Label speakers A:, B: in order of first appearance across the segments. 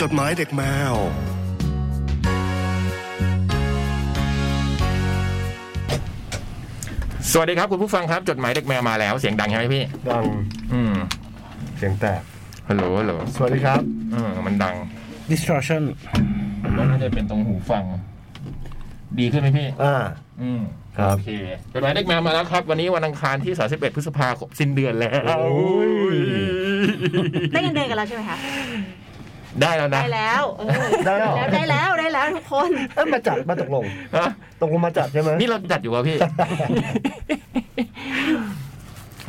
A: จดหมายเด็กแมว
B: สวัสดีครับคุณผู้ฟังครับจดหมายเด็กแมวมาแล้วเสียงดังใช่ไหมพี่
C: ดัง
B: อืม
C: เสียงแตก
B: ฮัลโหลฮัลโหล
C: สวัสดีครับ
B: อืมมันดัง
C: distortion
B: มันน่าจะเป็นตรงหูฟัง ดีขึ้นไหมพี่
C: อ่า
B: อืม
C: ครับ
B: โอเคจดหมายเด็กแมวมาแล้วครับ วันนี้วันอังคารที่ 31 พฤษภาคมสิ้นเดือนแล้ว
C: โอ้ย
D: ได้ยังเดินกันแล้วใช่ไหมคะ
B: ได้แล้วนะ
D: ได้แล้วเออ
C: ได้แล้วเหรอ
D: ได้แล้วได้แล้วทุกคน
C: เอ้ยมาจัดมาตกลง
B: ฮะ
C: ตกลงมาจัดใช่ไหม
B: นี่เราจัดอยู่ป่ะ พี่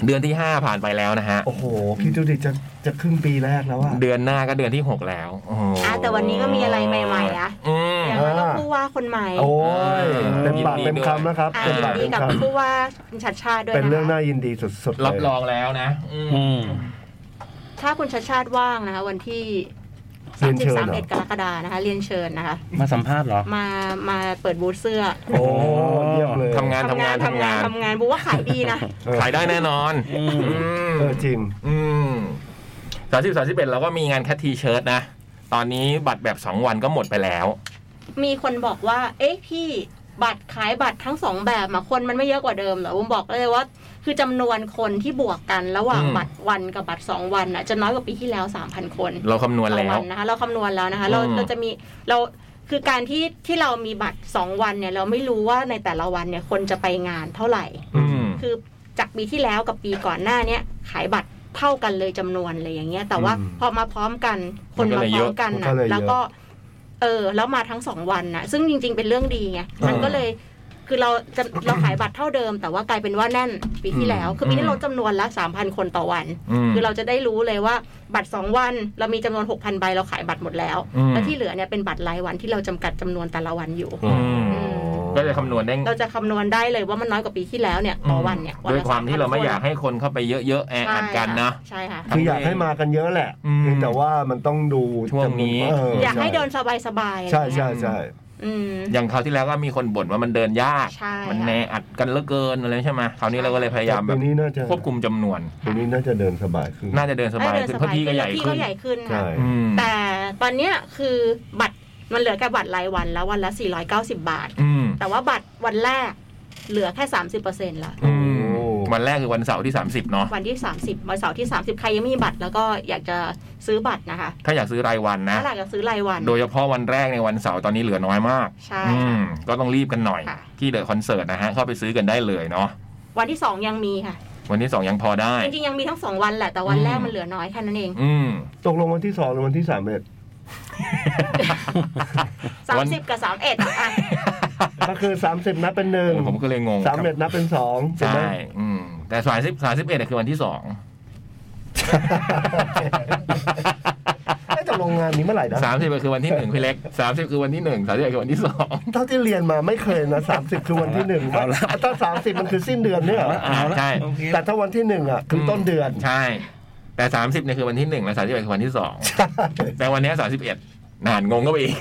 B: เดือนที่ห้าผ่านไปแล้วนะฮะ
C: โอ้โหพี่ดูดิจะจะครึ่งปีแรกแล้วอะ
B: เดือนหน้าก็เดือนที่หกแล้วโอ้โห
D: อ่ะแต่วันนี้ก็มีอะไรใหม่ๆนะ
B: อืม
D: อย่าง
C: ครับ
D: น้อยก็ผู้ว่าคนใหม่
C: โอ้ย
B: อ่า
C: เต็มปากเต็มคำนะครับ
D: อ่ะ
C: เต็มปาน ก
D: ยิดี
C: เต็ม
D: กับ
C: ค
D: ผู้ว่าชัดชาติด้ว
C: ำ
D: ย
C: เป็น
D: นะ
C: เรื่อง
D: คะ
C: น่ายินดีสุดๆเลย
B: รับรองแล้วนะอืม
E: อืม
D: ถ้าคุณชัดชาติว่างนะคะ วันที่
C: เรียนเชิญเหรอ
D: 31กรกฎานะคะ เรียนเชิญนะคะ
E: มาสัมภาษณ์เหรอ
D: มามาเปิดบูธเสื้อ
C: โอ้เยี่ยมเลย
B: ทำงานทำงาน
D: ทำงาง
B: ทำาน น
D: ทำงานบูธว่าขายดีนะ
C: เออ
B: ขายได้แน่นอน
E: อืม
B: อืม
C: เออจริง
B: อืมสามสิบสามสิบเอ็ดเราก็มีงานแคททีเชิร์ตนะ ตอนนี้บัตรแบบสองวันก็หมดไปแล้ว
D: มีคนบอกว่า เอ๊ะพี่บัตรขายบัตรทั้งสองแบบมาคนมันไม่เยอะกว่าเดิมเหรอผมบอกเลยว่า คือจำนวนคนที่บวกกันระหว่าง
B: อืม
D: บัตรวันกับบัตรสองวันน่ะจะน้อยกว่าปีที่แล้วสามพันคน
B: เราคำนวณ
D: ต่อ
B: แล้ว
D: วันนะคะ เราคำนวณแล้วนะคะ เรา
B: อืม
D: เราจะมีเราคือการที่ที่เรามีบัตรสองวันเนี่ย เราไม่รู้ว่าในแต่ละวันเนี่ยคนจะไปงานเท่าไหร่
B: อืม
D: คือจากปีที่แล้วกับปีก่อนหน้าเนี้ยขายบัตรเท่ากันเลยจำนวนเลยอย่างเงี้ย แต่ว่า
C: อืม
D: พอมาพร้อมกันคน
B: มันก็เล
D: มา
B: ย
D: พ
B: เย
D: ร้อ
B: อะ
D: มกัน
C: มัน
D: นะ
C: ก็เลยเยอะ
D: แล้วก็ เออ แล้วมาทั้งสองวันนะซึ่งจริง ๆ เป็นเรื่องดีไงมันก็เลย คือเราจะเราขายบัตรเท่าเดิม แต่ว่ากลายเป็นว่าแน่นปีที่แล้ว คือปี
B: อื
D: นี้
B: ม
D: ลดจำนวนละสามพันคนต่อวัน
B: อืม
D: คือเราจะได้รู้เลยว่าบัตรสองวันเรามีจำนวนหกพันใบเราขายบัตรหมดแล้ว
B: อืม
D: และที่เหลือเนี่ยเป็นบัตรรายวันที่เราจำกัดจำนวนแต่ละวันอยู่
B: อืมก็จะคำนวณได้
D: เราจะคำนวณได้เลยว่ามันน้อยกว่าปีที่แล้วเนี่ยต่อวันเนี่ยนละ
B: ด้วยความที่เราไม่อยากให้คนเข้าไปเยอะๆแอ
D: ใช่
B: อัดกันนะ
D: ใช่ค่ะ
C: คืออยากให้มากันเยอะแหละ
B: อืม
C: เพียงแต่ว่ามันต้องดู
B: ช่วงนี้
C: เอ
D: อยากให้เดิน
C: ใช
D: สบายสบายๆ
C: ใช่ใช่ใช่
D: อืม
B: อย่างคราวที่แล้วก็มีคนบ่นว่ามันเดินยาก
D: ใช่
B: มั
D: ค่ะ
B: แออัดกันเหลือเกินอะไรใช่ไหมคราวนี้เราก็เลยพยายามแบ
C: ปี
B: บ
C: นี้น่าจะ
B: ควบคุมจำนวน
C: ปีนี้น่าจะเดินสบายขึ้น
B: น่าจะเดินสบาย
D: ให้เดิน
B: ขึ้น
D: ส
B: เพราะ
D: บาย
B: ที่ก็ใหญ่
D: ที่
B: ขึ้
D: ก็
B: น
D: ใหญ่ขึ้น
C: ใช่
D: ค่ะ
B: อืม
D: แต่ตอนเนี้ยคือบัตรมันเหลือแค่บัตรรายวันแล้ววันละ 490 บาท
B: อืม
D: แต่ว่าบัตรวันแรกเหลือแค่ 30%ละ
B: อืม
C: โอ้
B: วันแรกคือวันเสาร์ที่ 30เนาะ
D: วันที่ 30วันเสาร์ที่ 30 ใครยังไม่มีบัตรแล้วก็อยากจะซื้อบัตรนะคะ
B: ถ้าอยากซื้อรายวันนะ
D: ถ้าอยากจะซื้อรายวัน
B: โดยเฉพาะวันแรกในวันเสาร์ตอนนี้เหลือน้อยมาก
D: ใช่
B: อื
D: ค่ะ
B: ม ก็ต้องรีบกันหน่อย
D: ค่ะ
B: ที่เดอะคอนเสิร์ตนะฮะ เข้าไปซื้อกันได้เลยเนาะ
D: วันที่ 2 ยังมีค่ะ
B: วันที่สองยังพอได้
D: จริงๆยังมีทั้งสองวันแหละแต่วันแรกมันเหลือน้อยแค่นั้นเอง
B: อืม
C: ตกลงวันที่สองหรือวันที่สามเอ็ด
D: สาม
B: วัน
D: สิบกับสามเอ็ด อ่ะ
C: ก็คือสามสิบนับเป็นหนึ่ง
B: ผมก็เลยงง
C: สามเอ็ดนับเป็นสองถูกไหม
B: ใช่ อืม แต่สายสิบสายสิบเอ็ดคือวันที่สอง
C: ไอ้ยตกลงงานนี้เมื่อไหร่นะ
B: สามสิบคือวันที่หนึ่งพี่เล็กสามสิบคือวันที่หนึ่งสามสิบคือวันที่สอง
C: เท่าที่เรียนมาไม่เคยนะสามสิบคือวันที่หนึ่ง
E: เอาละ
C: ถ้าสามสิบมันคือสิ้นเดือนเนี่ยเหรอ
B: อ่าใช่
E: โอเค
C: แต่ถ้าวันที่หนึ่งอ่ะคือต้นเดือน
B: ใช่ แต่สามสิบเนี่ยคือวันที่หนึ่งและสามสิบเอ็ดคือวันที่สอง แต่วันเนี้สามสิบเอ็ดนานงงก็ไป อีก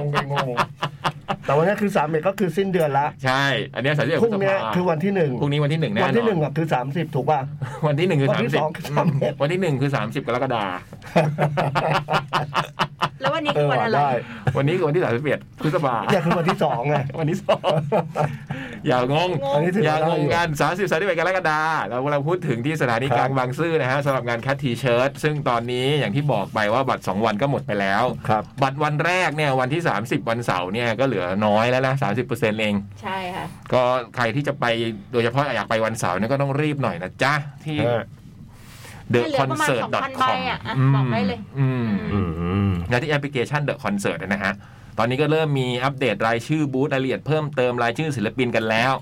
C: งงไปงงแต่วันนี้คือสามเอ็ดก็คือสิ้นเดือนละ
B: ใช่ อันเนี้สามสิบเอ็ด
C: พรุ่งเนี้ยคือวันที่หนึ่ง
B: พรุ่งนี้วันที่หนึ่งแน่นอน
C: วันที่หนึ่งอ่ะคือสามสิบถูกป่ะ
B: วันที่หนึ่งคือ
C: วั
B: สาน ม
C: ที่
B: สิบ
C: สองคือ31
B: วันที่หนึ่งคือสามสิบกรกฎาคม
D: แล้ววันนี้
C: เอ
D: คือ อวัน
C: ว่ะ
D: อะไร
C: ได้
B: วันนี้คือวันที่สามสิบเอ็ดพฤษภาคม
C: เนี่ยคือวันที่สองไง
B: วันที่สองอย่างงง
D: ง
C: อันนี้ถือ
B: อย่า
C: ว่างได้
B: ง
C: อยู่
B: กันสามสิบสามสิบเอ็ดกรกฎาคมเราเราพูดถึงที่สถานีกลาง
C: ครับ
B: บางซื่อนะฮะสำหรับงานคัดทีเชิร์ตซึ่งตอนนี้อย่างที่บอกไปว่าบัตร 2 วันก็หมดไปแล้ว
C: ครับ
B: บัตรวันแรกเนี่ยวันที่ 30 วันเสาร์เนี่ยก็เหลือน้อยแล้วนะสาเอง
D: ใช่ค่ะ
B: ก็ใครที่จะไปโดยเฉพาะอยากไปวันเสาร์เนี่ยก็ต้องรีบหน่อยนะจ๊ะ ที่
D: ให้เหลือประมาณ
B: theconcert.com
D: 2,000ใบอะอ่ะบอกได้เลย
B: อืม
D: อืม
B: งานที่แอปพลิเคชัน The Concert นะฮะ ตอนนี้ก็เริ่มมีอัปเดตรายชื่อบูธรายละเอียดเพิ่มเติมรายชื่อศิลปินกันแล้ว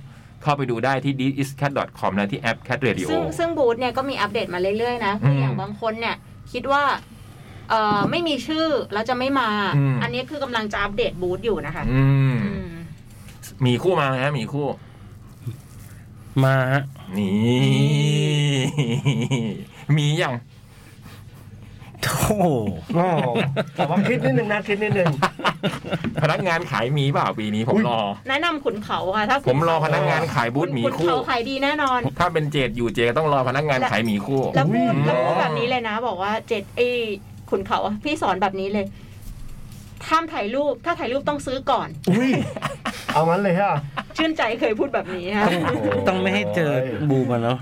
B: เข้าไปดูได้ที่ d i s c a t c o m และที่แอป Cat Radio
D: ซึ่งซึ่งบูธเนี่ยก็มีอัปเดตมาเรื่อยๆนะ
B: อืม
D: คืออย่างบางคนเนี่ย คิดว่าเอ่อไม่มีชื่อแล้วจะไม่มา
B: อืม
D: อันนี้คือกำลังจะอัปเดตบูธอยู่นะคะ
B: อืม
D: อืม
B: มีคู่มาไหมฮะมีคู่
E: มาฮะ
B: นี่ มีอย่าง
E: โธ่
C: อ้าวแต่ว่าคิดนิดนึงนะคิดนิดนึง
B: พนักงานขายหมีเปล่าปีนี้ผม
C: อุ๊ย
B: รอ
D: แนะนำขุนเขาค่ะ ถ้า
B: ผมรอ
D: ขุ
B: พนักงานขายบูธหมี
D: ขุน
B: คู่
D: เขาขายดีแน่นอน
B: ถ้าเป็นเจดอยู่เจก็ต้องรอพนักงานขายหมีคู่
D: แล้วพูด
B: อุ๊ย
D: แล้วพูดแบบนี้เลยนะ บอกว่าเจ็ดไอ้ ขุนเขาอะพี่สอนแบบนี้เลยห้ามถ่ายรูป ถ้าถ่ายรูปต้องซื้อก่อน
C: อุ้ยเอางั้นเลยฮะ
D: ชื่นใจเคยพูดแบบนี้ฮะ
E: ต้องไม่ให้เจอบูมันแล้ว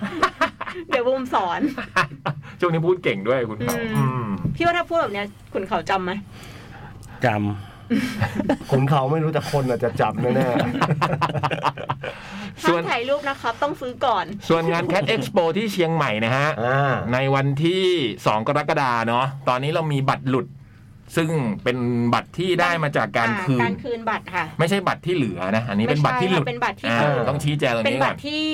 D: เดี๋ยวบูมสอน
B: ช่วงนี้พูดเก่งด้วยคุณเขา
D: อืม
B: อืม
D: พี่ว่าถ้าพูดแบบเนี้ยขุนเขาจำไหม
E: จ
C: ขุนเขาไม่รู้แต่คนอาจจะจับแน่
D: ห้ามถ่ายรูปนะครับ ต้องซื้อก่อน
B: ส่วนงาน Cat Expo ที่เชียงใหม่นะฮะ
C: ๆอ่า
B: ในวันที่ 2 กรกฎาเนาะ ตอนนี้เรามีบัตรหลุด ซึ่งเป็นบัตรที่ได้มาจากการ
D: อ่
B: คื
D: กาน รคืนบัตรค่ะ
B: ไม่ใช่บัตรที่เหลือนะ อันนี้เป็นบัตรที่หลุด
D: ไม่ใช่ค่ะเป็
B: อ่า
D: นบัตรที่หลุด
B: ต้องชี้แจงตรง
D: เป็น
B: นี้
D: บั
B: ก่อ
D: ต
B: น
D: รที่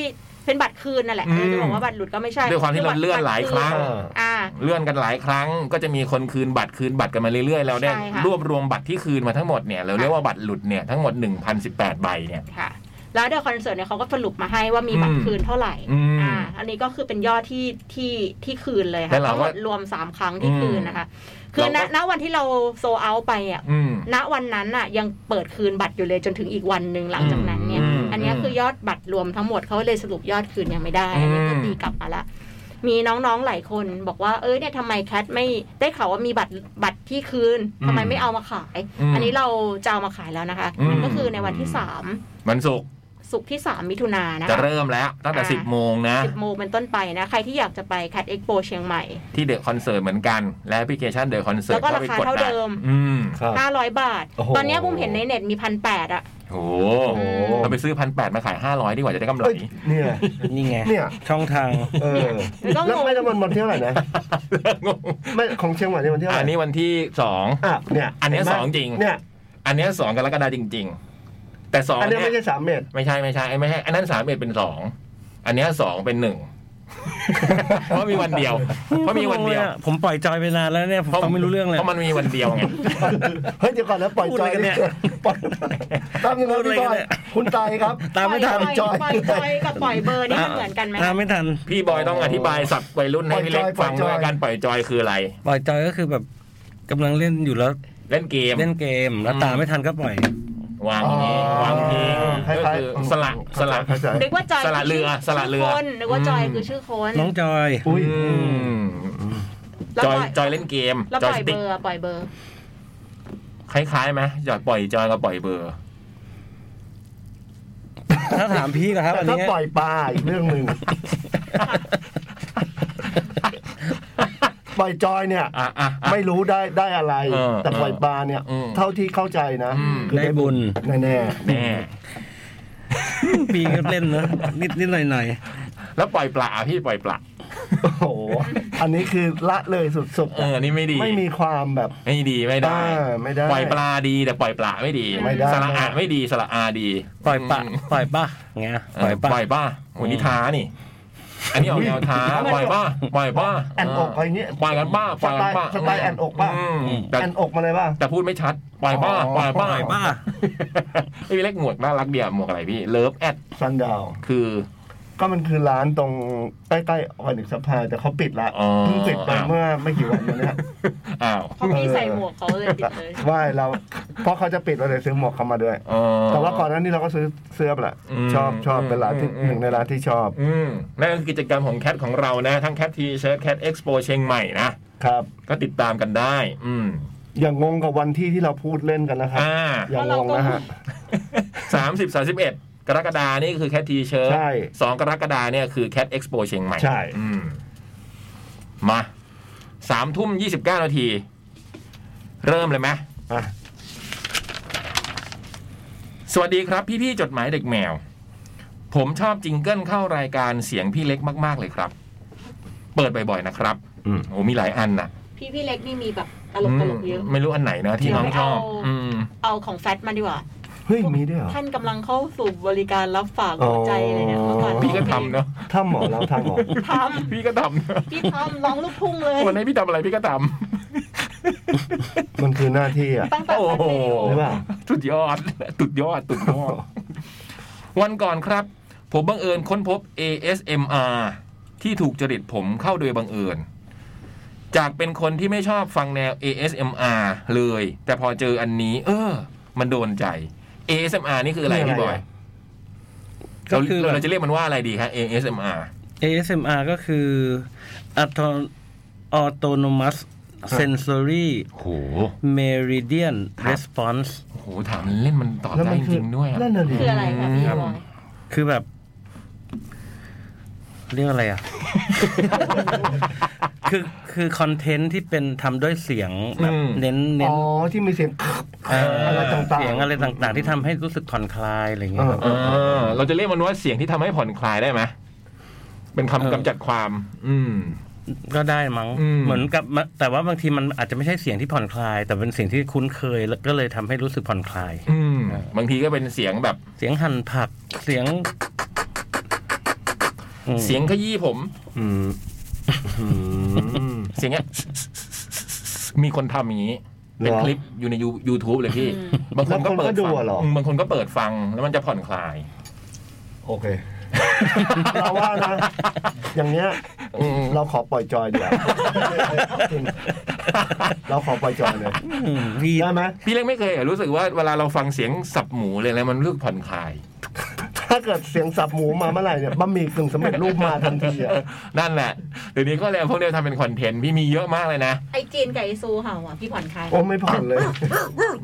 D: เป็นบัตรคืนนั่นแหละ
B: อืม
D: เออจะบอกว่าบัตรหลุดก็ไม่ใช่
B: ด้วยความที่เราเลื่อนหลายครั้ง
D: บัตนอ่า
B: เลื่อนกันหลายครั้ง ก็จะมีคนคืนบัตรคืนบัตรกันมาเรื่อยๆ เราได้
D: ใช่ค่ะ
B: รวบรวมบัตรที่คืนมาทั้งหมดเนี่ย เราเรียกว่าบัตรหลุดเนี่ยทั้งหมด 1,018 ใบเนี่ย
D: ค่ะ แล้วเดี๋ยวคอนเสิร์ตเนี่ยเขาก็สรุปมาให้ว่ามีบัตรคืนเท่าไหร่
B: อืม
D: อันนี้ก็คือเป็นยอดที่ที่ที่คืนเลย
B: แล้
D: ค่ะ
B: วเรา
D: ทั้งหมดรวมสามครั้งที่
B: อืม
D: คืนนะคะ คือณ
B: เราก็
D: ณวันที่เราโซเอาไปอ่ะ
B: อืม
D: ณวันนั้นอ่ะยังเปิดคืนบัตรอยู่เลยจนถึงอีกวันหนึ่งหลังจากนั้นเนี่ย
B: อืม
D: อันเนี้ยคือยอดบัตรรวมทั้งหมดเขาเลยสรุปยอดคืนยังไม่ได้อันนี้ก็
B: อืม
D: ตีกลับมาละ มีน้องๆหลายคนบอกว่าเอ้ยเนี่ยทำไมแคทไม่ได้ข่าวว่ามีบัตรบัตรที่คืนทำไมไม่เอามาขาย
B: อืม
D: อันนี้เราจะเอามาขายแล้วนะคะ
B: อืม
D: ก็คือในวันที่สาม
B: วันศุกร์
D: ศุกร์ที่ 3 มิถุนายนนะ
B: จะ
D: คะ
B: เริ่มแล้วตั้งแต่
D: อ่า
B: 10 โมงนะ
D: 10โมงเป็นต้นไปนะ ใครที่อยากจะไป Cat Expo เชียงใหม่
B: ที่เดอะคอนเสิร์ตเหมือนกัน และแอปพลิเคชันเดอะคอนเสิร์ต
D: แล้วก็ราคาเท่าเดิม
B: อืม
C: ครับ
D: 500 บาท
C: โอ้โห
D: ตอนเนี้ยบุมเห็นในเน็ตมีพันแปดอะ
B: โห
C: โอ้โห
B: เราไปซื้อพันแปดมาขาย 500 ดีกว่าจะได้กำไร
C: เอ้ยเนี่ย
E: ำนี่ไง
C: เนี่ย
E: ช่องทาง
C: เออ
D: เนี่ยแล้วก็งง
C: แล้วไม่ได้วันวันที่เท่าไหร่นะ
B: งง
C: ไม่ของเชียงใหม่เนี่ยวันที่เท่าไห ร่
B: อันนี้วันที่ 2
C: อ่ะเนี่ย
B: อันเนี้ย
C: เห็ไหม
B: สองจริง
C: เนี่ย
B: อันเนี้ยสองกรกฎาจริง ๆ แต่สอง
C: อันเนี้ย
B: เนี่ย
C: ไม่ใช่สามเมตร
B: ไม่ใช่ไม่ใช่ไอ้ไม่ใช่อันนั้นสามเอ็ดเป็นสองอันเนี้ยสองเป็นหนึ่ง เพราะมีวันเดียว เพราะมีวันเดียว
E: ผมปล่อยจอยไปนานแล้วเนี่ยผมฟังไม่รู้เรื่องเลย
B: เพราะมันมีวันเดียวไง
C: เฮ้ยเดี๋ยวก่อนแล้วปล่อย
E: พูด
C: จ
E: อะ
C: อ
E: ไร
C: ย
E: กันเนี่ย
C: ปล่อยตามนึงนะ
E: พูดอะไร
C: พี่บ
E: กัน
C: อย
E: เนี่ย
C: คุณตายครับ
E: ตามไม่ทัน
D: ปล่อยจอยปล่อยจอยกับปล่อยเบอร์นี่มันเหมือนกันไหม
E: ตามไม่ทัน
B: พี่บอยต้องอธิบายสับวัยรุ่นให้พี่เล็กฟังด้วยการปล่อยจอยคืออะไร
E: ปล่อยจอยก็คือแบบกำลังเล่นอยู่แล้ว
B: เล่นเกม
E: เล่นเกม แล้ว
B: อืม
E: ตามไม่ทันก็ปล่อย
B: วางนี้
C: อ๋อ
B: วางทิ้ง
C: คล้ายๆ
B: ก็คือสละ
C: เข้าใจ
B: สละ
C: เข้าใจ
D: นึกว่าจอย
B: สละเรือ
D: คื
B: สละเรือ
D: ชื่คนนึกว่าจอยคือชื่อคน
E: น้องจอย
C: อุ้ย
B: อืม
D: แล้ว
B: จอย
D: ปล่อย
B: จอยเล่นเกม
D: แล้ว
B: จ
D: ป
B: อย
D: ล่อย
B: ส
D: เบ
B: ติ๊ก
D: อร์อะปล่อยเบอร์
B: คล้ายๆไหมจอยปล่อยจอยกับปล่อยเบอร์
E: ถ้าถามพี่ก็ครับ อัน
C: ถ้า
E: เนี้ย
C: ปล่อยปลาอีกเรื่องหนึ่งปล่อยจอยเนี่ย
B: อ่ะอ่ะอ่ะ
C: ไม่รู้ได้ได้อะไร
B: เออ
C: แต่ปล่อยปลาเนี่ย
B: อืม
C: เท่าที่เข้าใจนะ
B: อืม
C: คือ
E: ได้บุญ
C: แน่แน่
B: แน่
E: ปีก็เล่นเนอะนิดนิดหน่อยหน่อย
B: แล้วปล่อยปลาอ่ะพี่ปล่อยปลา
C: ๆโอ้โห อันนี้คือละเลยสุด
B: เออนี่ไม่ดี
C: ๆ ไม่มีความแบบ
B: ไม่ดีไม่ได้
C: อ่าไม่ได้
B: ปล่อยปลาดีแต่ปล่อยปลาไม่ดี
C: ไม่ได้
B: สระอาไม่ดีสระอาดี
E: ปล่อยปะ
B: ม
E: ปล่อยปะเงี้ย
B: เอ
E: ปล่อย
B: อ
E: ปะ
B: ปล่อยป้าโหนี่ท้านี่ อันนี้ออกแนวท้าปล่อยป้าปล่อยป้า
C: แอนอกอะไรเงี้ย
B: ปล่อยกันป้าป
C: ส
B: ล่อย
C: ไต
B: กัน
C: ล์
B: ป้า
C: สไตล์แอนอกป่ะ
B: อืม
E: อืม
B: แต่
C: แอนอกมาเลยป่ะ
B: แต่พูดไม่ชัด ปล่อยป้า
C: อ๋อ
B: ปล่อยป้า
E: ปล่อยปะ
B: ไอ้พี่เล็กหมวกน่ารักเดียวหมวกอะไรพี่เลิฟแอด
C: ซันดาว
B: คือ
C: ก็มันคือร้านตรงใกล้ๆออนิกสภาแต่เขาปิดละ
B: อ๋อ
C: เพิ่งปิดไปเมื่อไม่กี่วันมาเนี้ย
B: อ้าว
D: เพราะพี่ใส่หมวกเขาเลยติดเลย
C: ว่าเราเพราะเขาจะปิดเราเลยซื้อหมวกเขามาด้วย
B: อ๋อ
C: แต่ว่าก่อนหน้านี้เราก็ซื้อเสื้อแหละ
B: อืม
C: ชอบชอบเป็นร้านที่
B: อืม
C: หนึ่งในร้านที่ชอบ
B: อืมนั่นก็คือกิจกรรมของแคทของเรานะ ทั้งแคททีเชิร์ตแคทเอ็กซ์โปเชียงใหม่นะครับ ก็ติดตามกันได้ อืม
C: อย่างงงกับวันที่ที่เราพูดเล่นกันนะครับ
B: อ่า
C: อย่างงงนะฮะ
B: สามสิบสามสิบเอ็ดกรกฎานี่คือแคททีเชิร์
C: ใช่
B: สองกรกฎาเนี่ยคือแคทเอ็กซ์โปเชียงใหม่
C: ใช่
B: อืมมาสามทุ่มยี่สิบเก้านาที เริ่มเลยไหม
C: อ่ะ
B: สวัสดีครับพี่ ๆ จดหมายเด็กแมว ผมชอบจิงเกิลเข้ารายการเสียงพี่เล็กมาก ๆ เลยครับ เปิดบ่อย ๆ นะครับ
C: อืม
B: โอ้มีหลายอันนะ
D: พี่พี่เล็กนี่มีแบบตลกตลกเยอะ
B: อืมไม่รู้อันไหนนะที่น้องชอบ
D: เอา
B: อืม
D: เอาของแฟตมาดีกว่า
C: เฮ้ยมีด้วยเหรอ
D: ท่านกำลังเข้าสู่บริการรับฝากหัวใจอะไรเนี่ยเมื่อก่อน
C: อ๋อ
B: พี่ก็ทำเนาะ
C: ถ้าหมอเราทางหมอ
D: ทำ
B: พี่ก็ทำเนอะ
D: พี่ทอมร้องลูกทุ่งเลย
B: วันไหนพี่ทำอะไรพี่ก็ทำ
C: มันคือหน้าที่อ่ะ
D: ตั้งแต่
B: โอ้
D: แป๊บ
B: โห
D: เดียว
C: ใช่ป่ะ
B: สุดยอดสุดยอดสุดยอด วันก่อนครับ ผมบังเอิญค้นพบ ASMR ที่ถูกจริตผมเข้าโดยบังเอิญ จากเป็นคนที่ไม่ชอบฟังแนว ASMR เลย แต่พอเจออันนี้ เออ มันโดนใจ ASMR นี่คืออะไร
C: คืออะไร
B: พี่บอย
C: อ่ะ
E: ก็
B: เรา
E: คือแบ
B: เรา
E: บ
B: จะเรียกมันว่าอะไรดีครับ ASMR
E: ASMR ก็คือ Auto- Autonomous sensory
B: โอ้โห
E: meridian response
B: โอ้โหถามเล่นมันต่อ
C: แล้ว
B: ใจ
C: มัน
B: จ
C: คือ
B: ริงๆด้วยอะ
C: นั่นน่ะดิ
D: คืออะไรคะพี่
B: ครับ
D: บอย
E: คือแบบ เรียก อะไรอ่ะ คือคือคอนเทนต์ที่เป็นทำด้วยเสียงแบบ
B: อืม
E: เน้นเน้
C: อ๋
E: น
C: อที่มีเสียง
E: เอ่อ
C: เสียงอะไรต่างๆ
E: เสียงอะไรต่างๆ ที่ทำให้รู้สึกผ่อนคลายอะไรอย่าง
C: เอ
E: เงี้ย
C: อ
E: ครับ
B: เออเราจะเรียกมันว่าเสียงที่ทำให้ผ่อนคลายได้ไหมเป็นคำ
E: เออ
B: กำจัดความ อืม
E: ก็ได้มั้ง
B: อืม
E: เหมือนกับมะแต่ว่าบางทีมันอาจจะไม่ใช่เสียงที่ผ่อนคลาย แต่เป็นเสียงที่คุ้นเคยแล้วก็เลยทำให้รู้สึกผ่อนคลาย
B: อืมบางทีก็เป็นเสียงแบบ
E: เสียงหั่นผักเสียงอืม
B: เสียงขยี้ผม
C: อืมอืม
B: เสียงเนี้ยมีคนทำอย่างนี้ เป็น
C: เหรอ
B: คลิปอยู่ในยูทูบเลยพี่ บางคนก็เปิด
C: แล้วคนก็ดู
B: ฟัง
C: อะเหรออื
B: มบางคนก็เปิดฟังแล้วมันจะผ่อนคลาย
C: โอเค เราว่านะ อย่างเนี้ย
B: อืม
C: เราขอปล่อยจอยดีกว่าจริงเราขอปล่อยจอยเลย
E: อืมพี่
C: ได้ไหม
B: พี่เล็กไม่เคยเหรอรู้สึกว่าเวลาเราฟังเสียงสับหมูเลยแล้วมันรู้สึกผ่อนคลาย
C: ถ้าเกิดเสียงสับหมูมาเมื่อไหร่เนี่ยบะหมี่กึ่งสำเร็จรูปมาทันทีอะ
B: นั่นแหละเดี๋ยวนี้ก็เลยพวกเนี้ยทำเป็นคอนเทนต์พี่มีเยอะมากเลยนะ
D: ไอจีนกับไอซูเห่าอ่ะพี่ผ่อนคลาย
C: โอ้ไม่ผ่อนเลย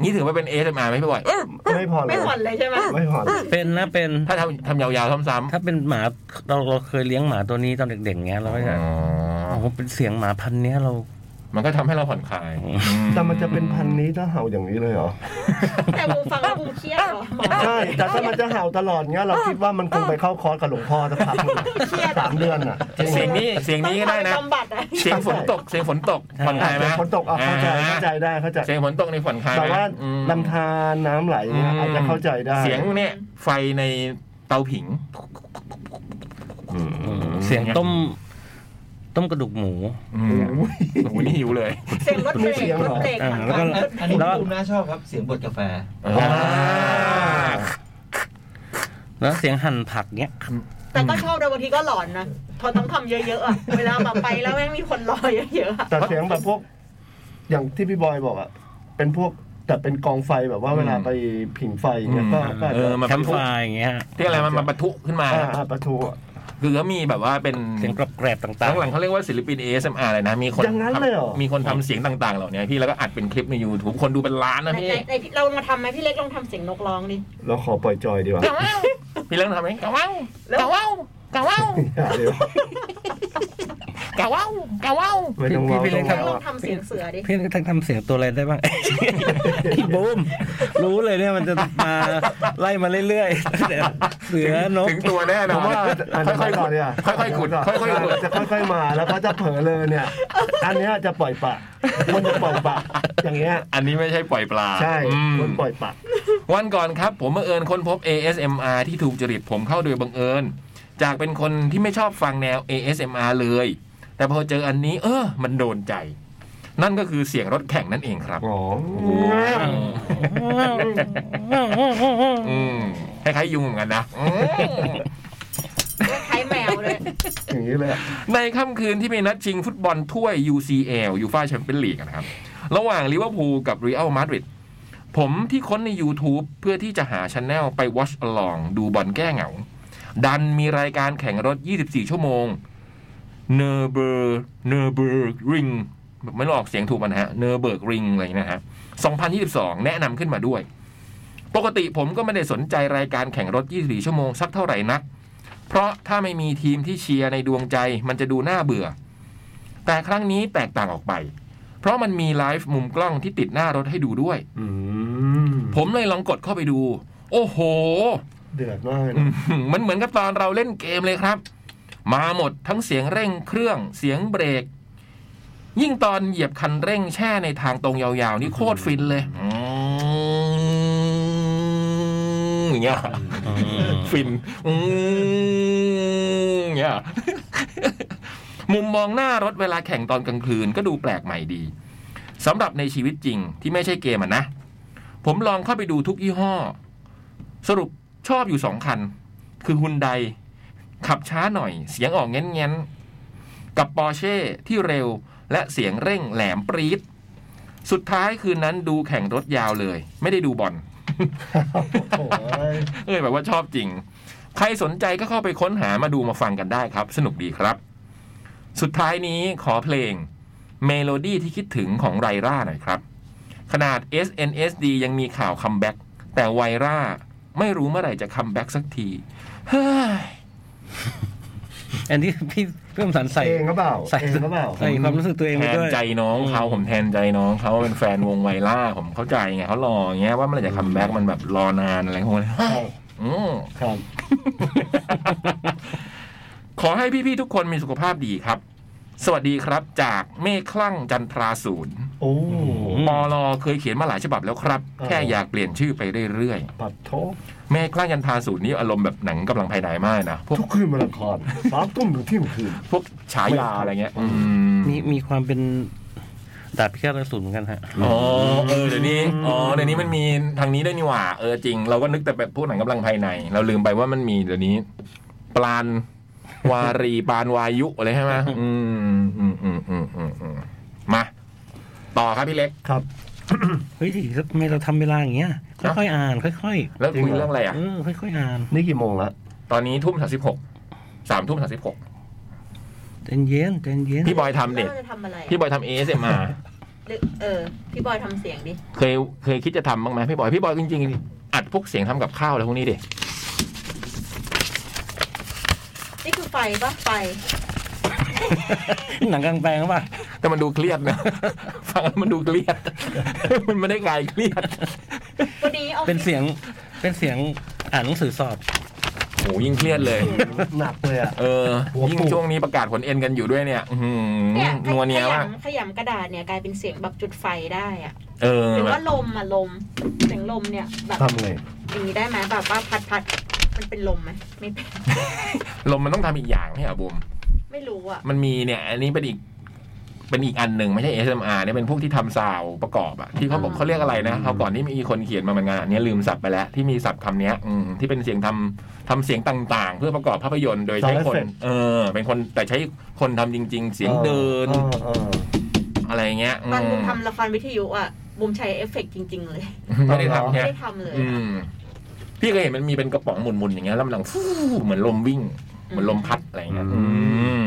B: นี่ถือว่าเป็นเอสมาไหมพี่บอย
C: ไม่ผ่อนเล
D: ไม่
C: ย
D: ผ่อนเลยใช่ไหม
C: ไม่ผ่อน
E: เป็นนะเป็น
B: ถ้าทำทำยาวๆซ้ำ
E: ถ้าเป็นหมาเราเราเคยเลี้ยงหมาตัวนี้ตอนเด็กๆเงี้ยเราก็จะ
B: ๆ
E: โอ้โหเป็นเสียงหมาพันธุ์เนี้ยเรา
B: มันก็ทำให้เราผ่อนคลาย
C: แต่มันจะเป็นพันนี้ถ้าเห่าอย่างนี้เลยเหรอ
D: แต่บูฟังแล้วบูเครียดเหรอ
C: ใช่ แต่ถ้ามันจะเห่าตลอดเงี้ยเราคิดว่ามันคงไปเข้าคอร์สกับหลวงพ่อสักพักหนึ่งสามเดือนอ่ะจริง
B: เสียงนี้เสียงนี้ก็ได้นะ
D: ต้องพาปบำบัดอะ
B: เสียงฝนตกเสียงฝนตก
E: ใช่
B: ผ่อนคลายไหม
C: ฝนตกอ่ะเข้าใจเข้าใจได้เข้าใจ
B: เสียงฝนตกในผ่อนคลายไหม
C: แต่ว่า
B: อืม
C: ลำธารน้ำไหลเนี่ยอาจจะเข้าใจได้
B: เสียงเนี่ยไฟในเตาผิง
C: อืม
E: เสียงต้ม ต้มกระดูกหมู
B: อืมโอ้โหนี่หิวเลย
D: เสียงรถเบร
C: มีเสีย
D: ก
C: งเหร
D: ร
C: อ
D: ถเบรก
E: อ่าแล้วก็
A: อันนี้
E: แล้ว
A: ตูมน่าชอบครับ เสียงบดกาแฟ
B: อ่า
E: แล้วเสียงหั่นผักเนี้ย
D: แต่ก็ชอบแต่บางทีก็หลอนนะพอต้องทำเยอะๆอะเวลาแบบไปแล้วแม่งมีคนรอเยอะๆอะ
C: แต่เสียงแบบพวก อย่างที่พี่บอยบอกอ่ะเป็นพวกแต่เป็นกองไฟแบบว่าเวลาไปผิงไฟอย่างเงี้ยก็ก็อาจ
B: เอ
C: จะ
B: อมัน
E: แค
B: ปะ
E: มป์
B: ทุ
E: ไฟร์อย่างเงี้ย
B: ที่อะไรมันมันปะทุขึ้นมา
C: อ่าอ่าประทูอ่ะ
B: คือก็มีแบบว่าเป็น
E: เสียงกรอบแกรบต่าง
B: หลังๆเขาเรียกว่าศิลปิน ASMR เลยนะ มีคน
C: อย่างนั้นเลยเหรอ
B: ทำมีคนทำเสียงต่าง ๆ เหล่านี้พี่แล้วก็อัดเป็นคลิปใน YouTube คนดูเป็นล้านนะ
D: ไหน
B: พี่
D: ไหนไหนพี่เรามาทำไหมพี่เล็กลองทำเสียงนกร้องดิ
C: เราขอปล่อยจอยดีกว่า
B: กะว่าวพี่เล้งทำไหมกะว่าวกะว่าวกะว่าว
C: อย่าเดี๋ยว
B: กะว่าวกะว่าว
C: ไม่ต้องเวาไม่ต้อง
D: เล็ก
C: เวา
D: ลองทำเสียงเสือดิ
E: ๆเพื่อนก็ทำเสียงตัวอะไรได้บ้าง ไอ้บูมรู้เลยเนี่ยมันจะมาไล่มาเรื่อยๆเดี๋ยวเสือนก
B: ถึงตัวแน่น
C: ผ
B: อน
C: มว่าอ่าน
B: ค่อย
C: ก่อนดีกว่า
B: ๆค่อยๆขุดค่อยๆขุด
C: จะค่อยๆมาแล้วก็จะเผลอเลยเนี่ย อันเนี้ยจะปล่อยปะคนจะปล่อยปะอย่างเงี้ย
B: อันนี้ไม่ใช่ปล่อยปลา
C: ใช่
B: อืม
C: คนปล่อยปะ
B: วันก่อนครับ ผมบังเอิญค้นพบ ASMR ที่ถูกจริตผมเข้าโดยบังเอิญ จากเป็นคนที่ไม่ชอบฟังแนว ASMR เลย แต่พอเจออันนี้ เออ มันโดนใจ นั่นก็คือเสียงรถแข่งนั่นเองครับ
C: อ๋อ
B: อืมคล้ายๆยุงเหมือนกันนะอืม
D: คล้ายแมวเลย
C: อย่างนี้เลยอะ
B: ในค่ำคืนที่มีนัดชิงฟุตบอลถ้วย UCL ยูฟ่าแชมเปี้ยนลีกนะครับ ระหว่างลิเวอร์พูลกับเรอัลมาดริดผมที่ค้นใน YouTube เพื่อที่จะหาช anel ไป watch along ดูบอลแก้เหงา ดันมีรายการแข่งรถ 24 ชั่วโมงเนอร์เบอร์เนอร์เบอร์ริงไม่รู้ออกเสียงถูกมันนะฮะเนอร์เบิร์กริงอะไรอย่างเงี้ยนะฮะ 2022 แนะนำขึ้นมาด้วย ปกติผมก็ไม่ได้สนใจรายการแข่งรถ 24 ชั่วโมงสักเท่าไหร่นัก เพราะถ้าไม่มีทีมที่เชียร์ในดวงใจมันจะดูน่าเบื่อ แต่ครั้งนี้แตกต่างออกไป เพราะมันมีไลฟ์มุมกล้องที่ติดหน้ารถให้ดูด้วย
C: อืม
B: ผมเลยลองกดเข้าไปดู โอ้โห
C: เดือดมากเลยนะ
B: มัน เหมือนกับตอนเราเล่นเกมเลยครับ มาหมดทั้งเสียงเร่งเครื่องเสียงเบรก ยิ่งตอนเหยียบคันเร่งแช่ในทางตรงยาวๆ นี่โคตรฟินเลยอืมอย่างเงี้ย ฟินอืมเนี่ย มุมมองหน้ารถเวลาแข่งตอนกลางคืนก็ดูแปลกใหม่ดีสำหรับในชีวิตจริงที่ไม่ใช่เกมอ่ะนะ ผมลองเข้าไปดูทุกยี่ห้อ สรุปชอบอยู่สองคัน คือฮุนไดขับช้าหน่อย เสียงออกเงี้ยนๆกับปอร์เช่ที่เร็วและเสียงเร่งแหลมปรี๊ดสุดท้ายคืนนั้นดูแข่งรถยาวเลย ไม่ได้ดูบอล
C: โอ้ย
B: เอ้ยแบบว่าชอบจริง ใครสนใจก็เข้าไปค้นหามาดูมาฟังกันได้ครับ สนุกดีครับ สุดท้ายนี้ขอเพลง เมโลดี้ที่คิดถึงของไรร่าหน่อยครับ ขนาด SNSD ยังมีข่าวคัมแบ็กแต่ไวร่าไม่รู้เมื่อไหร่จะคัมแบ็กสักทีเฮ้ย
E: อันนี้พี่เพิ่มสันใส่
C: เองก็เปล่า
E: ใส่
C: เองก็เปล่า
E: ใส่ความรู้สึกตัวเอง
B: แท
E: ไป
B: น
E: ด้วย
B: ใจน้องเขา
E: อืม
B: ผมแทนใจน้องเขาเป็นแฟนวงไวล่าผมเข้าใจไงเขารออย่างเงี้ยว่าเมื่อไหร่จะคัมแบ็กมันแบบรอนานอะไรของมันเลย
C: ครับ
B: อืม
C: ครับ
B: ขอให้พี่ ๆ ทุกคนมีสุขภาพดีครับ สวัสดีครับจากเมฆคลั่งจันทราศูนย์
C: โอ้
E: อืม
B: ปอลอเคยเขียนมาหลายฉบับแล้วครับ
C: อ๋อ
B: แค่อยากเปลี่ยนชื่อไปเรื่อย
C: ปัดโทษ
B: ๆเมฆคลั่งจันทราศูนย์นี่อารมณ์แบบหนังกำลังภายในมากนะพวก
C: ทุกคืนวันอังคารสามทุ่มถึงเที่ยงคืน
B: พวกฉายาอะไรเงี้ยอืม
E: มีมีความเป็นดาบพิฆาตอสูรเหมือนกันฮะ
B: อ๋อเออเดี๋ยวนี้อ๋อเดี๋ยวนี้มันมีทางนี้ด้วยนี่หว่า เออจริง เราก็นึกแต่แบบพวกหนังกำลังภายใน เราลืมไปว่ามันมีเดี๋ยวนี้ ปลานวารี ปลานวายุอะไรใช่ไหมอืมอืมอืมอืมอืมอืมมาต่อครับพี่เล็ก
C: ครับ
E: เฮ้ยทำไมเราทำเวลาอย่างเงี้ย ค่อยๆอ่าน ค่อย
B: แล้วคุย
C: จริงเหรอ
B: เรื่องอะไร
E: ๆ
B: อ่ะ
E: เออค่อยๆอ่าน
C: นี่กี่โมงละ
B: ตอนนี้ทุ่มสามสิบหก สามทุ่มสามสิบหก
E: ใจเย็นใจเย็น
B: พี่บอยทำเด็ด
D: เราจะทำอะไรอะ
B: พี่บอยทำเอสเอ็มอา
D: หรือเออ พี่บอยทำเสียงดิ
B: เคย เคยคิดจะทำบ้างไหมพี่บอย พี่บอยจริงๆ อัดพวกเสียงทำกับข้าวอะไรพวกนี้ดิ
D: นี่คือไฟปะไฟ
E: หนังกลางแปลงหรือเปล่ะ
B: แต่มันดูเครียดนะ ฟังแล้วมันดูเครียด มันไม่ได้กลายเครียด
D: วันนี้เอา
E: เป็นเสียง เป็นเสียงอ่านหนังสือสอบ
B: โหยิ่งเครียดเลย
C: หนักเลยอ่ะ
B: เออ
C: หัว
B: ยิ่ง
C: ปูด
B: ช่วงนี้ประกาศผลเอ็นกันอยู่ด้วยเนี่ย อื้อหือ
D: เนี่ย
B: นัวเนีย
D: ข
B: มาก
D: ยำขยำกระดาษเนี่ยกลายเป็นเสียงแบบจุดไฟได้อะ
B: เออ
D: หรือว่าลมอะลม เสียงลมเนี่ยแบบ
C: ทำไง
D: อย่างนี้ได้ไหมแบบว่าพัดพัดมันเป็นลมไหมไม่เป็น
B: ลมมันต้องทำอีกอย่างให้อ่ะบุม
D: ไม่รู้อะ
B: มันมีเนี่ย อันนี้เป็นอีก เป็นอีกอันหนึ่งไม่ใช่ ASMR เนี่ยเป็นพวกที่ทำซาวด์ประกอบอะที่เขาบอกเขาเรียกอะไรนะเขาวก่อนนี่มีคนเขียนมาเหมือนกันอันนี้ลืมสับไปแล้ว ที่มีสับคำเนี้ยอืมที่เป็นเสียงทำทำเสียงต่างๆ เพื่อประกอบภาพยนตร์โดยใช้คน เออ เป็นคนแต่ใช้คนทำจริง ๆ เสียงเดิน
C: ออเออ
B: อะไรเงี้ยอื
D: ตอนบุม
B: ม
D: ทำละครวิทยุอะบุมใช้เอฟเฟกต์จริง ๆ เลย
B: ไม่ได้ทำ
D: ไม่
B: เนี่ย
D: ได้ทำเลย
B: อืมพี่เคยเห็นมันมีเป็นกระป๋องหมุนๆอย่างเงี้ยแล้วมันดังฟู่เหมือนลมวิ่ง เหมือนลมพัดอะไรเงี้ยอื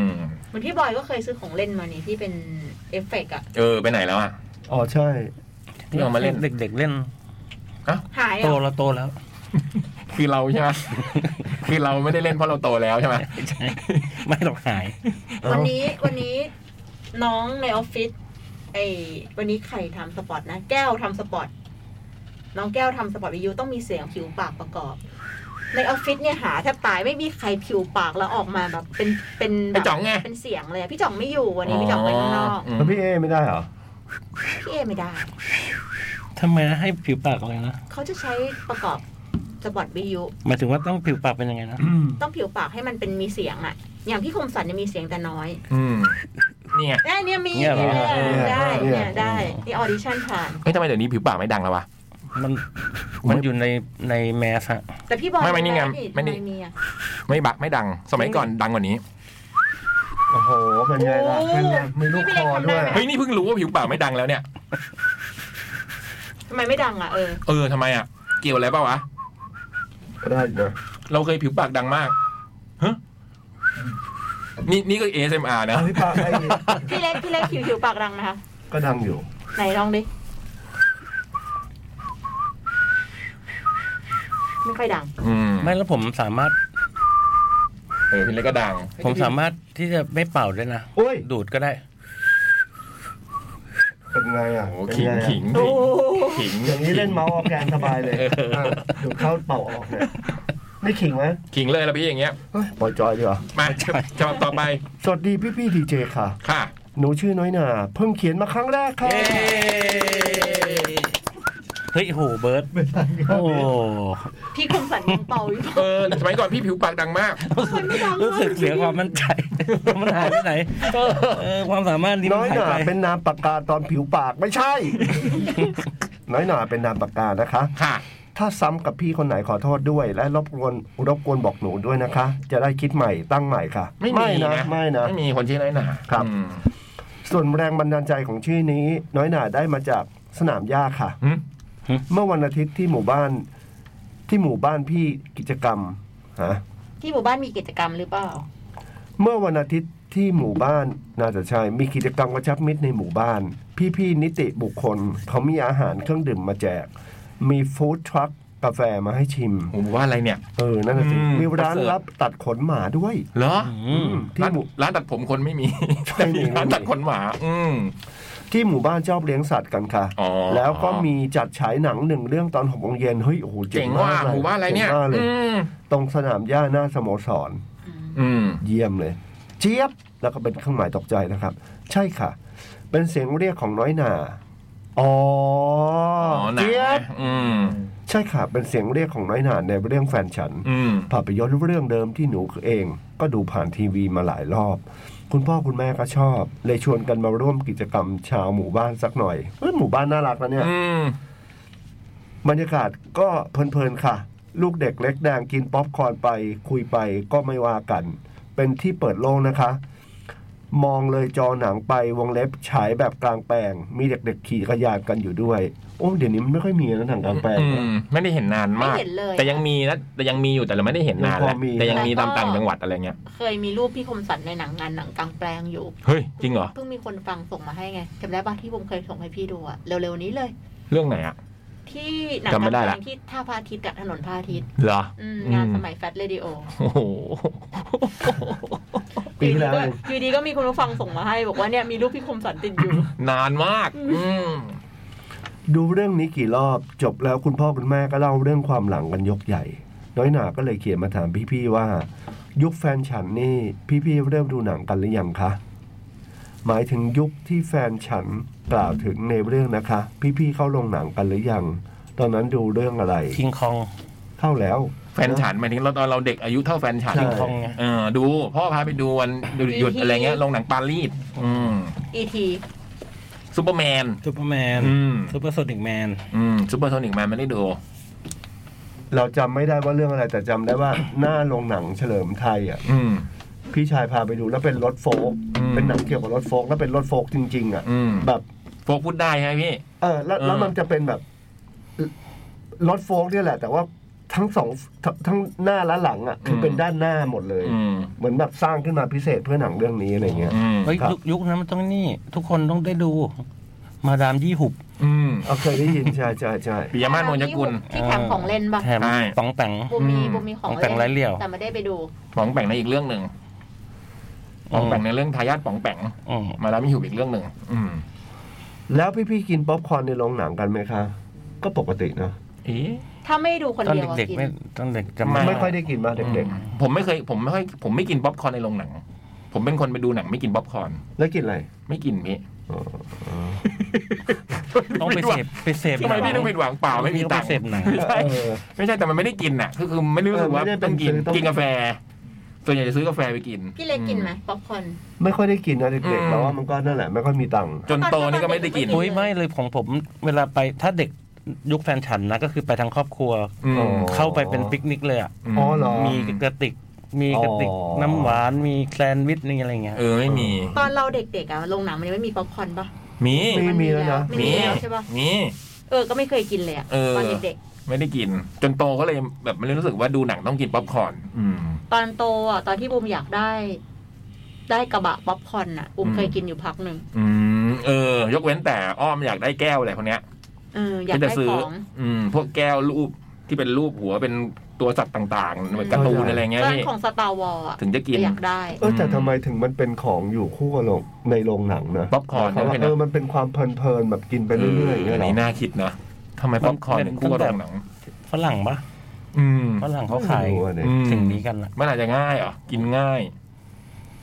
B: ม
D: เหมือนพี่บอยก็เคยซื้อของเล่นมานี่ที่เป็นเอฟเฟกต์อะ
B: เออไปไหนแล้วอะ
C: อ๋อใช่
B: ที่เอามาเล่น
E: เด็กๆเล่น
D: หาย
E: โต
D: อะ
E: แล้วโตแล้ว
B: คือเราใช่ไหม คือเราไม่ได้เล่นเพราะเราโตแล้วใช่ไหม
E: ใช่ ไม่หรอกหาย
D: วันนี้วันนี้น้องในออฟฟิศไอ้วันนี้ใครทำสปอร์ตนะ แก้วทำสปอร์ตน้องแก้วทำสปอร์ตวิทยุต้องมีเสียงผิวปากประกอบ ในออฟฟิศเนี่ยหาแทบตายไม่มีใครผิวปากแล้วออกมาแบบเป็นเป็นแบ
B: ไอ้
D: บ
B: จ่องไง
D: เป็นเสียงเลยอะพี่จ่องไม่อยู่วันนี้พี่จ่องไปข้างนอก
B: ม
C: แล้วพี่เอไม่ได้เหรอ
D: พี่เอไม่ได้
E: ทำไมให้ผิวปากอะไรนะ
D: เขาจะใช้ประกอบสปอร์ตวิทยุ
E: หมายถึงว่าต้องผิวปากเป็นยังไงนะ
D: ต้องผิวปากให้มันเป็นมีเสียงอะอย่างพี่คมสันเนี่ยมีเสียงแต่น้อย
B: อืมนี่ไง
D: ได้เนี่ยมี
E: เนี่ยเหรอ
D: เนี่ยได้
C: เนี่ย
D: เนี่ยได้ นี่ออดิชั่นผ่าน
B: เฮ้ยทำไมเดี๋ยวนี้ผิวปากไม่ดังแล้ววะ
E: มันมันอยู่ในในแมสอะ
D: แต่พี่บอย
B: ไม่ไม่นี่ไงไม่นี่
D: ทำมีอะ
B: ไม่บักไม่ดัง สมัยก่อนดังกว่านี้
C: โอ้โห เป็นไงล่ะ เป็นไงมีลูกคอด้วย
D: โอ้
B: เฮ้ยนี่เพิ่งรู้ว่าผิวปากไม่ดังแล้วเนี่ย
D: ทำไมไม่ดังอะเออ
B: เออทำไมอ่ะ เกี่ยวอะไรเปล่าวะ
C: ก็ได้นะ
B: เราเคยผิวปากดังมากฮะนี่นี่ก็ ASMR นะ
C: เอาพี่ปากให้ดิ
D: พี่เล็กพี่เล็กผิ วผิวปากดังนะคะ
C: ก็ดังอยู่
D: ไหนลองดิ ไม่ค่อยดัง
B: อืม
E: ไม่แล้วผมสามารถ
B: เออพี่เล็กก็ดัง
E: ผมสามารถที่จะไม่เป่าด้วยนะ
C: โอ้ย
E: ดูดก็ได้
C: เป็นไงอ่ะ
B: โอ้
C: เป็น
B: ขิง
C: ไงอะ
B: ขิง
D: โอ้โห
B: ขิง
C: อย่างนี้เล่นเมาส์ออกแกนสบายเลยะเดี๋ยวเข้าเป่าออกเนี่ยไม่ขิงไหม
B: ขิงเลยละพี่อย่างเงี้ย
C: เฮ้ยปล่อยจอยดีกว่า
B: มาฉบับต่อไป
C: สวัสดีพี่พี่ดีเจค่ะ
B: ค่ะ
C: หนูชื่อน้อยหนาเพิ่งเขียนมาครั้งแรกค่ะ
E: เย้เฮ้ยโหเบิร์ต
C: ไม่ทันครับ
E: โอ้
D: พี่คมสันยังเป่าอยู่
B: เออสมัยก่อนพี่ผิวปากดังมาก
E: รู้สึกรู้สึกเสียความมั่นใจมันหายไปไหนเออความสามารถนี้มั
C: น้
E: น
C: อย
E: หา
C: ห
E: ย
C: นา
E: ไป
C: เป็นนามปากกาตอนผิวปากไม่ใช่ น้อยหนาเป็นนามปากกานะคะ
B: ค่ะ
C: ถ้าซ้ำกับพี่คนไหนขอโทษด้วย และรบกวนรบกวนบอกหนูด้วยนะคะ จะได้คิดใหม่ตั้งใหม่ค่ะ
B: ไม่มี
C: นะ
B: นะ
C: ไม่นะ
B: ไม่มีคนชื่อน้อยหนา
C: ครับ
B: อืม
C: ส่วนแรงบันดาลใจของชื่อนี้ น้อยหนาได้มาจากสนามหญ้าค่ะ
B: หึ
C: เมื่อวันอาทิตย์ที่หมู่บ้านที่หมู่บ้านพี่กิจกรรมฮะ
D: ที่หมู่บ้านมีกิจกรรมหรือเปล่า
C: เมื่อวันอาทิตย์ ที่หมู่บ้านน่าจะใช่มีกิจกรรมกระชับมิตรในหมู่บ้าน พี่ๆนิติบุคคล เขามีอาหารเครื่องดื่มมาแจก มีฟู้ดทรัคกาแฟมาให้ชิม
B: โอ้โหว่าอะไรเนี่ย
C: เออ นั่นน่ะสิ
B: อืม
C: มีร้าน
B: ประเสริฐ
C: รับตัดขนหมาด้วย
B: เหรอ
E: อืม
C: ที่
B: ร้าน
C: หมู่
B: ร้านตัดผมคนไม่มี
C: ใช่ไม่มี
B: ร้านตัดขนหมา อืม
C: ที่หมู่บ้านชอบเลี้ยงสัตว์กันค่ะ
B: อ๋อ
C: แล้วก็มีจัดฉายหนังหนึ่งเรื่องตอนหกโมงเย็นเฮ้ยโอ้โหเจ๋
B: เจ๋
C: ง
B: ง
C: มา
B: ว่าก หมู่บ้านอะไรเนี่ย
C: จ๋งมากล
B: อืม
C: ตรงสนามหญ้าหน้าสโมสร
B: อืม
C: เยี่ยมเลย เจี๊ยบแล้วก็เป็นเครื่องหมายตกใจนะครับ ใช่ค่ะ เป็นเสียงเรียกของน้อยหนา อ๋อ
B: อ๋อ
C: อ
B: หนัง
C: เจี๊ยบ
B: นะอืม
C: ใช่ค่ะ เป็นเสียงเรียกของน้อยหนาในเรื่องแฟนฉัน
B: อืม
C: ภาพยนตร์เรื่องเดิมที่หนูเองก็ดูผ่านทีวีมาหลายรอบ คุณพ่อคุณแม่ก็ชอบ เลยชวนกันมาร่วมกิจกรรมชาวหมู่บ้านสักหน่อยเอ้ยหมู่บ้านน่ารักนะเนี่ย
B: อืม
C: บรรยากาศก็เพลินๆค่ะ ลูกเด็กเล็กแดงกินป๊อปคอร์นไป คุยไปก็ไม่ว่ากัน เป็นที่เปิดโล่งนะคะ มองเลยจอหนังไปวงเล็บฉายแบบกลางแปลง มีเด็กๆขี่จักรยานกันอยู่ด้วย โอ้เดี๋ยวนี้มันไม่ค่อยมีแล้วหนังกลางแปลง
B: อื
C: เนี่ย
B: มไม่ได้เห็นนานมาก
D: ไม่เห็นเลย
B: แต่ยังมีนะแต่ยังมีอยู่แต่เราไม่ได้เห็นนานแล้
C: ยั
B: ว
C: งพอมี
B: แต่ยังมีตามต่างจังหวัดอะไรเงี้ย
D: เคยมีรูปพี่คมสันในหนังงานหนังกลางแปลงอยู่
B: เฮ้ยจริงเหรอ
D: เพิ่งมีคนฟังส่งมาให้ไงจำได้ปะที่ผมเคยส่งให้พี่ดูอะเร็วๆนี้เลย
B: เรื่องไหนอ่ะ
D: ที่หนัง
B: จำไม่
D: ก
B: ได้
D: ลางแปล
B: ละ
D: งที่ท่าพระอาทิตย์กับถนนพระอาทิตย์
B: เหรอ
D: อืม
B: อืม
D: งานสมัยแฟตเรดิโอ
B: โอ้โห
C: ปีที่แล้ว
D: อ
C: เอง
D: ยู่ดีก็มีคนผู้ฟังส่งมาให้ บอกว่าเนี่ยมีรูปพี่คมสันติดอยู่
B: นานมาก อืม
C: ดูเรื่องนี้กี่รอบจบแล้วคุณพ่อคุณแม่ก็เล่าเรื่องความหลังกันยกใหญ่ น้อยหนาก็เลยเขียนมาถามพี่ๆว่า ยุคแฟนฉันนี่พี่ๆเริ่มดูหนังกันหรือยังคะหมายถึงยุคที่แฟนฉันกล่าวถึงในเรื่องนะคะ พี่ๆเข้าลงหนังกันหรือยัง ตอนนั้นดูเรื่องอะไร
E: คิงคอง
C: เข้าแล้ว
B: แฟนฉันหมายถึงเราตอนเราเด็กอายุเท่าแฟนฉัน
C: ใช่
E: คิงคองไง
B: เออดูพ่อพาไปดูวันหยุด
D: อีที
B: อะไรเงี้ยลงหนังปารีสอืม
D: อีที
B: ซูเปอร์แมน
E: ซูเปอร์แมน
B: อืม
E: ซูเปอร์โซนิกแมน
B: อืมซูเปอร์โทนิกแมนไม่ได้ดู
C: เราจำไม่ได้ว่าเรื่องอะไรแต่จำได้ว่า หน้าลงหนังเฉลิมไทยอ่ะ
B: อืม
C: พี่ชายพาไปดูแล้วเป็นรถโฟล์ก
B: อืม
C: เป็นหนังเกี่ยวกับรถโฟล์กแล้วเป็นรถโฟล์กจริงๆอ่ะ
B: อืม
C: แบบ
B: โฟกพูดได้ใช่ไหมพี่
C: เออแล้วแล้ว
B: เออ
C: มันจะเป็นแบบรถโฟล์กเนี่ยแหละ แต่ว่าทั้งสองทัทั้งหน้าและหลังอ่ะคือเป็นด้านหน้าหมดเลย
B: อืม
C: เหมือนแบบสร้างขึ้นมาพิเศษเพื่อหนังเรื่องนี้อะไรเงี้ย
B: อืม
E: เฮ้ย
C: ครับ
E: ยุคยุคนั้นมันต้องนี่ ทุกคนต้องได้ดู มาดามยี่หุบ
B: อืม
C: เอาเคยได้ยิน ใช่ใช่ใช่
B: ปิยมาศนนยกุล
D: ที่แถมของเล่นปะ
E: แถม
B: ใช่
E: สองแต่ง
D: บูมมี
B: อืม
D: บูมมีของ
E: ของแต่งไร้เหลี่ยว
D: แต่ไม่ได้ไปดู
B: ป๋องแป่งในอีกเรื่องหนึ่งป๋องแป่งในเรื่องทายาทป๋องแป่ง
E: อืม
B: มาแล้วมีหิวอีกเรื่องหนึ่งอืม
C: แล้วพี่ๆกินป๊อปคอร์นในโรงหนังกันไหมคะ ก็ปกตินะ
B: เอ๊ะ
D: ถ้าไม่ดูคน
E: ตอน
D: เดียวอะ
E: เด็ก
D: กิ
E: ๆ
D: น
E: ไม่ตอนเด็กจำ
B: ไม่
C: ไม่ค่อยได้กินมาเด็ก
B: ผมไม่เคย ผมไม่ค่อย ผมไม่กินป๊อปคอร์นในโรงหนัง ผมเป็นคนไปดูหนังไม่กินป๊อปคอร์น
C: ๆ แล้วกินอะไร
B: ไม่กินพี่
C: อ๋ออ๋อ
E: ต้องไปเสพไปเสพ
B: ทำไมพี่ต้องผิดหวังเปล่าไม่มีตัง
E: ป
B: ค์
E: เสพหนัง
B: ไม่ใช่
C: เออ
B: ไม่ใช่แต่มันไม่ได้กินน่ะคือคือไม่ได้รู้สึกว่า
C: เออไม่ได้เป็
B: ต้อ
C: น
B: งกิน
C: ซื้อต้อง
B: กินกาแฟ ส่วนใหญ่จะซื้อกาแฟไปกิน
D: พี่เล็กกินไหมป๊อปคอร์น
C: ไม่ค่อยได้กินนะเด็กๆแล้วว่ามันก็นั่นแหละไม่ค่อยมีตังค์
B: จนโตนี่ก็ไม่ได้กิน
E: โอ้ยไม่เลยของผม เวลาไปถ้าเด็กยุคแฟนฉันนะก็คือไปทั้งครอบครัว
B: อืม
E: เข้าไปเป็นปิกนิกเลยอ่ะ
B: ม
C: อ๋อเหรอ
E: มีกระติก มีกระติก
C: อ๋อ
E: น้ำหวาน มีแซนด์วิชนี่อะไรเงี้ย
B: เออไม่มี
D: ตอนเราเด็กๆอะโรงหนังมันยังไม่มีป๊อปคอร์นปะ
B: มี
C: ไม่มีแล้วนะ
D: ไม่
B: มี
D: มีแล้วใช่ปะ
B: มี
D: เออ ก็ไม่เคยกินเลยอะ
B: เออ
D: ตอนเด็ก
B: ไม่ได้กิน จนโตก็เลยแบบไม่ได้รู้สึกว่าดูหนังต้องกินป๊อปคอร์นอืม
D: ๆ ตอนโตอะตอนที่บูมอยากได้ ได้กระบะป๊อปคอร์นอะบูม
B: อืม
D: เคยกินอยู่พักหนึ่ง
B: อืมเออ ยกเว้นแต่อ้อมอยากได้แก้วอะไรพวกเนี้ย
D: เอออยาก
B: จะ
D: ได้
B: ซื้อ
D: ของ
B: อืม พวกแก้วรูปที่เป็นรูปหัวเป็นตัวสัตว์ต่างๆเหมือนการ์ตูนอะไรเงี้ย
D: เรื่อง
B: พี่
D: ของสตาร์วอลอะ
B: ถึงจะกิน
D: อยากได้
C: เออแต่ทำไมถึงมันเป็นของอยู่คู่กับโรงในโรงหนังนะ
B: ป๊อปคอร์น
C: หมายความว่า
B: เนี่ยเป็น
C: เออมันเป็นความเพลินๆแบบกินไปเรื่อยๆอย่างเงี้ยเหรอ
B: นี่น่าคิดนะทำไมป๊อปคอร์นถึงคู่กับโรงหนัง
E: ฝรั่งปะ
B: อืม
E: ฝรั่งเขาขาย
C: ไม่รู้อะเนี่ย
B: อืม
E: สิ่งนี้กันอะ
B: มันอาจจะง่ายเหรอกินง่าย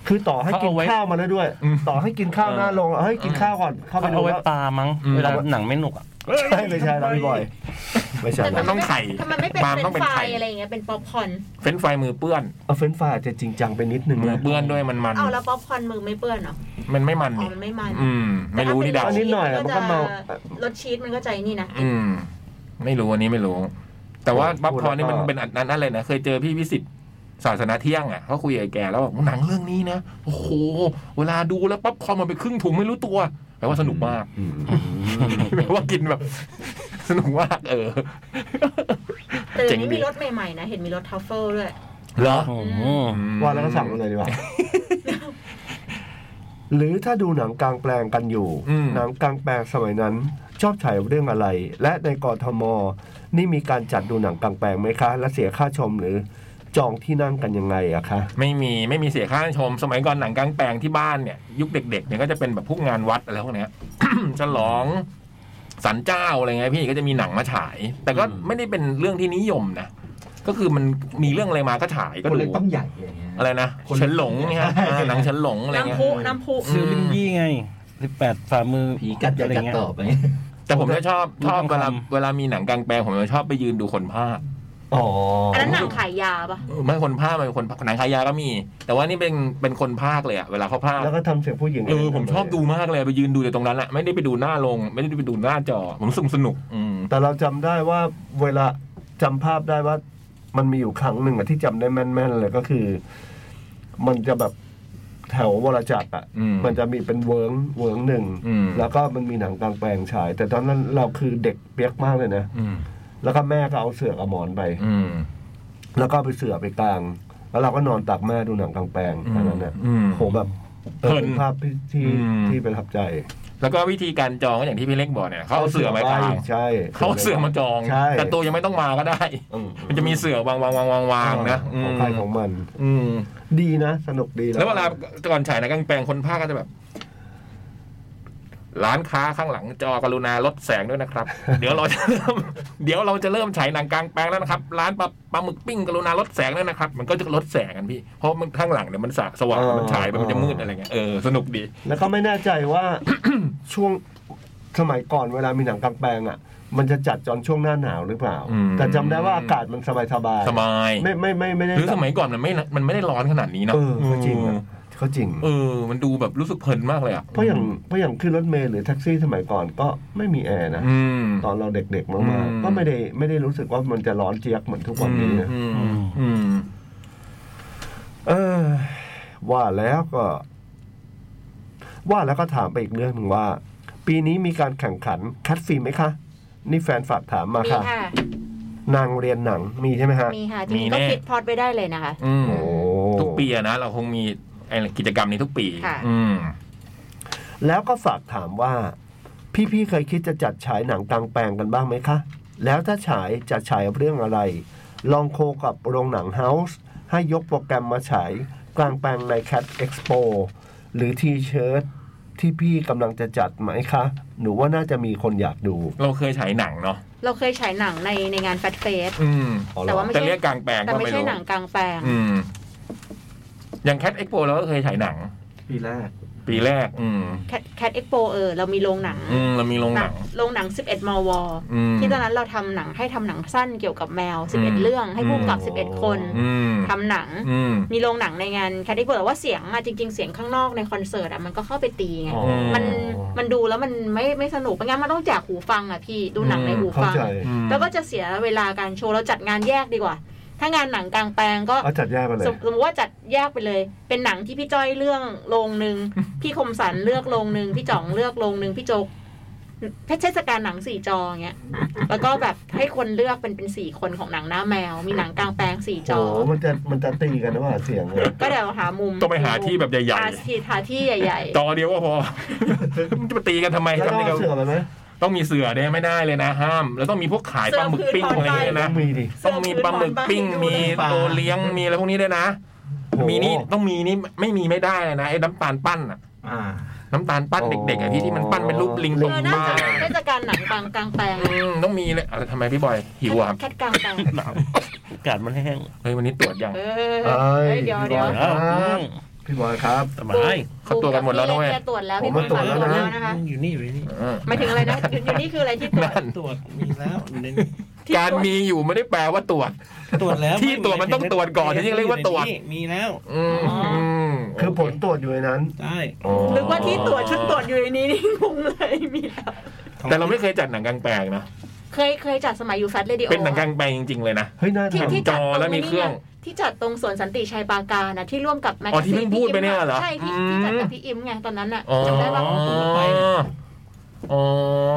C: คือต่อให้
E: เขา
C: กิ
E: เอา
C: น
E: ไว้
C: ข้าวมาแล้วด้วย
B: อืม
C: ต่อให้กินข้าว
B: เออ
C: หน้าลงเฮ้ยกินข้าวก่อนเข้าไปดู
E: เอาไว้
C: แล้ว
E: ปลามั้ง
B: อืม
E: เวลาหนังไม่หนุกอะ
C: ใช่ไม่ใช่แล้วพี่บอยไม่ใช่
D: แต่
C: แล้ว
B: นต้องไข่
D: ทำไมไม่เป็น
B: ปาล์ม
D: เฟร
B: ต้อง
D: น
B: เป็น
D: ช์ฟรา
B: ไข่
D: ยอะไรอย่างเงี้ยเป็นป๊อปคอร์น
B: เฟ้นไฟล์มือเปื้อน
C: เอาเฟรนช์ฟรายจะจริงจังไปนิดนึง
B: มือ
C: นะ
B: เปื้อนด้วยมันมัน
D: เอาแล้วป๊อปคอร์นมือไม่เปื้อนเหรอ
B: มันไม่มัน
D: อ๋อ
B: นี่
D: มันไม่มัน
B: อืม ไม่รู้นี่เดา
C: อันนี้หน่อยอะมันก็เมาร
D: สชีสมันก็ใจนี่นะ
B: อืม ไม่รู้อันนี้ไม่รู้ แต่ว่าป๊อปคอร์นนี่มันเป็นอันนั้นอะไรนะเคยเจอพี่วิสิตศาสนาเที่ยงอ่ะเขาคุยกับแกแล้วบอกหนังเรื่องนี้นะโอ้โหเวลาดูแล้วป๊อปคอร์นมันไปครึ่งถุงไม่รู้ตัวแปลว่าสนุกมาก
C: อืม
B: แปล ว่ากินแบบ สนุกมากเออ
D: แต่เดี๋ยว
B: เจ๋
D: นี้
B: งดี
D: มีรถใหม่ๆนะ เห็นมีรถทัฟเฟิลด้วย
B: เหรอ
E: โอ้โห
C: ว่าแล้วก็สั่งมาเลยดีกว่า หรือถ้าดูหนังกลางแปลงกันอยู่
B: อืม
C: หนังกลางแปลงสมัยนั้น ชอบฉายเรื่องอะไร และในกทม นี่มีการจัดดูหนังกลางแปลงไหมคะ และเสียค่าชมหรือจองที่นั่งกันยังไงอะคะ
B: ไม่มีไม่มีเสียค่าชม สมัยก่อนหนังกลางแปลงที่บ้านเนี่ย ยุคเด็ก ๆ เนี่ยก็จะเป็นแบบพวกงานวัดอะไรพวกเนี้ย ฉลองสันเจ้าอะไรเงี้ยพี่ก็จะมีหนังมาฉาย แต่ก็
C: อืม
B: ไม่ได้เป็นเรื่องที่นิยมนะก็คือมันมีเรื่องอะไรมาก็ฉายก็
A: คน
B: ดู
A: เล็กต้องใหญ่อะไรเงี้ย
B: อะไรนะ
A: คนเล็ก
B: เฉินหลงเนี่ยฮะ
A: ใช่
B: อ่าหนังเฉินหลงอะไรเงี้
D: น้ำ
B: ย
D: พุน้ำพุ
B: อื
E: ซื้อ
B: ม
E: ลิงยี่ไงสิบแปดฝ่ามือ
A: ผีกัดอยา
E: ไร
A: กัด
E: เงี้ย
A: ตอบไหม
B: แต่ผมจะชอบชอบ
E: ดู
B: เว
E: ทอง
B: ลา
E: คำ
B: เวลามีหนังกลางแปลงผมจะชอบไปยืนดูคนภาค
A: อ๋อ
D: อั
A: อั
D: นนั้นหนังขายยาปะ
B: ไม่คนภาคมันเป็นคนภาคหนังขายยาก็มี แต่ว่านี่เป็นเป็นคนภาคเลยอะเวลาเขาภาค
C: แล้วก็ทำเสียงผู้หญิง
B: เออผมชอบดูมากเลยไปยืนดูอยู่ตรงนั้นแหละไม่ได้ไปดูหน้าลง ไม่ได้ไปดูหน้าจอ ผมสนุกสนุกอืม
C: แต่เราจำได้ว่าเวลาจำภาพได้ว่า มันมีอยู่ครั้งหนึ่งอะที่จำได้แม่นๆเลยก็คือ มันจะแบบแถววรจักรอะ
B: อืม
C: มันจะมีเป็นเวิร์งเวิร์งหนึ่ง
B: อืม
C: แล้วก็มันมีหนังกลางแปลงฉาย แต่ตอนนั้นเราคือเด็กเปียกมากเลยนะ
B: อืม
C: แล้วก็แม่ก็เอาเสือกเอาหมอนไป
B: อืม
C: แล้วก็เอาไปเสือไปกลาง แล้วเราก็นอนตักแม่ดูหนังกลางแปลงอันนั้นน่ะ
B: อืม
C: โหแบบเออ
B: เพลิน
C: เป็นภาพที่ที่
B: อืม
C: ที่ประทับใจ
B: แล้วก็วิธีการจองก็อย่างที่พี่เล็กบอกเนี่ยเขาเอาเสือมากาง
C: ใช่
B: เขาเอาเสือมาจอง
C: ใช่
B: แต่ตัวยังไม่ต้องมาก็ได้
C: อื
B: มันจะมีเสือวางวางวางวางวางนะอืม
C: ของใครของมัน
B: อืม
C: ดีนะ สนุกดี
B: แล้วเวลาก่อนฉายหนะกลางแปลงคนภาคก็จะแบบ ร้านค้าข้างหลังจอกรุณาลดแสงด้วยนะครับ เดี๋ยวเราจะ เริ่มเดี๋ยวเราจะเริ่มฉายหนังกลางแปลงแล้วนะครับ ร้านปลาปลาหมึกปิ้งกรุณาลดแสงด้วยนะครับ มันก็จะลดแสงกันพี่เพราะมันข้างหลังเนี่ยมันสะสว่างมันฉายไปมันจะมืดอะไรเงี้ยเออสนุกดี
C: แล้วก็ไม่แน่ใจ ว่า ช่วงสมัยก่อนเวลามีหนังกลางแปลงอ่ะ มันจะจัดจอนช่วงหน้าหนาวหรือเปล่า
B: อืม
C: แต่จำได้ว่าอากาศมันสบายสบาย
B: สบาย
C: ไม่ไม่ไม่ไม่ได้
B: หรือสมัยก่อนมันไม่มันไม่ได้ร้อนขนาดนี้เนาะ
C: เออก็จริง
B: เอ
C: นะ
B: อ
C: ก็จริง
B: เออ มันดูแบบรู้สึกเพลินมากเลยอ่ะ
C: เพราะอย่างเพราะอย่างขึ้นรถเมล์หรือแท็กซี่สมัยก่อนก็ไม่มีแอร์นะ
B: อืม
C: ตอนเราเด็กๆ มาก
B: อืม
C: ๆ ก็ไม่ได้ไม่ได้รู้สึกว่ามันจะร้อนเจี๊ยกเหมือนทุกวันนี้นะ
B: อืมอืม
C: เออ ว่าแล้วก็ ว่าแล้วก็ถามไปอีกเรื่องหนึ่งว่า ปีนี้มีการแข่งขันคัดฟิล์มไหมคะ นี่แฟนฝากถามมา
D: มี
C: ค่ะ
D: ค่ะ
C: นางเรียนหนังมีใช่ไหมฮะ
D: มีค่ะจ
B: มี
D: ริงๆ
B: แน่
D: ก็คิดพล็อดไปได้เลยนะคะ
B: อืม
C: โอ้
B: ทุกปีอะนะเราคงมีไอ้กิจกรรมนี้ทุกปี
D: ค่ะ
B: อืม
C: แล้วก็ฝากถามว่า พี่ๆเคยคิดจะจัดฉายหนังกลางแปลงกันบ้างไหมคะ แล้วถ้าฉายจะฉายเรื่องอะไร ลองโคกับโรงหนังเฮาส์ให้ยกโปรแกรมมาฉายกลางแปลงใน Cat Expo หรือทีเชิ t ที่พี่กำลังจะจัดไหมคะ หนูว่าน่าจะมีคนอยากดู
B: เราเคยฉายหนังเนาะ
D: เราเคยฉายหนังในในงานแฟตเฟส
B: อืม
C: เอา
D: แต่
C: ล่ะ
D: ว่าไม่
B: จะ
D: ใช่
B: เรียกกลางแปลง
D: แต่
B: ก็
D: ไม่
B: ไม่
D: ใช่
B: รู้
D: หนังกลางแปลง
B: อืม อย่างแค t เอ็กโปเราก็เคยฉายหนัง
A: ปีแรก
B: ปีแรก อืม
D: แคทเอ็กโปเออเรามีโรงหนัง
B: อืม เรามีโรงหนัง
D: โรงหนัง 11 มว
B: อืม
D: ที่ตอนนั้นเราทำหนังให้ทำหนังสั้นเกี่ยวกับแมว
B: อืม
D: 11 เรื่องให้ผู้กำกับ 11 คน
B: อืม
D: ทำหนัง
B: อืม
D: มีโรงหนังในงานแคทเอ็กโปแต่ว่าเสียงอะจริง ๆ เสียงข้างนอกในคอนเสิร์ตอะมันก็เข้าไปตีไง
C: อ๋อ
D: มันมันดูแล้วมันไม่ไม่สนุกไม่งั้นมันต้องจากหูฟังอ่ะพี่ดูหนังในหู
C: เข้า
D: ฟัง
C: ใจ
B: อืม
D: แล้วก็จะเสียเวลาการโชว์เราจัดงานแยกดีกว่า ถ้างานหนังกลางแปลงก็
C: เอาจัดแยกไปเลย
D: สมสมมติว่าจัดแยกไปเลย เป็นหนังที่พี่จ้อยเรื่องโรง หนึ่ง พี่คมสันเลือกโรงหนึ่งพี่จ่องเลือกโรงหนึ่งพี่โจกเพชรเทศกาลหนังสี่จออย่างเงี้ย แล้วก็แบบให้คนเลือกเป็นเป็นสี่คนของหนังหน้าแมว มีหนังกลางแปลงสี่จ
C: โอ้
D: อ
C: โหมันจะมันจะตีกันหรือเปล่าเสียงอะ
D: ก็เดี๋ยวหามุม
B: ต้องไปหาที่แบบใหญ่
D: หาที่หาที่ใหญ่
B: ๆ จอเดียวก็พอ มันจะมาตีกันทำไม
C: แล้ว
B: จำ
C: ต้อ
B: ได้
C: ง
B: ก็
C: เอาเสือไปไหม
B: ต้องมีเสือเนี่ยไม่ได้เลยนะ ห้าม แล้วต้องมีพวกขายปลาหมึกปิ้งอะไรอย่างเงี้ย
C: ต้
B: นะ
C: องมีดิ
D: ๆ
B: ต้องมีปลาหมึกปิ้ง มีโตเลี้ยง มีอะไรพวกนี้ด้วยนะ
C: โอ้โห
B: มีนี่ต้องมีนี่ไม่มีไม่ได้เลยนะไอ้น้ำตาลปั้นอะ
A: อ่า
B: น้ำตาลปั้นเด็กๆอะพี่ที่มันปั้นเป็นรูปลิงต
D: เอก อน่า
B: มา
D: จะเทศกาลหนังกลางกลางแปลง
B: อืมต้องมีเลยอะไรทำไมพี่บอยหิวอะครับ
D: แคทกลางแปลง
E: อากาศมันแห้ง
B: เฮ้ยวันนี้ตรวจยัง
D: เออเฮ้ยเดี๋ยวเดี๋ยว
E: แล้ว
C: พี่บอยครับ
E: ส บาย
B: เขาตรวจกันหมดแล้วนะเว้ย
D: ตรวจแล้ว
C: ผ
D: พี่
C: ม
D: ค
C: มา
D: นตรวจ
C: ตรวจแล้
D: แล้ว ว
C: นะ
D: นะคะ คะ
E: อยู่นี่อยู่นี่
B: เออ
D: หมายถึงอะไรนะอยู่อยู่นี่คืออะไรที่ตรวจ
B: นั่น
E: ตรวจมีแล้วอยู่ใน
D: ที่
B: การมีอยู่ไม่ได้แปลว่าตรวจ
E: ตรวจแล้ว
B: ที่ตรวจมันต้องตรวจก่อนถึงจะเรียกว่าตรวจ
E: มีแล้ว
B: อืม
E: อ๋ออื
B: ม
C: คือผลตรวจอยู่ในนั้น
E: ใช่
D: หรือว่าที่ตรวจชุดตรวจอยู่ในนี้นี่งงเลยมีแล้ว
B: แต่เราไม่เคยจัดหนังกลางแปลงนะ
D: เคยเคยจัดสมัยอยู่แฟลตเรดิโอ
B: เป็นหนังกลางแปลงจริงๆเลยนะ
C: เฮ้ยน่า
D: ที่
C: ทำ
D: ที่จัด
B: จอแล้วมีเครื่อง
D: ที่จัดตรงสวนสันติชัยปราการนะที่ร่วมกับแมก
B: อ๋อที่เพิ่งพูดไปเนี่ยเหรอ
D: ใช่ที่
B: อืม
D: ที่จัดกับพี่อิมไงตอนนั้นน่ะ
B: อ๋อ
D: จำได้ปะ
B: อ๋อ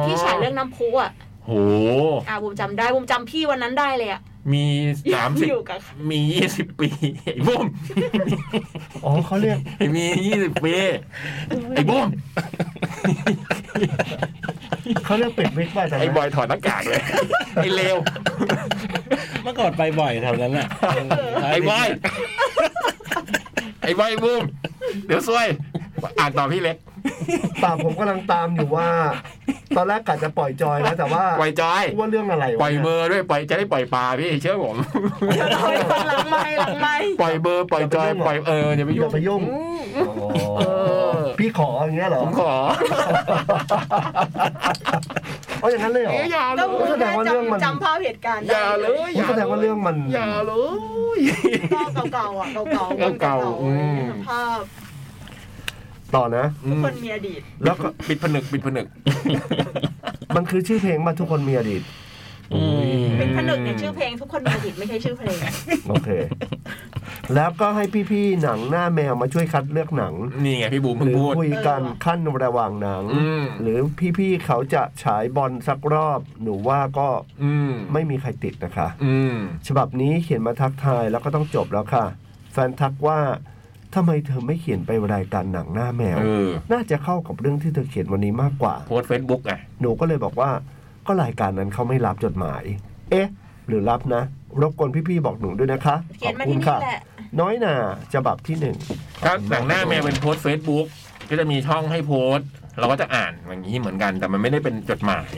D: ที่ฉายเรื่องน้ำพุอ่ะ
B: โห
D: อ่าบูมจำได้บูมจำพี่วันนั้นได้เลยอ่ะ
B: มีสามสิบ
D: อยู่กับใคร
B: มียี่สิบปี ไอ้บุ้ม
C: อ๋อเขาเรียก
B: มียี่สิบปี ไอ้บุ้ม
C: เขาเรียกเป็ดวิกว่าแต่
B: ไอ้บอยถอดหน้ากากเลย ไอ้เลว
E: เมื่อก่อนไปบ่อยแถวนั้นแหละ
B: ไอ้บอย ไอ้บอยไอ้บุ้มเดี๋ยวซวย อ่านต่อพี่เล็ก
C: ตามผมกำลังตามอยู่ว่า ตอนแรกกะจะปล่อยจอยนะแต่ว่า
B: ปล่อยจอย
C: ว่าเรื่องอะไรวะ
B: ปล่อยเบอร์ด้วยปล่อยจะได้ปล่อยปลาพี่เชื่อผม
D: เราเป็นคนหลังไม่หลังไม่
B: ปล่อยเบอร์ปล่อยจอยปล่อยเอออย่าไป
C: อ
B: ยุ่
C: ย่าง ไปยุ่ง
B: เออ
C: พี่ขออย่างเงี้ยเหรอ
B: ผมขอ
C: เอาอย่างนั้นเลยเหรอ
B: เอ้ยอย่าเล
D: แล้วคุ
B: ย
D: ณ
C: แสด
D: แม่
C: งว่าเรื่องมัน
D: จำจำภาพเหตุการณ์
B: อ
D: ได้
B: ย่าเลย
C: แสดงว่าเรื่องมัน
B: อย่าเลย
D: ก็เก่าๆอ่ะเก่าๆคน
B: เก่า
D: เก่า
B: ๆอืม
D: ๆภาพ
C: ต่อนะ
B: อืม
D: คนมีอดีต
C: แล้วก็
B: ปิดผนึกปิดผนึก
C: มันคือชื่อเพลงมาทุกคนมีอดีต
E: อืม
D: เป็นผนึกในชื่อเพลงทุกคนมีอดีตไม่ใช่ชื่อเพลง
C: โอเค แล้วก็ให้พี่ๆหนังหน้าแมวมาช่วยคัดเลือกหนัง
B: นี่ไงพี่บูม
C: ห
B: เพิ่ง
C: รือ
B: พูด
C: คุยกัน
D: เออ
C: ขั้นระหว่างหนัง
B: อืม
C: หรือพี่ๆเขาจะฉายบอลสักรอบ หนูว่าก็
B: อืม
C: ไม่มีใครติดนะคะ
B: อืม
C: ฉบับนี้เขียนมาทักทายแล้วก็ต้องจบแล้วค่ะ แฟนทักว่าทำไมเธอไม่เขียนไปรายการหนังหน้าแมว
B: เออ
C: น่าจะเข้ากับเรื่องที่เธอเขียนวันนี้มากกว่า
B: โพสเฟซบุ๊กไง
C: หนูก็เลยบอกว่าก็รายการนั้นเขาไม่รับจดหมาย เอ๊ะ หรือรับนะ รบกวนพี่ๆบอกหนูด้วยนะคะ
D: เขียนมา
C: ขอบคุณ
D: ที่นี่
C: ค่ะ
D: แหละ
C: น้อยหนาฉบับที่หนึ่ง
B: ถ้าหนังหน้าแมวเป็นโพสเฟซบุ๊กก็จะมีช่องให้โพสต์เราก็จะอ่านอย่างนี้เหมือนกัน แต่มันไม่ได้เป็นจดหมาย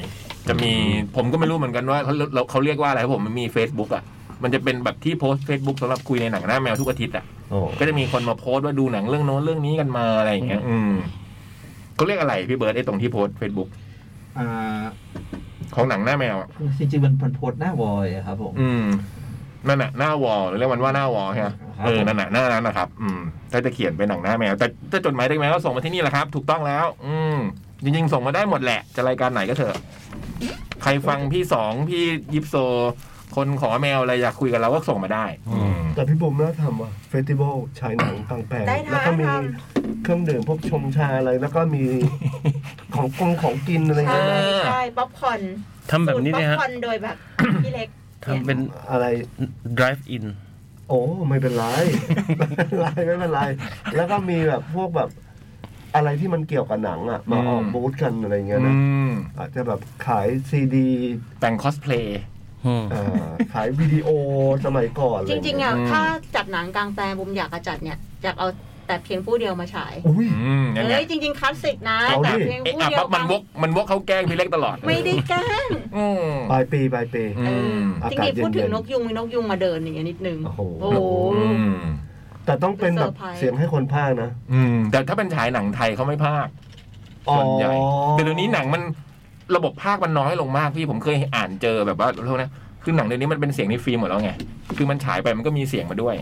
B: จะมีผมก็ไม่รู้เหมือนกันว่าเขาเราเขาเรียกว่าอะไรครับผมมันมี Facebook อ่ะมันจะเป็นแบบที่โพสเฟซบุ๊กสำหรับคุยในหนังหน้าแมวทุกอาทิตย์อ่ะ
C: โอ้
B: ก็จะมีคนมาโพสต์ว่าดูหนังเรื่องโน้นเรื่องนี้กันมาอะไรอย่างเงี้ย อืมเขาเรียกอะไรพี่เบิร์ดไอ้ตรงที่โพสเฟซบุ๊ก
A: อ่า
B: ของหนังหน้าแมวอะ
A: จริงๆมันพันโพสต์หน้าวอยอะครับผม
B: อืมนั่นน่ะหน้าวอลหรือเรียกมันว่าหน้าวอลใช่ไหม
A: ครับ
B: เออนั่นน่ะหน้านั้นนะครับ อืมถ้าจะเขียนเป็นหนังหน้าแมว แต่ถ้าจดหมายได้ไหมก็ส่งมาที่นี่แหละครับ ถูกต้องแล้ว อืมจริง ๆ ส่งมาได้หมดแหละจะรายการไหนก็เถอะ ใครฟังพี่สองพี่ยิปโซ คนขอแมวอะไรอยากคุยกับเราก็ส่งมาได้ อืม
C: แต่พี่บุ๋มน่าทำว่ะเฟสติวัลฉายหนังกลางแปลง
D: ได้
C: แล้ว
D: ทา
C: ก็
D: น
C: มี
D: ท
C: เครื่องดื่มพวกชงชาอะไรแล้วก็มี ของกงของกินอะไร
D: ำ
C: เงี้ย
D: ใช่
C: นะ
D: ใช่ป๊อปคอร์น
E: ทำแบบนี้
D: สูตร
E: เนี่ย
D: ป๊อป
E: ฮะ
D: คอร์นโดยแบบ พี่เล็ก
E: ทำเป็น
C: อะไร
E: drive in
C: โอ้ไม่เป็นไร ไม่เป็นไรไม่เป็นไร แล้วก็มีแบบพวกแบบอะไรที่มันเกี่ยวกับหนังอ่ะมาออกบูธกันอะไรเงี้ย
B: อื
C: นะ
B: ม
C: อาจจะแบบขายซีดี
B: แต่งคอสเพลย์
E: อืม
C: อ่าขายวิดีโอสมัยก่อน
D: เนี่ย
C: อะ
D: จ
C: ไเย
D: ริง ๆอ่ะ
B: อืม
D: ถ้าจัดหนังกลางแปลงบุมอยากจะจัดเนี่ยอยากเอาแต่เพียงผู้เดียวมาฉาย
C: อุ้ย
B: อืมยังไง
D: เฮ้ยจริง ๆคลาสสิกนะ
C: เอาดิ
D: แต่เพียง
B: เอ๊ะ
D: ผู้
B: อ่ะ
D: เดีย
B: ปั๊
D: ว
B: บมันวกมันวกเขาแกล้งพี่เล็กตลอด
D: ไม่ได้แกล้ง
B: อืม
C: ปลายปีปลายปี
B: อืม
C: อา
D: จ
C: กาศ
D: ริงๆพูดถึง
C: เย็นๆ
D: นกยุงมีนกยุงมาเดินอย่างเงี้ยนิดนึง
C: โอ้โห
D: ห
B: อืม
C: แต่ต้องเป็นแบบ
D: เซอร์ไพรส์
C: เสียงให้คนพากย์นะ
B: อืมแต่ถ้าเป็นฉายหนังไทยเขาไม่ภาคส่วนใหญ่ แต่เดี๋ยวนี้หนังมันระบบภาคมันน้อยลงมากพี่ผมเคยอ่านเจอแบบว่าเท่านะคือหนังเดี๋ยวนี้มันเป็นเสียงในฟิล์มหมดแล้วไงคือมันฉายไปมันก็มีเสียงมาด้วย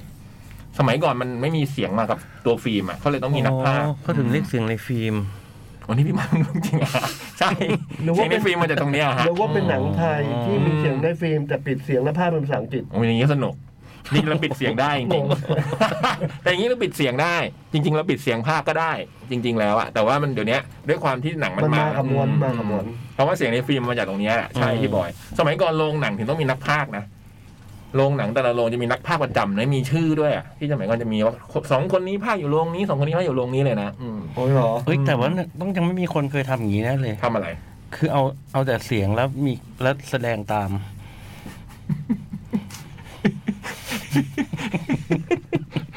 B: สมัยก่อนมันไม่มีเสียงมากับตัวฟิล์มอ่ะเขาเลยต้องมีนักภาค
E: อ๋อเขาถึงเรียกเสียงในฟิล์ม
B: วันนี้พี่มา รู้จริงอ่ะใช่
C: หรือว่า
B: เสียง
C: เป็
B: ใน
C: น
B: ฟิล์มมาจากตรงเนี้ยฮะ
C: หรือว่าเป็นหนังไทย
E: อืม
C: ที่มีเสียงในฟิล์มแต่ปิดเสียงและภาพเป็นภาษาอังกฤษ
B: โอ้ยอย่างนี้สนุกจริงๆเราปิดเสียงได้จริงๆ แต่อย่างนี้เราปิดเสียงได้ จริง ๆ เราปิดเสียงภาคก็ได้ จริง ๆ แล้วอะแต่ว่ามันเดี๋ยวเนี้ยด้วยความที่หนังมัน
C: มัน
B: มา
C: มากับมวล
B: อื
C: มากับมวล
B: เพราะว่าเสียงในฟิล์มมันมาจากตรงเนี้ยแหละใช่
E: อืม
B: พี่บอย สมัยก่อนโรงหนังถึงต้องมีนักพากย์นะโรงหนังแต่ละโรงจะมีนักพากย์ประจำนะมีชื่อด้วยอะที่สมัยก่อนจะมีว่าสองคนนี้พากย์อยู่โรงนี้สองคนนี้พากย์อยู่โรงนี้เลยนะอืม
C: โอ้ยเหรอ
E: เฮ้ยแต่ว่าต้องยังไม่มีคนเคยทำอย่างนี้แน่เลย
B: ทำอะไร
E: คือเอาเอาแต่เสียงแล้วมีแล้วแสดงตาม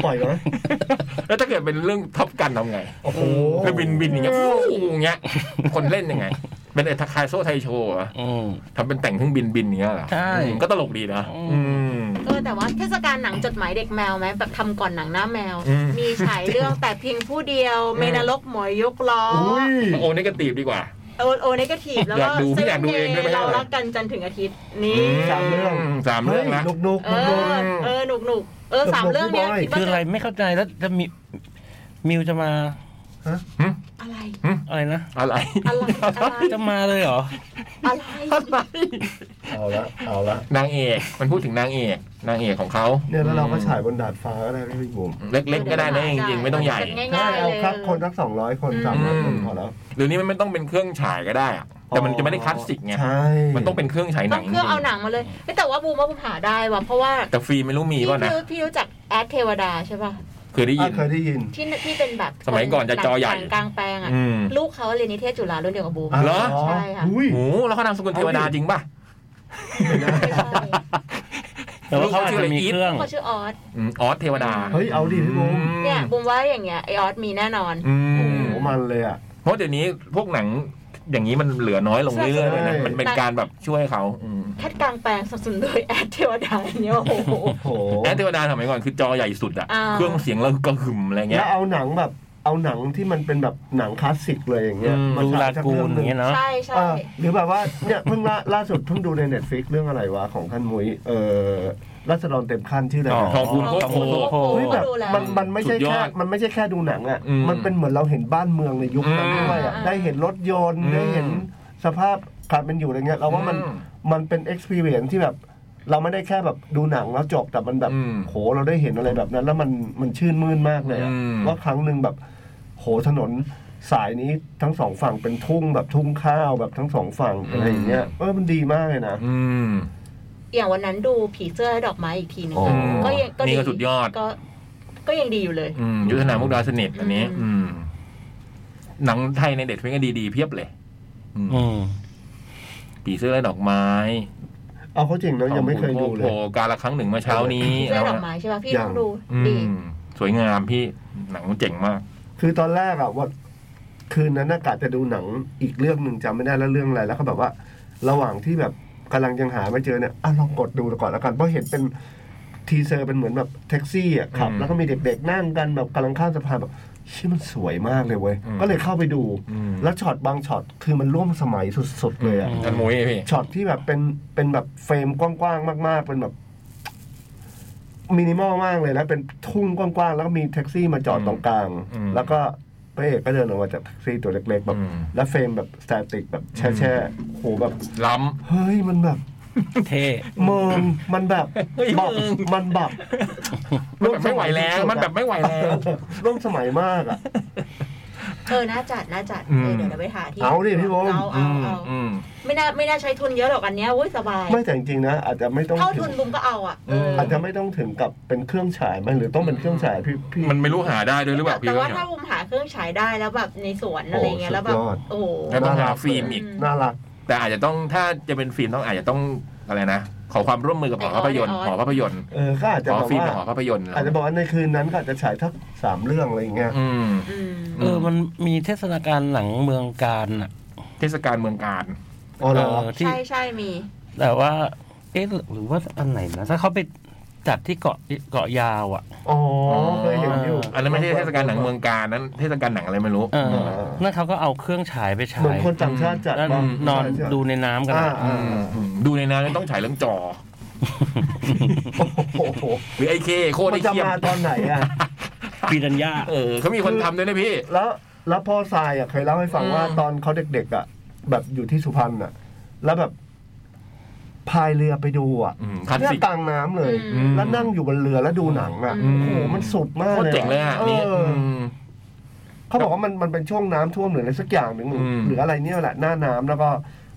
C: ปล่อยเหรอ
B: แล้วถ้าเกิดเป็นเรื่องท็อปกันทำไง
C: โอ้โห
B: ไปบินบินอย่างเงี้ยฟู่อย่างเงี้ยคนเล่นยังไง เป็นไอ้ทักคายโซ่ไทยโชว์เหรอ
E: อืม
B: ทำเป็นแต่งเครื่องบินบินอย่างเงี้ยเหรอ
E: ใช่
B: อืมก็ตลกดีนะ
E: อืม
B: อืม
D: เออแต่ว่าเทศกาลหนังจดหมายเด็กแมวไหมแบบทำก่อนหนังหน้าแมว
B: อืม
D: มีฉายเรื่องแต่เพียงผู้เดียวเมนรกหมอยยกล้ออ
C: อุ้ย
B: โอเนกาตีฟดีกว่า
D: โอโอเนกาทีฟแล้ว
B: อยา
D: ก็
B: กดูพี่อยากดูเองด้วยไหม
D: เรารักกันจันทร์ถึงอาทิตย์นี่
B: สามเรื่องนะ
C: ฮ้ยนกนก
D: เอ
C: ก
D: น
C: นก
D: อเออหนุกหนุกเออสามเรื่องเนี้ย
C: บอกพี่
D: คิด
C: บย
E: คือ
D: ว่า
E: อะไรไม่เข้าใจแล้วจะมีมิวจะมา
D: อะไร
E: อะไรนะ
B: อะไร
D: อะไรอะไร
E: จะมาเลยเหรอ
D: อะไร
B: อะไร
C: เอาละเอาละ
B: นางเอกมันพูดถึงนางเอกนางเอกของเขา
C: เนี่ยแล้วเราก็ฉายบนดาดฟ้าก็ได้พี่บุ๋ม
B: เล็กๆก็ได้นะจริงๆไม่ต้องใหญ่
D: ง่ายๆ
C: เอา
D: เลย
C: ครับคนสักสองร้อยคน
D: อืม
C: สามร้อยคน
B: อืม
C: พอแล้ว
B: เดี๋ยวนี้มันไม่ต้องเป็นเครื่องฉายก็ได้อะ แต่มันจะไม่ได้คลาสสิกไง
C: ใช่
B: มันต้องเป็นเครื่องฉายหนั
D: ต้องงเครื่องเอาหนังมาเลยเอ้ยแต่ว่าบูมว่าบูมหาได้ว่ะเพราะว่า
B: แต่ฟรีไม่รู้มี
D: พี่
B: ป่ะนะ
D: รู้พี่รู้จักแอดเทวดาใช่ป่ะ
B: เคยได้ยิ
C: อ่ะ
B: น
C: เคยได้ยิน
D: ที่ที่เป็นแบบ
B: สมัยก่อนจะจอใหญ่
D: นังกลางแปลงอ่ะ
B: อืม
D: ลูกเขาเรียนนิเทศจุฬารุ่นเดียวกับบูม
B: เหรอ
D: ใช่ค่ะ
C: อุ้ย
B: โอ้โหแล้วเขานามสกุลเทวดาจริงป่ะ
D: ไม่ใช่
E: แต่ว่าเขาอาจ
B: ชื่ออะ
E: จะ
B: ไร
E: มี
B: อีท
E: เครื่อง
D: เขาชื่อออส
B: อืมออสเทวดา
C: เฮ้ยเอาดิพี่บุ๋ม
D: เนี่ยบูมว่าอย่างเงี้ยไอออสมีแน่นอน
B: อื
C: โอ้
B: ม
C: โหมันเลยอ่ะ
B: เพราะเดี๋ยวนี้พวกหนังอย่างนี้มันเหลือน้อยลงเรื่อยๆเลยนะมันเป็นการแบบช่วยเขาอืม
D: แคทกลางแปลงสนับสนุนโดยแอดเทวดาอย่างเนี่ยโอ้โห
C: โอ้โห
B: แอดเทวดาสมัยก่อนคือจอใหญ่สุดอะ
D: อ่า
B: เครื่องเสียงแล้วก็หึ่มอะไร
C: แล้
B: เงี้
C: วย เอาหนังแบบ เอาหนังที่มันเป็นแบบหนังคลาสสิกเลยอย่างเงี้ย
B: อืม
C: ม
E: ดู
C: ฉย
E: ลา
C: สั
E: กู
C: รื่
E: น
C: งห
E: อ
C: นึ่
E: ย่างเงี้ยเนาะ
D: ใช่
C: เอ
D: ใช่
C: อหรือแบบว่าเนี่ยเพิ่งล่าล่าสุดเพิ่งดูในเน็ตฟิกเรื่องอะไรวะ ของท่านมุ้ยเออรัศดรเต็มขั้นชื่ออะไร
B: อ๋อ
C: นะ
B: ทองคูณโคตรโพ
C: เฮ้ยแบบ
D: ดูแล้ว
C: มันมันไม่ใช่
B: สุดยอ
C: แค่
B: ด
C: มันไม่ใช่แค่ดูหนังอ่ะ
B: อืม
C: มันเป็นเหมือนเราเห็นบ้านเมืองในยุคนั้น
B: อืม
C: ด้วยอ่ะได้เห็นรถยนต์
B: อืม
C: ได้เห็นสภาพการเป็นอยู่อะไรเงี้ยเราว่ามัน
B: อื
C: มันเป็น experience ที่แบบ เราไม่ได้แค่แบบดูหนังแล้วจบแต่มันแบบ
B: อืม
C: โหเราได้เห็นอะไรแบบนั้น แล้วมันมันชื่นมื่นมากเลยอะ
B: อืม
C: ว่าครั้งหนึ่งแบบ โหถนนสายนี้ทั้งสองฝั่งเป็นทุ่งแบบทุ่งข้าวแบบทั้งสองฝั่งอะไรอย่างเงี้ยเออมันดีมากเลยนะ
B: อืม
D: อย่างวันนั้นดูผีเสื้อและดอกไม้อีกทีหนึง
C: โอ้
D: ค่ะก็ยังก็
B: นี่ก็สุดยอด
D: ก็ ก็ยังดีอยู่เลย
B: อืมยุทธนามุกดาสนิทอันนี้ อืม หนังไทยในเด็ดเพ็นก็ดีๆเพียบเลย อืม
E: อืม
B: ผีเสื้อและดอกไม้
C: เอาเขาจริงแล้วยังไม่เคยดูเล
B: โผ
C: ย
B: การละครั้งหนึ่งเมื่อเช้านี้
D: ผีเสื้อ
B: แล้ว
D: และดอก
B: อะ
D: ไม้ใช่ป่ะพี่
C: ยั
D: ล
C: ง
D: องดู
B: อื
D: ดี
B: ม สวยงามพี่หนังเจ๋งมาก
C: คือตอนแรกอะว่า คืนนั้นอากาศจะดูหนังอีกเรื่องหนึ่งจำไม่ได้แล้วเรื่องอะไรแล้วก็แบบว่า ระหว่างที่แบบกำลังยังหาไม่เจอเนี่ยอ่ะลองกดดูก่อนแล้วกันเพราะเห็นเป็นทีเซอร์เป็นเหมือนแบบแท็กซี่อะขับ
B: อืม
C: แล้วก็มีเด็กๆนั่งกันแบบกำลังข้ามสะพานแบบชื่อมันสวยมากเลยเว้ย
B: อืม
C: ก็เลยเข้าไปดู
B: อืม
C: แล้วช็อตบางช็อตคือมันร่วมสมัยสุดๆเลยอะ
E: อืม
B: ท่านมุ้ยพี่
C: ช็อตที่แบบเป็นเป็นแบบเฟรมกว้างๆมาก ๆ เป็นแบบมินิมอลมากเลยแล้วเป็นทุ่งกว้างๆแล้วก็มีแท็กซี่มาจอดตรงกลาง
B: อืม
C: แล้วก็พระเอกก็เดินออกมาจากแท็กซี่ตัวเล็กๆแบบ
B: อืม
C: แล้วเฟรมแบบสแตติกแบบแช่แช่ๆโหแบบ
B: ล้
C: เฮ้ยมันแบบ
E: เท่
C: เมืองมันแบบ
B: เฮ้ย
C: บับ
B: เมือง
C: มันแบบ
B: ำมันแบบไม่ไหวแล้ว มันแบบไม่ไหวแล้ว
C: ร่วมสมัยมากอ่ะ
D: เออน่าจัดน่าจัด
B: อืม
D: เออเดี๋ยวเราไปหาที่
C: เอาดิพี่โบม
D: เอา
B: อืม
D: เอาเอา
B: อืม
D: ไม่น่าไม่น่าใช้ทุนเยอะหรอกอันเนี้ยโอ้ยสบาย
C: ไม่แต่จริงๆนะ อาจจะไม่ต้อง
D: เท่า
C: ถึ
D: ทุน
C: ง
D: บุมก็เอาอ่ะเออ
C: อาจจะไม่ต้องถึงกับเป็นเครื่องฉายมันหรือต้องเป็นเครื่องฉายพี่พี่
B: มันไม่รู้หาได้ด้วยหรือเปล่าพี่
D: แต่ว่า
B: เนี่ย
D: ถ้าบุมหาเครื่องฉายได้แล้วแบบในสวนอะไรเงี้ยแล้วแบบ
C: โอ้สุดยอด
D: โอ้โห
B: แล้วต้องหาฟิล์มอีก
C: น่ารัก
B: แต่อาจจะต้องถ้าจะเป็นฟิล์มต้องอาจจะต้องอะไรนะ ขอความร่วมมือกับหอภาพยนตร์
D: ไอออน
B: หอภาพยนตร์
C: เออก็อาจจะ
B: หอ
C: แบบ
B: ฟิล์มกั
C: ว่า
B: บหอภาพยนตร์
C: อาจจะบอกว่าในคืนนั้นก็อาจจะฉายทักสามเรื่องอะไรอย่างเงี้ย
B: อืม
D: อืม
E: เออมันมีเทศนาการหนังเมืองการอ่ะ
B: เทศกาลเมืองการ
C: อ๋อเหรอ
E: เออที่
D: ใช่ใช่มี
E: แต่ว่า เอ๊ะหรือว่าอันไหนนะถ้าเขาไปจัดที่เกาะเกาะยาวอ่ะ
C: อ๋อเคยเห็นอยู่
B: อันนั้นไม่ใช่เทศกาลหนังเมืองการนั้น เทศกาลหนังอะไรไม่รู้
E: เออนั่นเขาก็เอาเครื่องฉายไป
C: เหมือ
E: ฉา
C: น
E: ย
C: คนต่างชาติจัด
E: แล้ว
C: ปะ
E: นอนดูในน้ำกัน
C: อ่า
E: อะ
C: อ่า
B: ดูในนั้นต้องฉายเรื่องจอ
C: โอ้โห
B: หรือไอเคโคตร
C: มั
B: ไอน
C: จะ
B: เทียม
C: มาตอนไหนอ่ะ
E: ปีรัญญา
B: เออเขามีคนทำด้วยนะพี่
C: แล้วแล้วพ่อทรายอ่ะเคยเล่าให้ฟังว่า
B: อืม
C: ตอนเขาเด็กๆอ่ะ แบบอยู่ที่สุพรรณอ่ะ แล้วแบบพายเรือไปดูอ่ะ
B: อืมคลาส
C: เนี่ย
B: สิก
C: กลางน้ำเลย
B: อืม
C: แล้วนั่งอยู่บนเรือแล้วดูหนังอ่ะ
D: อื
C: โอ้
D: ม
C: โหมันสุดมาก
B: โคตร
C: เลย
B: เจ๋งเลยอ่ะนี่
C: เออ
B: อืม
C: เขาบอกว่ามันมันเป็นช่วงน้ำท่วมหรืออะไรสักอย่างหนึ่ง
B: อืม
C: หรืออะไรเนี่ยแหละหน้าน้ำแล้วก็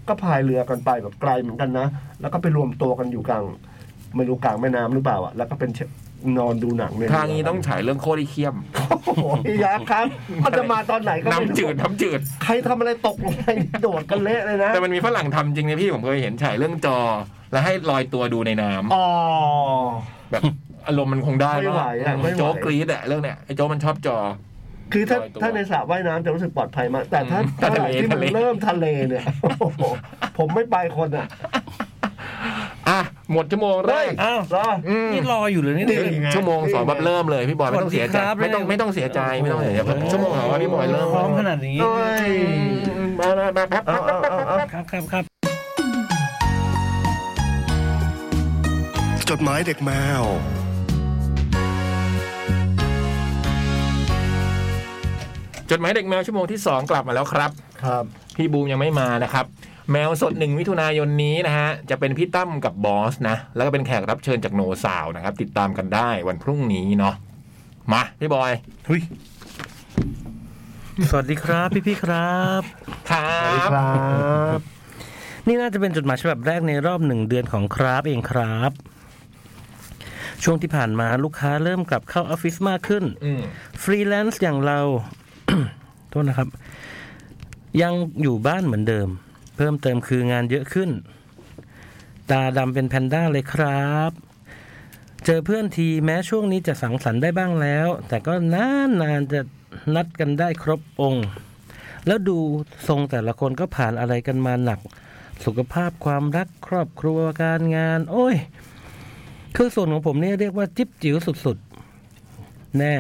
C: ก็พายเรือกันไปแบบไกลเหมือนกันนะแล้วก็ไปรวมตัวกันอยู่กลางไม่รู้กลางแม่น้ำหรือเปล่าอ่ะแล้วก็เป็นเชนอนดูหนังเนี่ย
B: ทางนี้ต้องฉายเรื่องโคตรไอเทียม
C: โอ้โหพี่ยักษ์ครับ มันจะมาตอนไหนก็ไม่รู้
B: น้ำจืดน้ำจืด
C: ใครทำอะไรตกลงไปนี่โดดกันเละเลยนะ
B: แต่มันมีฝรั่งทำจริงนะพี่ผมเคยเห็นฉายเรื่องจอ แล้วให้ลอยตัวดูในน้ำ
C: อ๋อ
B: แบบ อารมณ์มันคงได้
C: ไม่ไหวอะไม่ไหว
B: โจ๊กกรี๊ดอะเรื่องเนี้ยไอ้โจ๊กมันชอบจอ
C: คือถ้า
B: ลอยตัว
C: ถ้าในสระว่ายน้ำจะรู้สึกปลอดภัยมาก แต่ถ้า
B: อืม
C: ถ้าไหนที่มัน
B: ทะเล
C: เริ่มทะเลเนี่ยโอ้โหผมไม่ไปคนอ่ะ
B: อ่ะหมดชั่วโมงแรก
E: อ้าว
C: เหรอ
B: อืม
E: นี่รออยู่เลยนี่
C: นี่ ไง
B: ชั่วโมงสองแบบเริ่มเลยพี่บอยไม่ต้องเสียใจ
E: สวัสดีครับ
B: ไม่ต้องไม่ต้องเสียใจไม่ต้องเสียใจชั่วโมงสองว่าพี่บอยเริ่ม
E: พร้อมขนาดนี้
C: เอ้ย
B: อืมมามามาแป๊บ
C: เอาเอาเอาเอา
E: ครับครับครับ
F: จดหมายเด็กแมว
B: จดหมายเด็กแมวชั่วโมงที่สองกลับมาแล้วครับ
C: ครับ
B: พี่บูมยังไม่มานะครับ แมวสดหนึ่งมิถุนายนนี้นะฮะ จะเป็นพี่ตั้มกับบอสนะ แล้วก็เป็นแขกรับเชิญจากโนซาวนะครับ ติดตามกันได้วันพรุ่งนี้เนาะมาพี่บอย
E: หุย สวัสดีครับ พี่ๆครับ
B: ครั
C: สวัสดี
B: บ
C: ครับ
E: นี่น่าจะเป็นจดหมายฉบับแรกในรอบหนึ่งเดือนของครับเองครับ ช่วงที่ผ่านมาลูกค้าเริ่มกลับเข้าออฟฟิศมากขึ้น
B: อืม
E: ฟรีแลนซ์อย่าง เรา โทษนะครับ ยังอยู่บ้านเหมือนเดิม เพิ่มเติมคืองานเยอะขึ้น ตาดำเป็นแพนด้าเลยครับ เจอเพื่อนทีแม้ช่วงนี้จะสังสรรค์ได้บ้างแล้ว แต่ก็นานๆจะนัดกันได้ครบองค์ แล้วดูทรงแต่ละคนก็ผ่านอะไรกันมาหนัก สุขภาพความรักครอบครัวการงาน โอ้ย คือส่วนของผมเนี่ยเรียกว่าจิ๊บจิ๋วสุดๆ แน่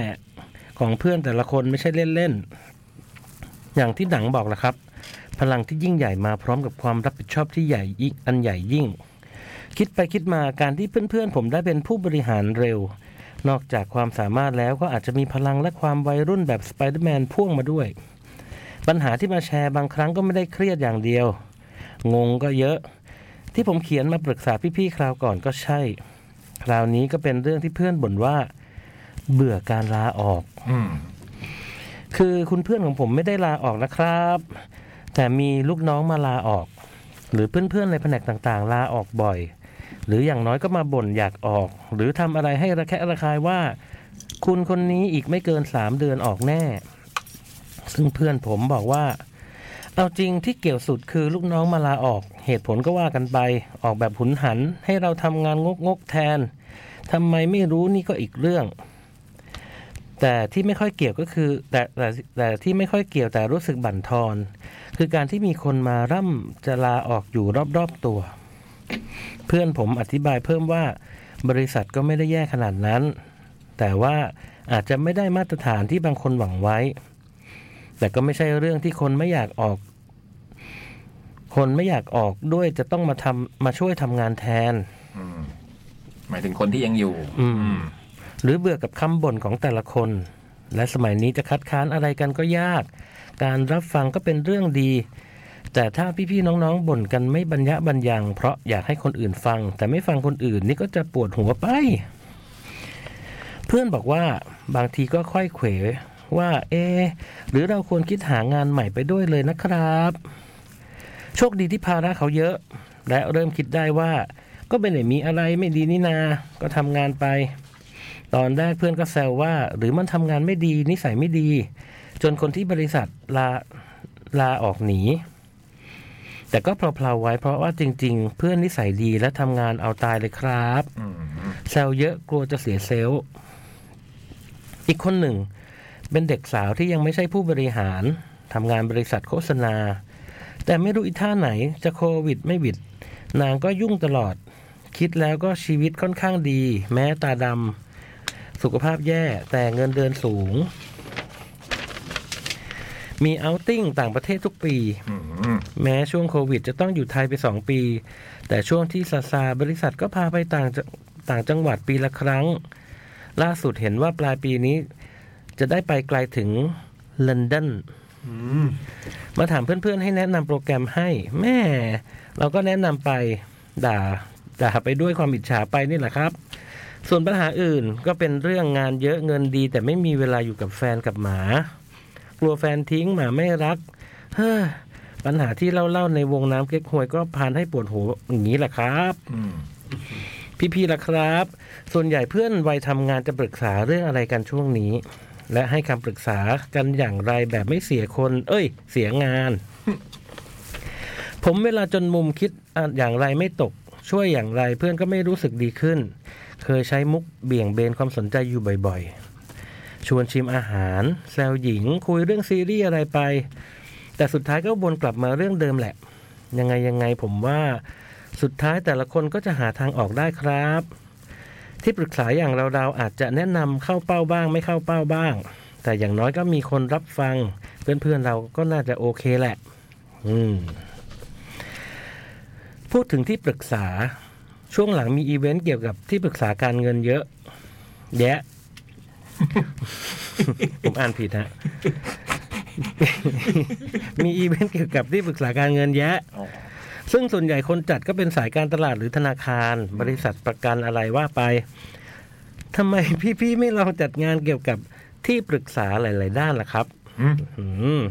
E: ของเพื่อนแต่ละคนไม่ใช่เล่น ๆ อย่างที่หนังบอกแหละครับ พลังที่ยิ่งใหญ่มาพร้อมกับความรับผิดชอบที่ใหญ่ยิ่งอันใหญ่ยิ่ง คิดไปคิดมาการที่เพื่อน ๆ ผมได้เป็นผู้บริหารเร็ว นอกจากความสามารถแล้วก็อาจจะมีพลังและความวัยรุ่นแบบสไปเดอร์แมนพ่วงมาด้วย ปัญหาที่มาแชร์บางครั้งก็ไม่ได้เครียดอย่างเดียว งงก็เยอะ ที่ผมเขียนมาปรึกษาพี่ ๆ คราวก่อนก็ใช่ คราวนี้ก็เป็นเรื่องที่เพื่อนบ่นว่า เบื่อการลาออก
B: อืม
E: คือคุณเพื่อนของผมไม่ได้ลาออกนะครับ แต่มีลูกน้องมาลาออก หรือเพื่อนๆในแผนกต่างๆ ลาออกบ่อย หรืออย่างน้อยก็มาบ่นอยากออก หรือทำอะไรให้ระแคะระคายว่า คุณคนนี้อีกไม่เกินสามเดือนออกแน่ ซึ่งเพื่อนผมบอกว่า เอาจริงที่เกี่ยวสุดคือลูกน้องมาลาออก เหตุผลก็ว่ากันไป ออกแบบหุนหัน ให้เราทำงานงกๆแทนทำไมไม่รู้นี่ก็อีกเรื่อง แต่ที่ไม่ค่อยเกี่ยวก็คือแต่แต่แต่ที่ไม่ค่อยเกี่ยวแต่รู้สึกบั่นทอน คือการที่มีคนมาร่ำจะลาออกอยู่รอบๆตัว เพื่อนผมอธิบายเพิ่มว่า บริษัทก็ไม่ได้แย่ขนาดนั้น แต่ว่าอาจจะไม่ได้มาตรฐานที่บางคนหวังไว้ แต่ก็ไม่ใช่เรื่องที่คนไม่อยากออก คนไม่อยากออกด้วยจะต้องมาทำมาช่วยทำงานแทน
B: อืมหมายถึงคนที่ยังอยู่
E: อืม หรือเบื่อกับคำบ่นของแต่ละคน และสมัยนี้จะคัดค้านอะไรกันก็ยาก การรับฟังก็เป็นเรื่องดี แต่ถ้าพี่ๆน้องๆบ่นกันไม่บรรยะบรรยัง เพราะอยากให้คนอื่นฟัง แต่ไม่ฟังคนอื่นนี่ก็จะปวดหัวไป เพื่อนบอกว่าบางทีก็ค่อยเขวว่าเอะหรือเราควรคิดหางานใหม่ไปด้วยเลยนะครับ โชคดีที่ภาระเขาเยอะ และเริ่มคิดได้ว่า ก็ไม่ได้มีอะไรไม่ดีนี่นา ก็ทำงานไป ตอนแรกเพื่อนก็แซวว่า หรือมันทำงานไม่ดีนิสัยไม่ดี จนคนที่บริษัทลาลาออกหนี แต่ก็เพลาๆไว้เพราะว่าจริงๆ เพื่อนนิสัยดีและทำงานเอาตายเลยครับ
B: อืม
E: แซวเยอะกลัวจะเสียเซลล์ อีกคนหนึ่ง เป็นเด็กสาวที่ยังไม่ใช่ผู้บริหารทำงานบริษัทโฆษณา แต่ไม่รู้อีท่าไหนจะโควิดไม่หวิด นางก็ยุ่งตลอด คิดแล้วก็ชีวิตค่อนข้างดี แม้ตาดำสุขภาพแย่แต่เงินเดือนสูง มีเอาท์ติ้งต่างประเทศทุกปี
B: อืม
E: แม้ช่วงโควิดจะต้องอยู่ไทยไป 2 ปี แต่ช่วงที่ซาซาบริษัทก็พาไปต่างจะต่างจังหวัดปีละครั้ง ล่าสุดเห็นว่าปลายปีนี้ จะได้ไปไกลถึงลอนดอนมาถามเพื่อนๆให้แนะนำโปรแกรมให้ แม่ เราก็แนะนำไปด่าด่าไปด้วยความอิจฉาไปนี่แหละครับ ส่วนปัญหาอื่นก็เป็นเรื่องงานเยอะเงินดี แต่ไม่มีเวลาอยู่กับแฟนกับหมา กลัวแฟนทิ้งหมาไม่รัก เฮ้อ ปัญหาที่เล่าๆในวงน้ำเก๊กฮวยก็พานให้ปวดหัวอย่างนี้แหละครับ
B: อืม
E: พี่ๆล่ะครับ ส่วนใหญ่เพื่อนวัยทำงานจะปรึกษาเรื่องอะไรกันช่วงนี้ และให้คำปรึกษากันอย่างไรแบบไม่เสียคน เอ้ย เสียงาน ผมเวลาจนมุมคิดอ่ะอย่างไรไม่ตก ช่วยอย่างไรเพื่อนก็ไม่รู้สึกดีขึ้น เคยใช้มุกเบี่ยงเบนความสนใจอยู่บ่อยๆ ชวนชิมอาหาร แซวหญิง คุยเรื่องซีรีส์อะไรไป แต่สุดท้ายก็วนกลับมาเรื่องเดิมแหละ ยังไงยังไงผมว่า สุดท้ายแต่ละคนก็จะหาทางออกได้ครับ ที่ปรึกษาอย่างเราๆอาจจะแนะนำเข้าเป้าบ้างไม่เข้าเป้าบ้าง แต่อย่างน้อยก็มีคนรับฟัง เพื่อนๆเราก็น่าจะโอเคแหละ อืม พูดถึงที่ปรึกษาช่วงหลังมีอีเวนต์เกี่ยวกับที่ปรึกษาการเงินเยอะ แยะ ผมอ่านผิดฮะ มีอีเวนต์เกี่ยวกับที่ปรึกษาการเงินแยะ
B: อ๋อ
E: ซึ่งส่วนใหญ่คนจัดก็เป็นสายการตลาดหรือธนาคาร บริษัทประกันอะไรว่าไป ทำไมพี่ๆไม่ลองจัดงานเกี่ยวกับที่ปรึกษาหลาย ๆ ด้านล่ะครับ
B: อืม
E: อืม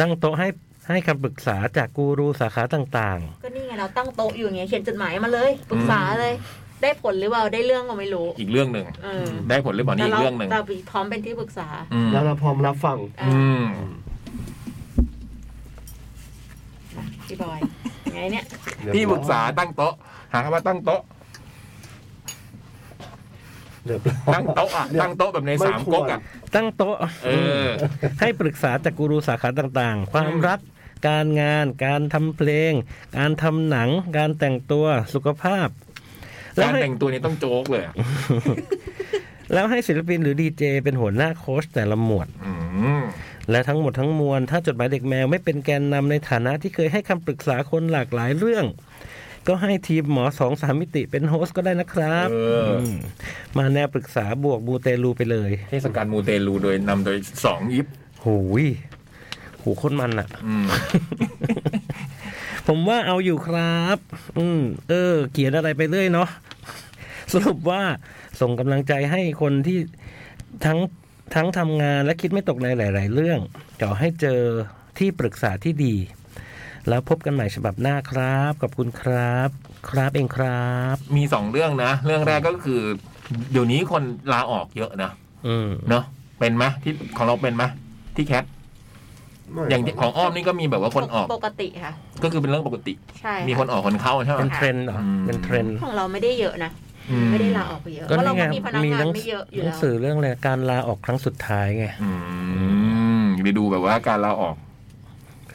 E: ตั้งโต๊ะให้ให้คำปรึกษาจากกูรูสาขาต่าง
D: ก็นี่ไงเราตั้งโต๊ะอยู่ไงเขียนจดหมายมาเลยปรึกษาเลย ได้ผลหรือเปล่าได้เรื่องก็ไม่รู้
B: อีกเรื่องหนึ่ง
D: เออ
B: ได้ผลหรือเปล่านี่
D: แต่
B: อี
D: เรา
B: กเรื่องหนึ่ง
D: เราพร้อมเป็นที่ปรึกษา
B: อืม
C: แล้วเราพร้อมรับฟัง
D: เอ
B: อื
D: อ
B: ม
D: พี่บอยยังไงเนี่ย
B: ที่ปรึกษาตั้งโต๊ะหาคำว่าตั้งโต๊ะ
C: เรียบร้อย
B: ตั้งโต๊ะอ่ะตั้งโต๊ะแบบในสามก๊กอ่ะ
E: ๆ ตั้งโต๊ะ
B: เออ
E: ให้ปรึกษาจากกูรูสาขาต่างๆ ความรัก การงาน การทำเพลง การทำหนัง การแต่งตัวสุขภาพ แล้
B: กาว ร
E: ให้
B: แต่งตัวนี่ต้องโจ๊กเลยอ่ะ
E: แล้วให้ศิลปินหรือดีเจเป็นหัวหน้าโค้ชแต่ละหมวด
B: อืม
E: และทั้งหมดทั้งมวล ถ้าจดหมายเด็กแมวไม่เป็นแกนนำในฐานะที่เคยให้คำปรึกษาคนหลากหลายเรื่อง ก็ให้ทีมหมอสองสามมิติเป็นโฮสต์ก็ได้นะครับ
B: เออ
E: มมาแนวปรึกษาบวกบูเตลูไปเลย
B: เทศกาลมูเตลูโดยนำโดยสองยิป
E: หูยหูโคนมันอะ
B: อืม
E: ผมว่าเอาอยู่ครับ อืม เออ เขียนอะไรไปเรื่อยเนาะ สรุปว่าส่งกำลังใจให้คนที่ทั้งทั้งทำงานและคิดไม่ตกในหลาย ๆ เรื่องขอให้เจอที่ปรึกษาที่ดี แล้วพบกันใหม่ฉบับหน้าครับ ขอบคุณครับ ครับเองครับ
B: มีสองเรื่องนะ เรื่องแรกก็คือ เดี๋ยวนี้คนลาออกเยอะนะ
E: อืม
B: เนาะเป็นไหมที่ของเราเป็นไหมที่แคท
C: ไม่
B: อย่างที่ของอ้อมนี่ก็มีแบบว่าคนออก
D: ปกติค่ะ
B: ก็คือเป็นเรื่องปกติ
D: ใช่
B: มีคนออกคนเข้าใช่ไหม
E: เป็นเทรนด์เหรอ
B: อืม
E: เป็นเทรนด์
D: ของเราไม่ได้เยอะนะ
B: อื
D: ไม่ได้ลาออกไปเยอะเพราะเราก็มีพนัก
E: มี
D: งา
E: ห
D: น
E: นัง
D: ไม่เยอะอยู่
E: หนั
D: แล้
E: ง
D: ว
E: สือเรื่องอะไรการลาออกครั้งสุดท้ายไง
B: อืมไปดูแบบว่าการลาออก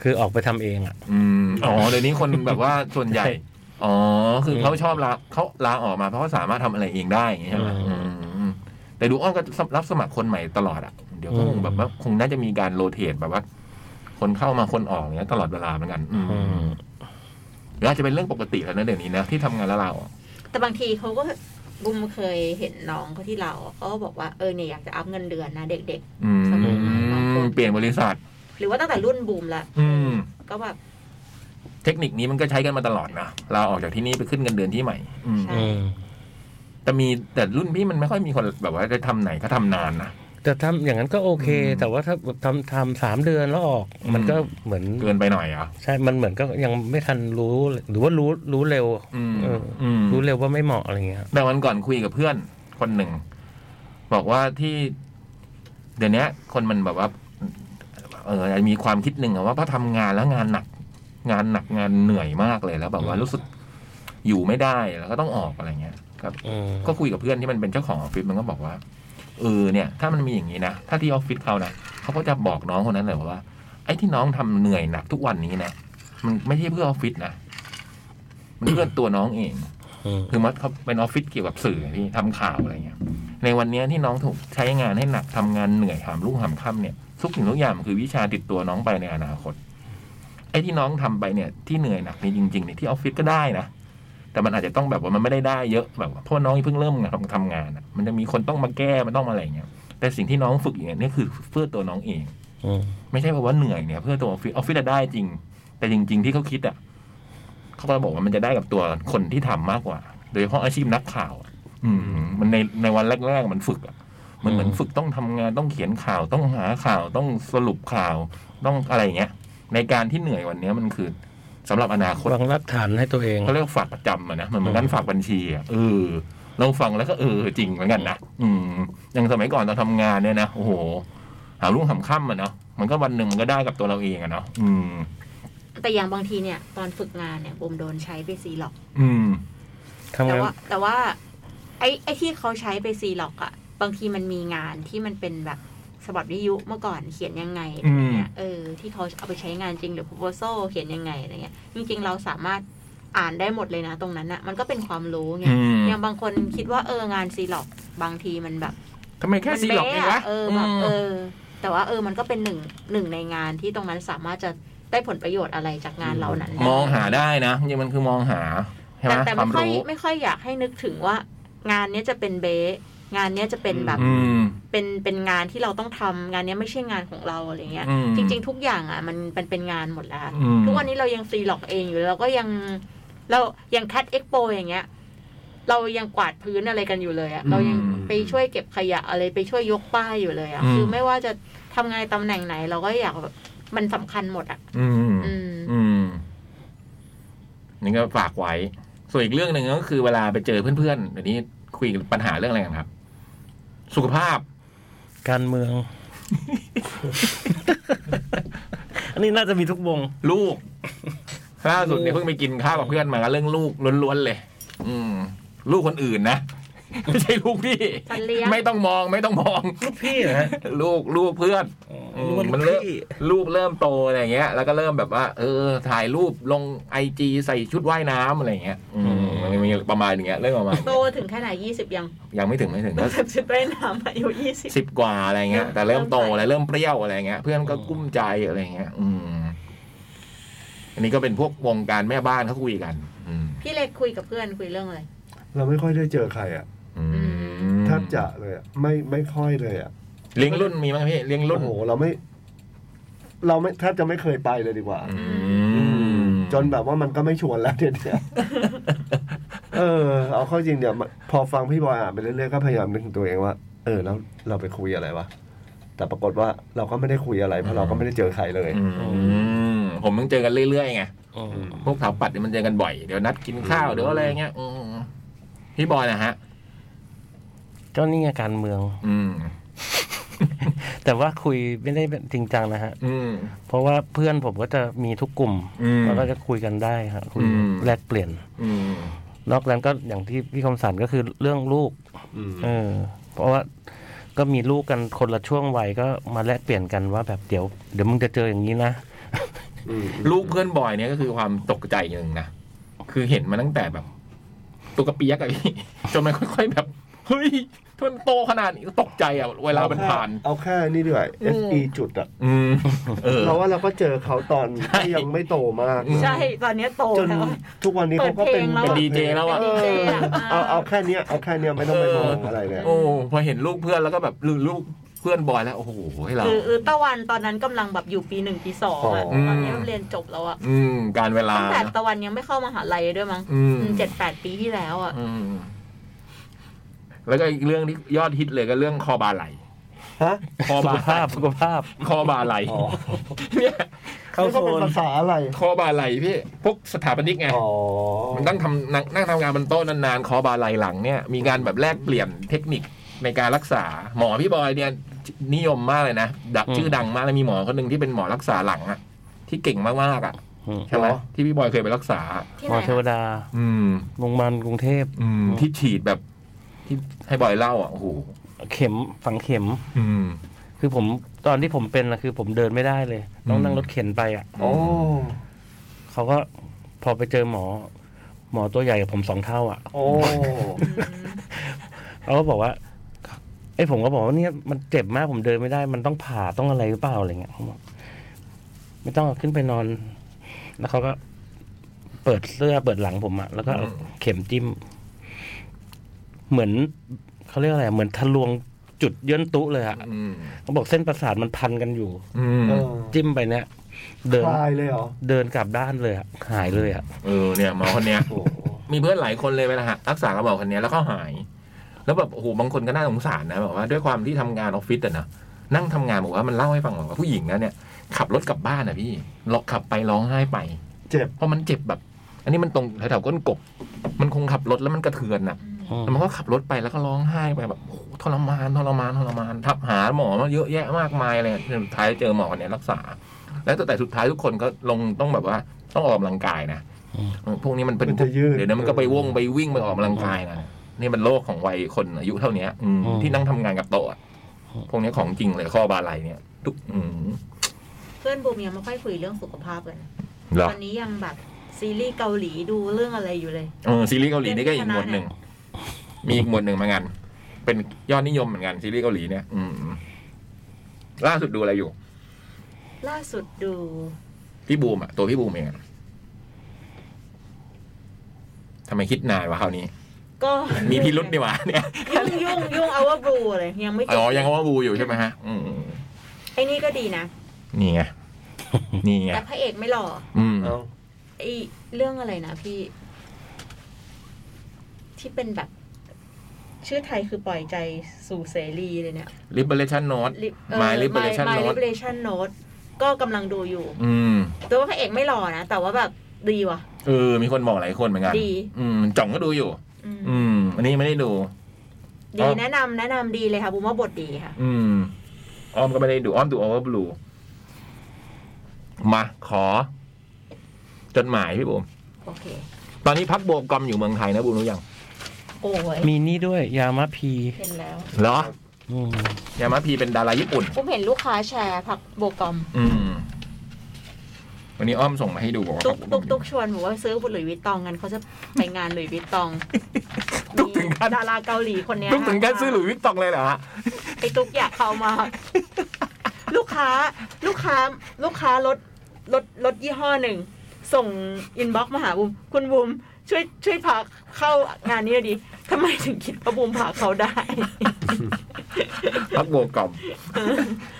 E: คือออกไปทำเองอะ
B: อืมอ๋อเดี๋ยวนี้คนแบบว่าส่วนใหญ่
E: ใช่
B: อ๋อ คือ
E: ม
B: เขาชอบลาเขาลาออกมาเพราะเขาสามารถทำอะไรเองได้อย่างงี้ใช่ไหม
E: อืม
B: อืมแต่ดูอ้อมก็รับสมัครคนใหม่ตลอดอ่ะ เดี๋ยวก็ค
E: อืม
B: งแบบว่าคงน่าจะมีการโรเตทแบบว่า คนเข้ามาคนออกอย่างเนี้ยตลอดเวลาเหมือนกัน อืม
E: อืม
B: หรืออาจจะเป็นเรื่องปกติแล้วนะเดี๋ยวนี้นะที่ทำงานแล้วลาออก
D: แต่บางทีเขาก็บุมเคยเห็นน้องเขาที่เราเขาก็บอกว่าเออเนี่ยอยากจะอัพเงินเดือนนะเด็ก
B: อืม
D: สมัยใหม่บางคน
B: เปลี่ยนบริษัท
D: ๆ หรือว่าตั้งแต่รุ่นบูมละ
B: อืม
D: ก็แบบ
B: เทคนิคนี้มันก็ใช้กันมาตลอดนะลาออกจากที่นี่ไปขึ้นเงินเดือนที่ใหม่ อืม
D: ใช่
E: อืม
B: แต่มีแต่รุ่นพี่มันไม่ค่อยมีคนแบบว่าจะทำไหนก็ทำนานนะ
E: แต่ทำอย่างนั้นก็โอเค
B: อืม
E: แต่ว่าถ้าทำทำสามเดือนแล้วออก
B: อืม
E: มันก็เหมือน
B: เกินไปหน่อยเหรอ่ะ
E: ใช่ มันเหมือนก็ยังไม่ทันรู้เลยหรือว่ารู้รู้เร็ว
B: อืม
E: เออ
B: อืม
E: รู้เร็วว่าไม่เหมาะอะไรเงี้ย
B: แต่วันก่อนคุยกับเพื่อนคนหนึ่ง บอกว่าที่เดี๋ยวนี้คนมันแบบว่า เออมีความคิดหนึ่งอะว่าพอทำงานแล้วงานหนัก งานหนักงานเหนื่อยมากเลยแล้วแบบว่ารู้สึกอยู่ไม่ได้แล้วก็ต้องออกอะไรเงี้ยครับ
E: อืม
B: ก็คุยกับเพื่อนที่มันเป็นเจ้าของออฟฟิศมันก็บอกว่าเออเนี่ย ถ้ามันมีอย่างนี้นะถ้าที่ออฟฟิศเขานะเขาก็จะบอกน้องคนนั้นเลยบอกว่า ไอ้ที่น้องทำเหนื่อยหนักทุกวันนี้นะมันไม่ใช่เพื่อออฟฟิศนะมันเพื่อตัวน้องเอง
E: อืม
B: คือมัดเขาเป็นออฟฟิศเกี่ยวกับสื่อที่ทำข่าวอะไรเงี้ย ในวันเนี้ยที่น้องถูกใช้งานให้หนักทำงานเหนื่อยหามรุ่งหามค่ำเนี่ยทุกสิ่งทุกอย่างมันคือวิชาติดตัวน้องไปในอนาคต ไอ้ที่น้องทำไปเนี่ยที่เหนื่อยหนักนี่จริงๆเนี่ยที่ออฟฟิศก็ได้นะแต่มันอาจจะต้องแบบว่ามันไม่ได้ได้เยอะแบบว่าเพราะว่าน้องเพิ่งเริ่มงานทำงานอะมันจะมีคนต้องมาแก้มันต้องมาอะไรเงี้ยแต่สิ่งที่น้องฝึกอย่างเงี้ยนี่คือเพื่อตัวน้องเอง
E: อืม
B: ไม่ใช่เพราะว่าเหนื่อยเนี่ยเพื่อตัวออฟฟิศออฟฟิศอะได้จริง แต่จริง ๆ ที่เขาคิดอ่ะเขาก็บอกว่ามันจะได้กับตัวคนที่ทำมากกว่า โดยเฉพาะอาชีพนักข่าวอะอืม มันในในวันแรก ๆ มันฝึกอะมันเหมือนฝึกต้องทำงานต้องเขียนข่าวต้องหาข่าวต้องสรุปข่าวต้องอะไรอย่างเงี้ย ในการที่เหนื่อยวันเนี้ยมันคือสำหรับอนาคต
E: วางรักฐานให้ตัวเอง
B: เขาเรียกว่าฝากประจำอะนะมันเหมือนกันฝากบัญชีอะเออเราฟังแล้วก็เออจริงเหมือนกันนะอืมอย่างสมัยก่อนเราทำงานเนี่ยนะโอ้โหหารุ่งหามค่ำอะเนาะมันก็วันหนึ่งมันก็ได้กับตัวเราเองอะเนาะอืม
D: แต่อย่างบางทีเนี่ย ตอนฝึกงานเนี่ยบูมโดนใช้ไปซีหลอก
B: อืม
E: ทำ
D: แต่
E: งาน
D: ว่า แต่ว่า ไอ้ไอ้ที่เขาใช้ไปซีหลอกอะบางทีมันมีงานที่มันเป็นแบบสบับวิทยุเมื่อก่อนเขียนยังไงอะไรเงี้ยเออที่เขาเอาไปใช้งานจริงหรือ proposal เขียนยังไงอะไรเงี้ยจริงๆเราสามารถอ่านได้หมดเลยนะ ตรงนั้นอะมันก็เป็นความรู้ไง
B: อืม
D: อย่างบางคนคิดว่าเอองานซีหลอกบางทีมันแบบ
B: ทำไมแค่ซีหลอกเองวะ
D: เออแบบเออ แต่ว่าเออมันก็เป็นหนึ่งหนึ่งในงานที่ตรงนั้นสามารถจะได้ผลประโยชน์อะไรจากงานเหล่านั้นได้
B: มองหาได้นะจริงๆมันคือมองหาใช่ไหม
D: แต่แต่
B: ค
D: ไม่
B: วาม
D: ค่อย
B: รู้
D: ไม่ค่อยอยากให้นึกถึงว่า งานเนี้ยจะเป็นเบสงานเนี้ยจะเป็นแบบ
B: อืม
D: เป็นเป็นงานที่เราต้องทำงานเนี้ยไม่ใช่งานของเราอะไรเงี้ย
B: อืม
D: จริง ๆ ทุกอย่างอ่ะมันมันเป็นงานหมดแล้ว
B: อืม
D: ทุกวันนี้เรายังซีหลอกเองอยู่เราก็ยังเราอย่างคัดเอ็กโปอย่างเงี้ย เรายังกวาดพื้นอะไรกันอยู่เลยอะเรายัง ไปช่วยเก็บขยะอะไรไปช่วยยกป้ายอยู่เลยอะ
B: อืม
D: คือไม่ว่าจะ ทำงานตำแหน่งไหน เราก็อยากแบบมันสำคัญหมดอ่ะ
B: อืม
D: อืม
B: อืมนี่ก็ฝากไว้ ส่วนอีกเรื่องหนึ่งก็คือเวลาไปเจอเพื่อนๆเดี๋ยวนี้คุยกันปัญหาเรื่องอะไรกันครับ สุขภาพ
E: การเมือง อันนี้น่าจะมีทุกวง
B: ลูก ล่าสุดเนี่ยเพิ่งไปกินข้าวกับเพื่อนมาก็เรื่องลูกล้วนๆเลย อืม ลูกคนอื่นนะ ไม่ใช่ลูกพี่
D: สัตว์เลี้ยง
B: ไม่ต้องมองไม่ต้องมอง
E: ลูกพี่เหรอฮะ
B: ลูกลูกเพื่อน
E: อ๋อ
B: อื
E: นึก
B: ม
E: ว่าลู
B: มัน
E: ก
B: เริ่ม
E: พี่
B: รูปเริ่มโตอะไรอย่างเงี้ย แล้วก็เริ่มแบบว่า เออ ถ่ายรูปลงไอจีใส่ชุดว่ายน้ำอะไรอย่างเงี้ย อืมมันมีประมาณอย่างเงี้ยเรื่องประมาณอย่าง
D: โต
B: เงี้ย
D: ถึงแค่ไหนยี่สิบยัง
B: ยังไม่ถึงไม่ถึ ง
D: ตั้
B: ก็
D: งแต่ชุดว่ายน้ำอายุยี่สิบ
B: สิบกว่าอะไรเงี้ย แต่เริ่มโต
D: เริ่มไป
B: แล้วเริ่มเปรี้ยวอะไรเงี้ย เพื่อนก็
E: อืม
B: กุ้มใจอะไรเงี้ย อืม อันนี้ก็เป็นพวกวงการแม่บ้านเขาคุยกัน อืม
D: พี่เล็กคุยกับเพื่อนคุยเรื่องอะไร
C: เราไม่ค่อยได้เจอใครอ่ะ
B: อืม
C: แทบจะเลยอะไม่ไม่ค่อยเลยอ่ะ
B: เลี้ยงรุ่นมีไหมพี่เลี้ยงรุ่น
C: โอ้โหเราไม่ เราไม่แทบจะไม่เคยไปเลยดีกว่า
B: อืม
C: จนแบบว่ามันก็ไม่ชวนแล้วเดี๋ย วเนี่ยเออ เอาเข้าจริงเนี่ยพอฟังพี่บอยอ่านไปเรื่อยๆก็พยายามนึกถึงตัวเองว่า เออแล้วเราไปคุยอะไรวะแต่ปรากฏว่าเราก็ไม่ได้คุยอะไรเพราะเราก็ไม่ได้เจอใครเลย
B: อืมผมต้องเจอกันเรื่อยๆไง
E: อ๋อ
B: พวกสถาปัตย์เนี่ยมันเจอกันบ่อย เดี๋ยวนัดกินข้าว
C: อืม
B: เดี๋ยวอะไรเงี้ยอืมพี่บอยนะฮะ
E: ก็นี่ไงการเมือง
B: อืม
E: แต่ว่าคุยไม่ได้จริงจังนะฮะ
B: อืม
E: เพราะว่าเพื่อนผมก็จะมีทุกกลุ่ม
B: อืม
E: แล้วก็จะคุยกันได้ครับคุย
B: อืม
E: แลกเปลี่ยน
B: อืม
E: นอกนั้นก็อย่างที่พี่คมสันก็คือเรื่องลูก เออ เพราะว่าก็มีลูกกันคนละช่วงวัยก็มาแลกเปลี่ยนกันว่าแบบเดี๋ยว เดี๋ยวมึงจะเจออย่างนี้นะ
B: ลูกเพื่อนบอยเนี่ยก็คือความตกใจหนึ่งนะ คือเห็นมาตั้งแต่แบบตัวกระเปียกอะพี่ จนมันค่อย ๆ แบบ เฮ้ยทำไมมันโตขนาดนี้ตกใจอะเวลามันผ่าน
C: เอาแค่นี้ดีกว่า
B: อืม
C: SE จุดอ่ะ
B: อืม เออ
C: เพราะว่าเราก็เจอเขาตอน
B: ใช่
C: ที่ยังไม่โตมาก
D: ใช่ ตอนเนี้ยโต
C: จน
D: แล้ว
C: ทุกวันนี้เขาก็เป็น
D: เปิดเพลงแล้วอะ
B: เป็นดีเจแล้วอะ
C: เอ
D: เป็นดีเจ
C: อ
D: อะอ่า
C: เอาเอาแค่เนี้ยเอาแค่เนี้ยไม่ต้องไปมองอะไรเลย
B: โอ้พอเห็นลูกเพื่อนแล้วก็แบบลูกเพื่อนบอยแล้ว โอ้โหให้เรา
D: คือคือตะวันตอนนั้นกำลังแบบอยู่ปีหนึ่งปีสองอะ
C: อ๋อ
D: ตอนนี้มันเรียนจบแล้วอะ
B: อืม การเวลา
D: ตั้งแต่
B: นะ
D: ตะวันยังไม่เข้ามหาลัยด้วยมั้ง
B: อืม
D: เจ็ดแปดปีที่แล้วอะ
B: อืม แล้วก็อีกเรื่องที่ยอดฮิตเลยก็เรื่องคอบาไหล
C: ฮะ
B: คอ
E: สุ
B: บา
E: ขภาพสุขภาพ
B: คอบาไหล
C: อ๋อ
B: เนี่ย
E: เข้า
C: แล้ว
E: โซ
C: ก็เป็น
E: น
C: ภาษาอะไร
B: คอบาไหลพี่ พวกสถาปนิกไง
C: อ๋อ
B: มันตั้งทำนั่งนั่งทำงานบนโต๊ะนานๆ คอบาไหลหลังเนี่ย มีการแบบแลกเปลี่ยนเทคนิคในการรักษา หมอพี่บอยเนี่ย นิยมมากเลยนะดัก
E: อืม
B: ชื่อดังมากเลยมีหมอคนหนึ่งที่เป็นหมอรักษาหลังอะที่เก่งมากๆอะ
E: อืม
B: ใช่ไหม
C: เหรอ
B: ที่พี่บอยเคยไปรักษา
D: ที่
E: ห
D: ไห
E: ม
D: น
E: อเทว
D: อะ
E: ดา
B: อืม
E: โรงพยาบาลกรุงเทพ
B: อืม ที่ฉีดแบบ ที่ให้บอยเล่าอ่ะโอ้โห
E: เข็มฝังเข็ม
B: อืม
E: คือผมตอนที่ผมเป็นนะคือผมเดินไม่ได้เลย ต้อง
B: อืม
E: นั่งรถเข็นไปอ่ะ
C: อ๋อ
E: เขาก็พอไปเจอหมอ หมอตัวใหญ่กับผมสองเท่าอ่ะ
C: โอ้
E: เขาก็บอกว่าไอ้ยผมก็บอกว่าเนี่ยมันเจ็บมากผมเดินไม่ได้ มันต้องผ่าต้องอะไรหรือเปล่าอะไรเงี้ยผมบอกไม่ต้องเอาขึ้นไปนอน แล้วเขาก็เปิดเสื้อเปิดหลังผมอ่ะแล้วก็เอา
B: อืม
E: เข็มจิ้ม เหมือนเขาเรียกอะไรอะเหมือนทะลวงจุดย่นตุเลยอ่ะ
B: อืม
E: เขาบอกเส้นประสาทมันพันกันอยู่
B: อืม
C: เออ
E: จิ้มไปเนี่ยเดิน
C: คลายเลยเหรอ
E: เดินกลับด้านเลยอะหายเลยอะ
B: เออเนี่ยหมอคนเนี้ย
C: โอ้
B: มีเพื่อนหลายคนเลยเวลาหารักษากับหมอคนเนี้ยแล้วก็หาย แล้วแบบโอ้โหบางคนก็น่าสงสารนะแบบว่าด้วยความที่ทำงานออฟฟิศอะนะนั่งทำงานบอกว่ามันเล่าให้ฟังบอกว่าผู้หญิงนะเนี่ยขับรถกลับบ้านอะพี่เราขับไปร้องไห้ไป
C: เจ็บ
B: เพราะมันเจ็บแบบ อันนี้มันตรงแถวๆก้นกบ มันคงขับรถแล้วมันกระเทือนอะแล้วมันก็ขับรถไปแล้วก็ร้องไห้ไปแบบโอ้โหทรมานทรมานทรมานทับหาหมอมาเยอะแยะมากมายเลยสุดท้ายเจอหมอคนเนี้ยรักษา แล้วแต่สุดท้ายทุกคนก็ลงต้องแบบว่าต้องออกกำลังกายนะพวกนี้มันเป็น
C: มันจะยืด
B: เดี๋ยวนั้นมันก็ไปว่งไปวิ่งไปออกกำลังกายนะนี่มันโลกของวัยคนอายุเท่าเนี้ยอืม
E: อืม
B: ที่นั่งทำงานกับโต๊ะอะพวกนี้ของจริงเลยข้อบาไหลเนี่ยทุกอืม
D: เพื่อนบูมยังไม่ค่อยคุยเรื่องสุขภาพกัน
B: เหร
D: ต
B: อ
D: อนนี้ยังแบบซีรีส์เกาหลีดูเรื่องอะไรอยู่เลย
B: เออซีรีส์เกาหลีนี่ก็อีกหมวดหนึ่งมีอีกหมวดหนึ่งเหมือนกันเป็นยอดนิยมเหมือนกันซีรีส์เกาหลีเนี่ยอืมล่าสุดดูอะไรอยู่
D: ล่าสุดดู
B: พี่บูมอ่ะตัวพี่บูมเองอะทำไมคิดนานวะคราวนี้
D: ก็
B: มีพิรุษดีวะเนี่ย
D: ยุ่งยุ่งยุ่งเอาว่าบูอะไรยังไม่จบ
B: อ๋อยังว่าบูอยู่ใช่ไหมฮะ อืม
D: ไอ้นี่ก็ดีนะ
B: นี่ไงนี่ไง
D: แต่พระเอกไม่หล่อ
B: อืม
C: เอ้า
D: ไอ้เรื่องอะไรนะพี่ ที่เป็นแบบ ชื่อไทยคือปล่อยใจสู่เสรีเลยเนี่ย
B: liberation note
D: ลิเอ่อ
B: my liberation
D: My- My
B: note
D: Liberation Note ก็กำลังดูอยู่
B: อืม
D: ตัวว่าพระเอกไม่หล่อนะ แต่ว่าแบบดีว่ะ
B: เออ มีคนบอกหลายคนเหมือนกัน
D: ดี
B: อืม จ่องก็ดูอยู่
D: อืม
B: อืม อันนี้ไม่ได้ดู
D: ดีแนะนำแนะนำดีเลยค่ะบูมว่าบทดีค่ะ
B: อืม อ้อมก็ไม่ได้ดู อ้อมดู over blue มา ขอ จดหมายพี่บุ๋ม
D: โอเค
B: ตอนนี้พักโบกอมอยู่เมืองไทยนะบุ๋มรู้ยัง
D: โอ้ย
E: มีนี่ด้วยยามะพี
D: เห็นแล้ว
B: เหรอ
E: อืม
B: ยามาพีเป็นดาราญี่ปุ่น
D: บูมเห็นลูกค้าแชร์ผักโบกอม
B: อืม วันนี้อ้อมส่งมาให้ดูบอกว่า
D: ตุ๊ก
B: พั
D: ตุ๊
B: โบอ
D: ก
B: ม
D: ตุ๊กชวนบอกว่าซื้อบุหรี่วิตตองกันเขาจะไปงานหลุยวิตตอง
B: ตุ๊กถึงขั้น
D: ดาราเกาหลีคนเนี้ย
B: ตุ๊กถึงกันซื้อหลุยส์วิตตองเลยเหรอฮะ
D: ไอ้ตุ๊กอยากเข้าม ากลูกค้า ลูกค้า ลูกค้ารถรถรถยี่ห้อหนึ่ง ส่งอินบ็อกมาหาบุมคุณบุมช่วยช่วยพาเข้างานนี้หน่อยดีทำไมถึงคิดว่าบุมพาเขาได้
B: พักโบกอมเ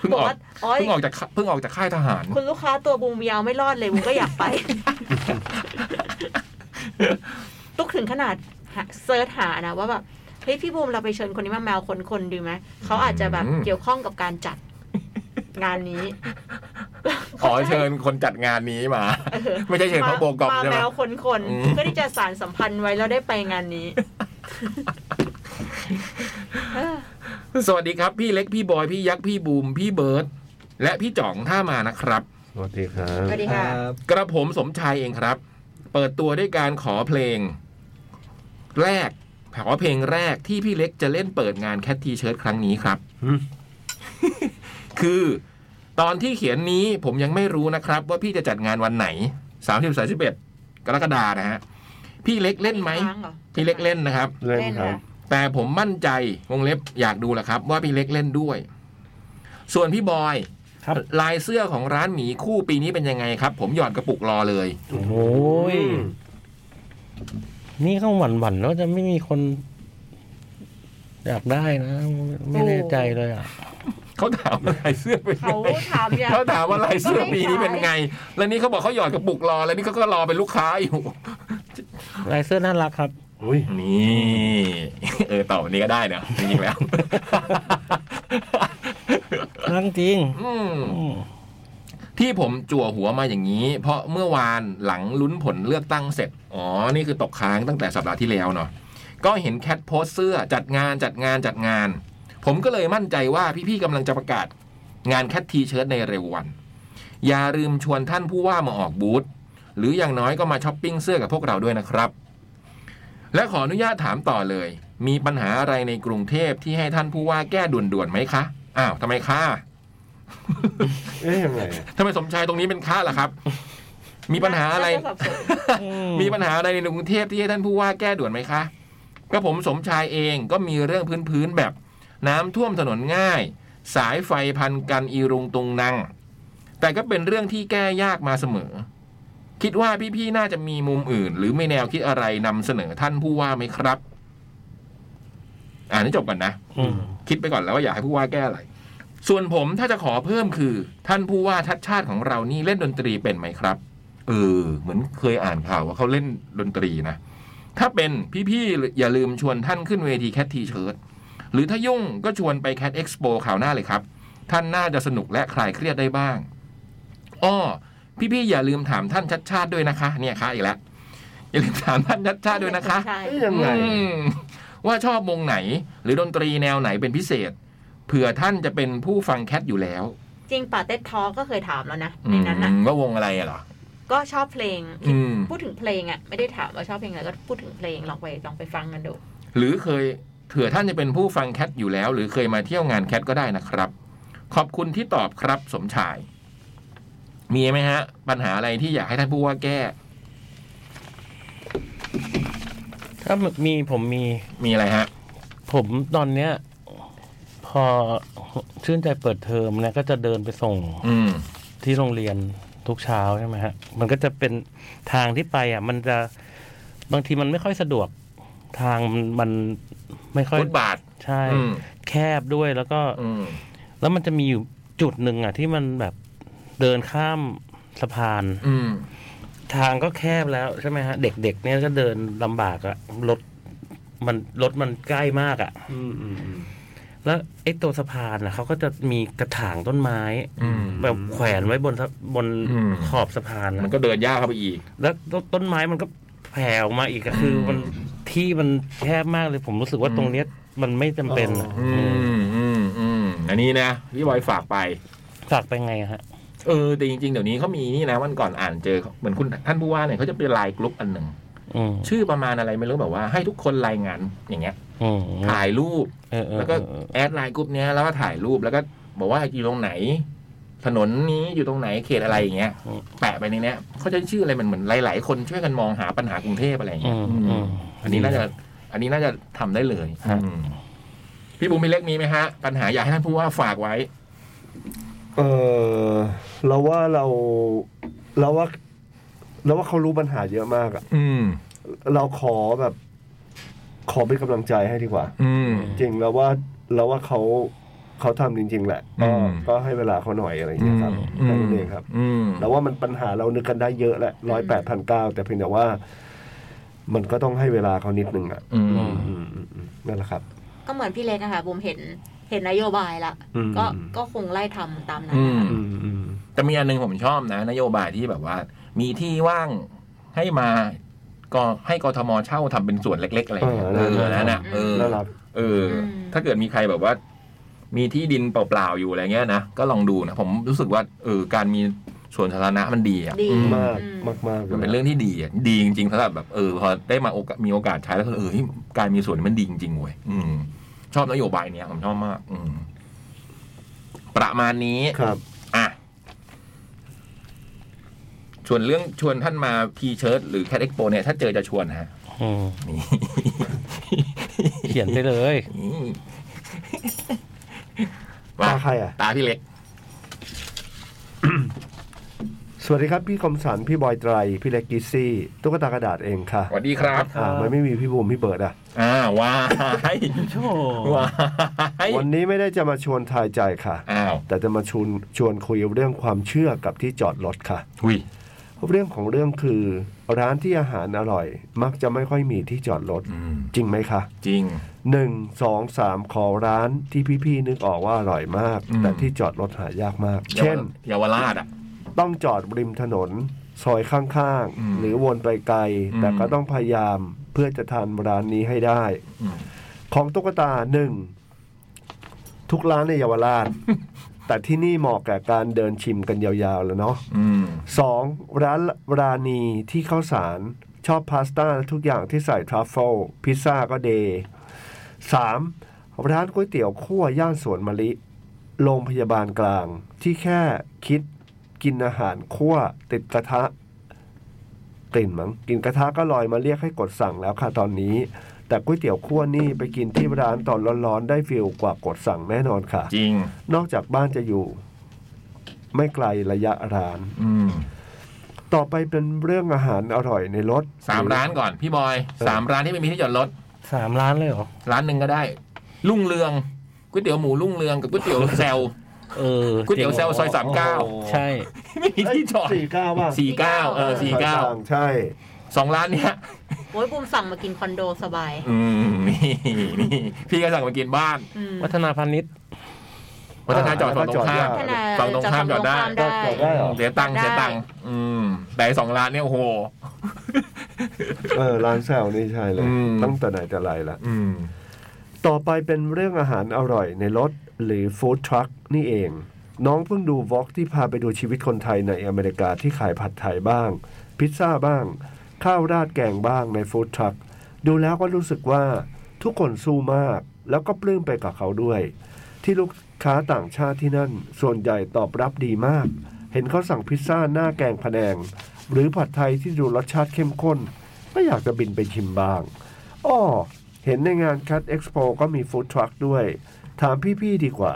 B: พิ่ง
D: บอ
B: อกอก
D: ว่าอ๋อ
B: เพิ่งออกจากค่าเพิ่งออกจากค่ายทหาร
D: คุณลูกค้าตัวบุมยาวไม่รอดเลยบุมก็อยากไป ตุ๊กถึงขนาดหาเซิร์ชหานะว่าแบบเฮ้ยพี่บูมเราไปเชิญคนนี้มาแมวคนคนๆดีไหมเขาอาจจะแบบ
B: อืม
D: เกี่ยวข้องกับการจัดงานนี้
B: ขอเชิญคนจัดงานนี้มา
D: เออ
B: ไม่ใช่เชิญพักโบกอม
D: มา
B: ใช่ไห
D: แม
B: ม
D: วคนคนๆ
B: อืม
D: เพื่อที่จะสารสัมพันธ์ไว้แล้วได้ไปงานนี้ เออ
B: สวัสดีครับ พี่เล็กพี่บอยพี่ยักษ์พี่บูมพี่เบิร์ตและพี่จ่องท่ามานะครับ
C: สวัสดีครับ
D: สวัสดีค่ะ
A: รับ
B: กระผมสมชายเองครับ เปิดตัวด้วยการขอเพลง แรกขอเพลงแรกที่พี่เล็กจะเล่นเปิดงานแคททีเชิร์ตครั้งนี้ครับ
C: หืม
B: คือ ตอนที่เขียนนี้ผมยังไม่รู้นะครับ ว่าพี่จะจัดงานวันไหน 30 31กรกฎานะฮะ พี่เล็กเล่นไหม
D: ค้างรอ
B: พี่เล็กเล่นนะครับ
C: เล่นครับ
B: แต่ผมมั่นใจวงเล็บอยากดูแหละครับ ว่าพี่เล็กเล่นด้วย ส่วนพี่บอย
E: ครับ
B: ลายเสื้อของร้านหมีคู่ปีนี้เป็นยังไงครับ ผมหยอดกระปุกรอเลย
E: โอ้โหยนี่เขาหวั่นหวั่นๆว่าจะไม่มีคน อยากได้นะ ไม่แน่ใจเลยอ่ะ
B: เขาถามว่าลายเสื้อเป็นยั
D: เขา
B: งไง
D: ถามอย่าง
B: เขาถามว่าลายเสื้อปีนี้เป็น
D: ไม่
B: ไง
D: ขาย
B: แล้วนี่เขาบอกเขาหยอดกระปุกรอ แล้วนี่เขาก็รอเป็นลูกค้าอยู่
E: ลายเสื้อน่ารักครับ
C: อุ้ย
B: นี่ เออต่อวันนี้ก็ได้เนอะจริงๆแล้ว
E: น่ารักจริง
B: อืม
E: อืม
B: ที่ผมจั่วหัวมาอย่างนี้ เพราะเมื่อวานหลังลุ้นผลเลือกตั้งเสร็จ อ๋อ นี่คือตกค้างตั้งแต่สัปดาห์ที่แล้วเนาะก็เห็นแคทโพสต์เสื้อจัดงานจัดงานจัดงาน ผมก็เลยมั่นใจว่าพี่ๆกำลังจะประกาศงานแคททีเชิร์ตในเร็ววัน อย่าลืมชวนท่านผู้ว่ามาออกบูธหรืออย่างน้อยก็มาช้อปปิ้งเสื้อกับพวกเราด้วยนะครับ และขออนุญาตถามต่อเลย มีปัญหาอะไรในกรุงเทพที่ให้ท่านผู้ว่าแก้ด่วนๆไหมคะอ้าวทำไมคะ
C: เอ๊ะยังไงอะ
B: ทำไมสมชายตรงนี้เป็นค้าล่ะครับ มีปัญหาอะไร
D: น่จสับสน
B: มีปัญหาอะไรในกรุงเทพที่ให้ท่านผู้ว่าแก้ด่วนไหมคะก็ผมสมชายเองก็มีเรื่องพื้นๆแบบ น้ำท่วมถนนง่าย สายไฟพันกันอีรุงตุงนัง แต่ก็เป็นเรื่องที่แก้ยากมาเสมอ คิดว่าพี่ๆน่าจะมีมุมอื่น หรือไม่แนวคิดอะไรนำเสนอท่านผู้ว่าไหมครับ อ่านให้จบก่อนนะ
E: อืม
B: คิดไปก่อนแล้วว่าอยากให้ผู้ว่าแก้อะไร ส่วนผมถ้าจะขอเพิ่มคือ ท่านผู้ว่าชัดชาติของเรานี่เล่นดนตรีเป็นไหมครับ เออ เหมือนเคยอ่านข่าวว่าเขาเล่นดนตรีนะ ถ้าเป็นพี่ๆอย่าลืมชวนท่านขึ้นเวทีแคททีเชิร์ตหรือถ้ายุ่งก็ชวนไปแคทเอ็กซ์โปข่าวหน้าเลยครับ ท่านน่าจะสนุกและคลายเครียดได้บ้าง อ้อ พี่ๆอย่าลืมถามท่านชัดชาติด้วยนะคะ เนี่ยคะอีกแล้วอย่าลืมถามท่านชัดชาติด้วยนะคะ
D: ใช่
C: เอ๊ะยังไง
B: อืมว่าชอบวงไหน หรือดนตรีแนวไหนเป็นพิเศษเผื่อท่านจะเป็นผู้ฟังแคทอยู่แล้ว
D: จริงป่าเต็ดทอก็เคยถามแล้วนะในนั้นน่ะ
B: อืมว่าวงอะไรอะเหรอ
D: ก็ชอบเพลง
B: อืม
D: พูดถึงเพลงอ่ะ ไม่ได้ถามว่าชอบเพลงอะไรก็พูดถึงเพลงลองไปลองไปฟังกันดู
B: หรือเคยเผื่อท่านจะเป็นผู้ฟังแคทอยู่แล้ว หรือเคยมาเที่ยวงานแคทก็ได้นะครับ ขอบคุณที่ตอบครับสมชาย มีไหมฮะ ปัญหาอะไรที่อยากให้ท่านผู้ว่าแก้
E: ถ้ามีผมมี
B: มีอะไรฮะ
E: ผมตอนเนี้ย พอชื่นใจเปิดเทอมเนี่ยก็จะเดินไปส่ง
B: อืม
E: ที่โรงเรียนทุกเช้าใช่ไหมฮะ มันก็จะเป็นทางที่ไปอ่ะ มันจะบางทีมันไม่ค่อยสะดวกทางมันมันไม่ค่อย
B: ฟุตบาท
E: ใช่
B: อืม
E: แคบด้วยแล้วก็
B: อืม
E: แล้วมันจะมีอยู่จุดหนึ่งอ่ะ ที่มันแบบเดินข้ามสะพาน
B: อืม
E: ทางก็แคบแล้วใช่ไหมฮะ เด็กๆเนี่ยก็เดินลำบากอะรถ มันรถมันใกล้มากอะ่ะ
C: อืมอืมอืม
E: แล้วไอ้ตัวสะพานนะเขาก็จะมีกระถางต้นไม้
B: อืม
E: แบบแขวนไว้บนสะบน
B: อืม
E: ขอบสะพาน
B: มัน
E: นะ
B: ก็เดินยากเข้าไปอีก
E: แล้วต้นต้นไม้มันก็แผ่ออกมาอีกอะคือมันที่มันแคบมากเลยผมรู้สึกว่า
B: อืม
E: ตรงเนี้ยมันไม่จำเป็นอะ
B: อืมอืมอืมอันนี้นะพี่บอยฝากไป
E: ฝากไปไงอะฮะ
B: เออแต่จริงๆเดี๋ยวนี้เขามีนี่นะวันก่อนอ่านเจอเหมือนคุณท่านผู้ว่าเนี่ยเขาจะเป็นไลน์กลุ่มอันหนึ่ง
E: อืม
B: ชื่อประมาณอะไรไม่รู้แบบว่าให้ทุกคนรายงานอย่างเงี้ย
E: อืม
B: ถ่ายรูป
E: เออเออ
B: แล้วก็
E: เออ
B: แอดไลน์กลุ่มเนี้ยแล้วก็ถ่ายรูปแล้วก็บอกว่าอยู่ตรงไหน ถนนนี้อยู่ตรงไหนเขตอะไรอย่างเงี้ย แปะไปในเนี้ยเขาจะชื่ออะไรมันเหมือนหลาย ๆ คนช่วยกันมองหาปัญหากรุงเทพอะไรอย่าง
E: อื
B: เงี้ย
E: ม
B: อืม
E: อืม
B: อันนี้น่าจะ อันนี้น่าจะทำได้เลยอืมพี่บุ๋มพี่เล็กมีไหมฮะ ปัญหาอยากให้ท่านผู้ว่าฝากไว้
C: เออเราว่าเราเราว่าเราว่าเขารู้ปัญหาเยอะมากอะ
B: อืม
C: เราขอแบบ ขอเป็นกำลังใจให้ดีกว่า
B: อืม
C: จริงเราว่าเราว่าเขาเขาทำจริง ๆ แหละก็
B: อืม
C: ก็ให้เวลาเขาหน่อยอะไรอย่างเงี้ยครับแค่นั้นเองครับ
B: อืม
C: เราว่ามันปัญหาเรานึกกันได้เยอะแหละร้อยแปดพันเก้าแต่เพียงแต่ว่า มันก็ต้องให้เวลาเขานิดนึงอ่ะ
B: อืม
C: อืมอืมอืมนั่นแหละครับ
D: ก็เหมือนพี่เล็กอะค่ะบุมเห็นเห็นนโยบายละ
C: อืม
D: ก็ก็คงไล่ทำตามนั้น
B: อืม
D: ค่ะ
C: อืมอืม
B: แต่มีอันหนึงผมชอบนะ นโยบายที่แบบว่า มีที่ว่างให้มา ก็ให้กทมเช่าทำเป็นส่วนเล็ก ๆ อะไรอย่างเงี้ยเออนั่นน่ะเออ
C: น่ารัก
B: เอออ ถ้าเกิดมีใครแบบว่า มีที่ดินเปล่าๆอยู่อะไรเงี้ยนะ ก็ลองดูนะ ผมรู้สึกว่า เออ การมีสวนสาธารณะมันดีอ่ะ
D: ดี
B: อื
C: มาก
D: อืม
C: มากมากๆลย
B: มันเป็นเรื่องที่ดีอ่ะ ดีจริงๆสำหรับแบบเออ พอได้มาโอกาสมีโอกาสใช้แล้วก็เออเฮ้ยการมีสวนนี่มันดีจริงๆเว้ยอืม ชอบนโยบายเนี้ยผมชอบมาก อืม ประมาณนี้
C: ครับ
B: อ่ะ ชวนเรื่องชวนท่านมาพีเชิร์ตหรือแคดเอ็กโปเนี่ย ถ้าเจอจะชวนฮะ
E: อืม
B: นี่
E: เขียนไปเลย
B: นี่
C: ตา
B: มา
C: ใครอ่ะ
B: ตาพี่เล็ก
C: สวัสดีครับ พี่คมสัน พี่บอยไตร พี่เล็กกิซี่ตุ๊กตากระดาษเองค่ะ
B: สวัสดีครับ
C: อ่ามันไม่มีพี่บูมพี่เบิร์ดอ่ะ
B: อ่าวาย
E: โช
B: วาย
C: วันนี้ไม่ได้จะมาชวนทายใจค่ะ
B: อ้าว
C: แต่จะมาชวนชวนคุยเรื่องความเชื่อกับที่จอดรถค่ะ
B: หุย
C: เรื่องของเรื่องคือ ร้านที่อาหารอร่อย มักจะไม่ค่อยมีที่จอดรถ
B: อืม
C: จริงไหมคะ
B: จริง
C: หนึ่งสองสามขอร้านที่พี่ๆนึกออกว่าอร่อยมาก
B: อืม
C: แต่ที่จอดรถหายากมาก เช่น
B: เยาวราชอ่ะ
C: ต้องจอดริมถนน ซอยข้าง
B: อืม
C: ๆ หรือวนไปไกล
B: อืม
C: แต่ก็ต้องพยายามเพื่อจะทานร้านนี้ให้ได้
B: อืม
C: ของตุ๊กตาหนึ่ง ทุกร้านในเยาวรา ช แต่ที่นี่เหมาะแก่การเดินชิมกันยาวๆ แล้วเนาะ
B: อืม
C: สองร้านรานีที่ข้าวสาร ชอบพาสต้าและทุกอย่างที่ใส่ทรัฟเฟิลพิซซ่าก็เดย์สามร้านก๋วยเตี๋ยวคั่วย่านสวนมะลิ โรงพยาบาลกลางที่แค่คิดกินอาหารคั่วติดกระทะกลิ่นมั้งกลินกระทะก็ลอยมาเรียกให้กดสั่งแล้วค่ะตอนนี้ แต่ก๋วยเตี๋ยวคั่วนี่ไปกินที่ร้านตอนร้อนๆ ได้ฟิลกว่ากดสั่งแน่นอนค่ะ
B: จริง
C: นอกจากบ้านจะอยู่ ไม่ไกลระยะร้าน
B: อืม
C: ต่อไปเป็นเรื่องอาหารอร่อยในรถ
B: สามร้านก่อน พี่บอย สามร้านที่ไม่มีที่จอดรถ
E: สามล้านเลยเหรอ
B: ร้านหนึ่งก็ได้ ลุ่งเรือง ก๋วยเตี๋ยวหมูลุ่งเรืองกับก๋วยเตี๋ยวแซล
E: เออ
B: ก๋วยเตี๋ยวแซลซอยสามเก้า
E: ใช่
B: ไม่มีที่จอด
C: สี่เก้าบ้าง
B: สี่เก้าเออสี่เก้า
C: ใช่
B: สองร้านเนี้ย
D: โอ้ยบุมสั่งมากินคอนโดสบาย
B: อืม นี่นี่พี่ก็สั่งมากินบ้าน
D: อืม
E: วัฒนาพาณิชย์
B: วัฒนาจอดฝั่งตรงข้าม
C: พัฒน
B: ฝั่งตรงข้ามจอดได้
D: ได้
C: จอดได้เหรอ
B: เสียตังค์
D: ได้
B: เสียตังค์อืม แต่ไอ้สองร้านเนี่ยโอ้โห
C: เออร้านแซวนี่ใช่เลย
B: อืม
C: ตั้งแต่ไหนแต่ไรละ
B: อืม
C: ต่อไปเป็นเรื่องอาหารอร่อยในรถหรือฟู้ดทรัคนี่เอง น้องเพิ่งดูวอล์กที่พาไปดูชีวิตคนไทยในอเมริกาที่ขายผัดไทยบ้าง พิซซ่าบ้าง ข้าวราดแกงบ้างในฟู้ดทรัคดูแล้วก็รู้สึกว่าทุกคนสู้มาก แล้วก็ปลื้มไปกับเขาด้วย ที่ลูกค้าต่างชาติที่นั่น ส่วนใหญ่ตอบรับดีมาก เห็นเขาสั่งพิซซ่าหน้าแกงพะแนง หรือผัดไทยที่ดูรสชาติเข้มข้น ก็อยากจะบินไปชิมบ้าง อ้อ เห็นในงานคัตเอ็กซ์โปก็มีฟู้ดทรัคด้วย ถามพี่ๆดีกว่า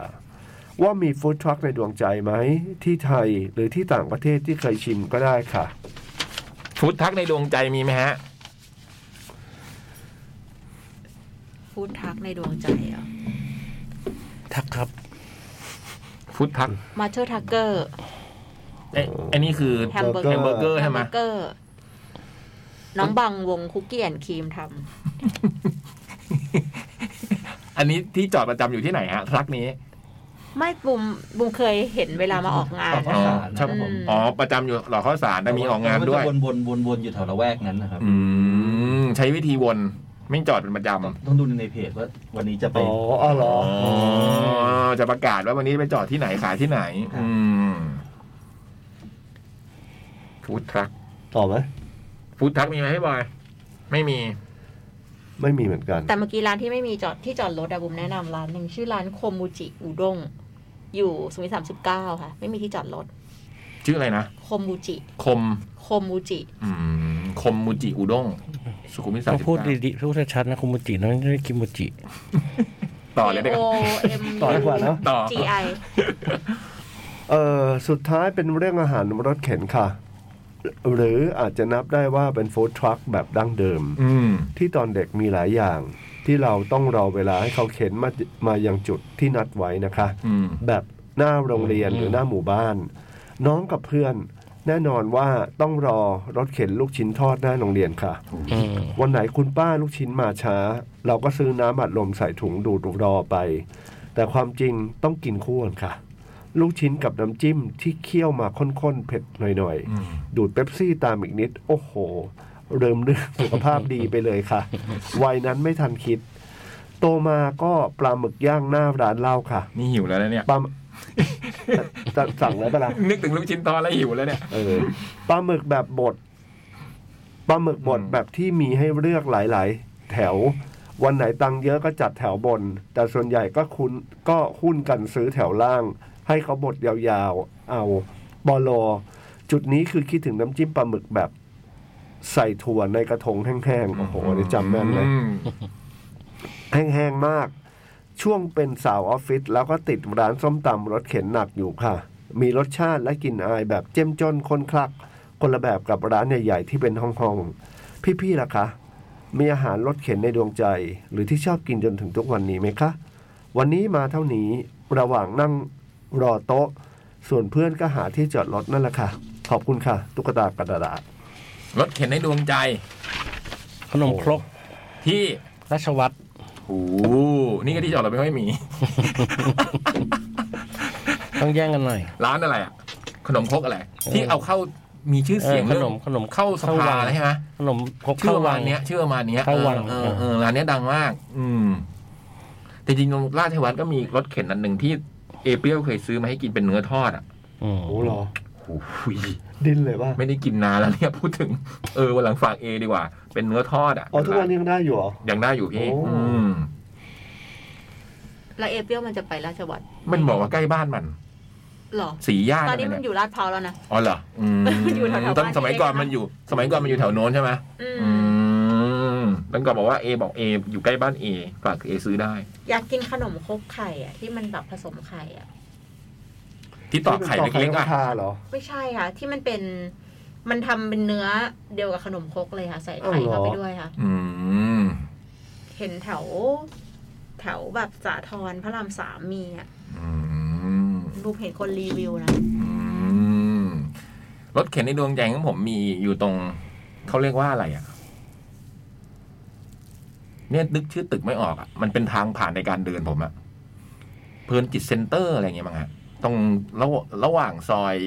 C: ว่ามีฟู้ดทรัคในดวงใจไหม ที่ไทยหรือที่ต่างประเทศที่เคยชิมก็ได้ค่ะ
B: ฟู้ดทักในดวงใจมีไหมฮะ
D: ฟู้ดทักในดวงใจเหรอ่ะ
E: ทักครับ
B: ฟู้ดทัก
D: มาเชอร์ทักเกอร์
B: ไอ้ไอ้นี่คือ
D: แฮมเบอร์เกอร์
B: แฮมเบอร์เกอร์ใช่ไหม
D: เกอร์ น้องบังวงคุกกี้แอนด์ครีมท
B: อันนี้ที่จอดประจำอยู่ที่ไหนฮะทรัคนี้
D: ไม่บุมบุมเคยเห็นเวลามาออกงาน
A: ข้
D: นะ
B: อ๋อ
A: สา
D: คะ
A: รนะ
B: ครับผมอ๋อประจำอยู่หล่อข้าวสารแต่มีออกงานด้วย
A: มัจะวนวนวนๆอยู่แถวละแวกนั้นนะครับ
B: อืมใช้วิธีวนไม่จอดเป็นประจำ
A: ต้องดูในเพจว่าวันนี้จะไป
C: อ๋ออ๋อเหรอ
B: อ๋อจะประกาศว่าวันนี้ไปจอดที่ไหนขายที่ไหน
A: ครับ
B: อืมฟู้ดทรัค
C: ต่อไหม
B: ฟู้ดทรัคมีไหมพี่บอยไม่มี
C: ไม่มีเหมือนกัน
D: แต่เมื่อกี้ร้านที่ไม่มีจอดที่จอดรถอะบุมแนะนำร้านหนึ่งชื่อร้านโคมูจิอุด้งอยู่สุขวิทสามสิบเก้าค่ะ ไม่มีที่จอดรถ
B: ชื่ออะไรนะ
D: โคมูจิ
B: คม
D: โคมูจิ
B: อืมคมมูจิอุด้งสุขุมวิทสา
E: ต้
B: ม
E: อง
B: สิบ
E: พูด
B: เก้า
E: ดีๆพูดชัดๆนะคุโมจินะไม่ใช่คิโมจิ
B: ต่อเลยได้
D: โอ
B: กับ
D: เอ็ม
C: ต่อดีกว่าเนอะ
B: ต่อ
D: จีไอ
C: เออสุดท้ายเป็นเรื่องอาหารรถเข็นค่ะ หรืออาจจะนับได้ว่าเป็นฟู้ดทรัคแบบดั้งเดิม
B: อืม
C: ที่ตอนเด็กมีหลายอย่าง ที่เราต้องรอเวลาให้เขาเข็นมามายังจุดที่นัดไว้นะคะ
B: อืม
C: แบบหน้าโรงเรียนหรือหน้าหมู่บ้าน น้องกับเพื่อน แน่นอนว่าต้องรอรถเข็นลูกชิ้นทอดหน้าโรงเรียนค่ะ
E: อืม
C: วันไหนคุณป้าลูกชิ้นมาช้า เราก็ซื้อน้ำอัดลมใส่ถุงดูดรอไป แต่ความจริงต้องกินคู่กันค่ะ ลูกชิ้นกับน้ำจิ้มที่เคี่ยวมาข้นๆเผ็ดหน่อย
B: อืม
C: ๆ ดูดเป๊ปซี่ตามอีกนิด โอ้โห เริ่มเรื่องสุขภาพดีไปเลยค่ะ วัยนั้นไม่ทันคิด โตมาก็ปลาหมึกย่างหน้าร้านเหล้าค่ะ
B: นี่หิวแล้วนะเนี่ย
C: ปลาหมึก จะสั่งแล้วปะล่ะ
B: นึกถึงลูกชิ้นทอดแล้วหิวแล้วเนี่ย
C: เออปลาหมึกแบบบดปลาหมึกบด
B: อืม
C: แบบที่มีให้เลือกหลาย ๆ แถว วันไหนตังค์เยอะก็จัดแถวบน แต่ส่วนใหญ่ก็คุณก็หุ้นกันซื้อแถวล่าง ให้เขาบดยาวๆ เอาบอลอจุดนี้คือคิดถึงน้ำจิ้มปลาหมึกแบบ ใส่ถั่วในกระทงแห้งๆ โอ้โหนี่จำแม่นเลย
B: อืม
C: แห้งๆมาก ช่วงเป็นสาวออฟฟิศแล้วก็ติดร้านส้มตำรถเข็นหนักอยู่ค่ะ มีรสชาติและกลิ่นอายแบบเจ้มจนคนคลัก คนละแบบกับร้านใหญ่ๆที่เป็นห้องๆพี่ๆล่ะคะ มีอาหารรสเข็นในดวงใจ หรือที่ชอบกินจนถึงทุกวันนี้ไหมคะ วันนี้มาเท่านี้ระหว่างนั่งรอโต๊ะ ส่วนเพื่อนก็หาที่จอดรถนั่นแหละค่ะ ขอบคุณค่ะ ตุ๊กตากระดาษ
B: รถเข็นในดวงใจ
E: ขนมครก
B: ที่
E: ราชวัตร
B: โอ้นี่ก็ที่จอดรถไม่ค่อยมี
E: ต้องแย่งกันหน่อย
B: ร้านอะไรอ่ะ ขนมครกอะไร ที่เอาเข้ามีชื่อเสียง
E: เออขนม
B: เรื่อง
E: ขนม
B: เข้าส
E: เข้า
B: ภา
E: วัง
B: แล้วใช่ไหม
E: ขนมครก
B: ชื่
E: ข้า
B: อ
E: ว
B: ประ
E: วั
B: มาง ณเนี้ยชื่อประมาณเนี้ย
E: เข้าวัง
B: เออเออ
E: เออ
B: เออร้านเนี้ยดังมาก อืม แต่จริงๆราชวัตรก็มีรถเข็นอันหนึ่งที่เอเปียวเคยซื้อมาให้กินเป็นเนื้อทอดอ่ะ
E: อืม
C: โอ้หรอ
B: โอ้ย
C: ดิ้นเลยว่า
B: ไม่ได้กินนานแล้วเนี่ยพูดถึงเออวันหลังฝากเอดีกว่า เป็นเนื้อทอดอ่ะ
C: อ๋อทุกวันนี้ยังได้อยู่เหรอ
B: ยังได้อยู่พี่
C: โอ้
B: อืม
D: แล้วเอเปียวมันจะไปราชวัตร
B: มันบอกว่าใกล้บ้านมัน
D: หรอ
B: สีย่าน
D: ตอนนี้มัน
B: เย
D: อยู่ลาดพร้าวแล้วนะ
B: อ๋อเหรออืม
D: มันอยู่แถวๆบ้าน
B: ตอนสมัยก่อน
D: เองนะ
B: มันอยู่ สมัยก่อนมันอยู่แถวโน้นใช่ไหม
D: อื
B: อื
D: ม
B: มตั้งก่อนบอกว่าเอบอกเออยู่ใกล้บ้านเอฝากเอซื้อได้
D: อยากกินขนมครกไข่อะที่มันแบบผสมไข่อะ
B: ที่ตอกไข่เล็กๆอ่ะ
C: ทาเหรอ
D: ไม่ใช่ค่ะ ที่มันเป็นมันทำเป็นเนื้อเดียวกับขนมครกเลยค่ะ ใส่ไข่เข้าไปด้วยค่ะ
B: อืม
D: เห็นแถว แถวแบบสาทรพระรามสามมีอะ
B: อืม
D: บุมเห็นคนรีวิวนะ
B: อืมรถเข็นในดวงใจของผมมีอยู่ตรงเขาเรียกว่าอะไรอ่ะ เนี่ยนึกชื่อตึกไม่ออกอ่ะ มันเป็นทางผ่านในการเดินผมอ่ะ เพลินจิตเซ็นเตอร์อะไรเงี้ยมั้งฮะตรงระหวระหว่างซอย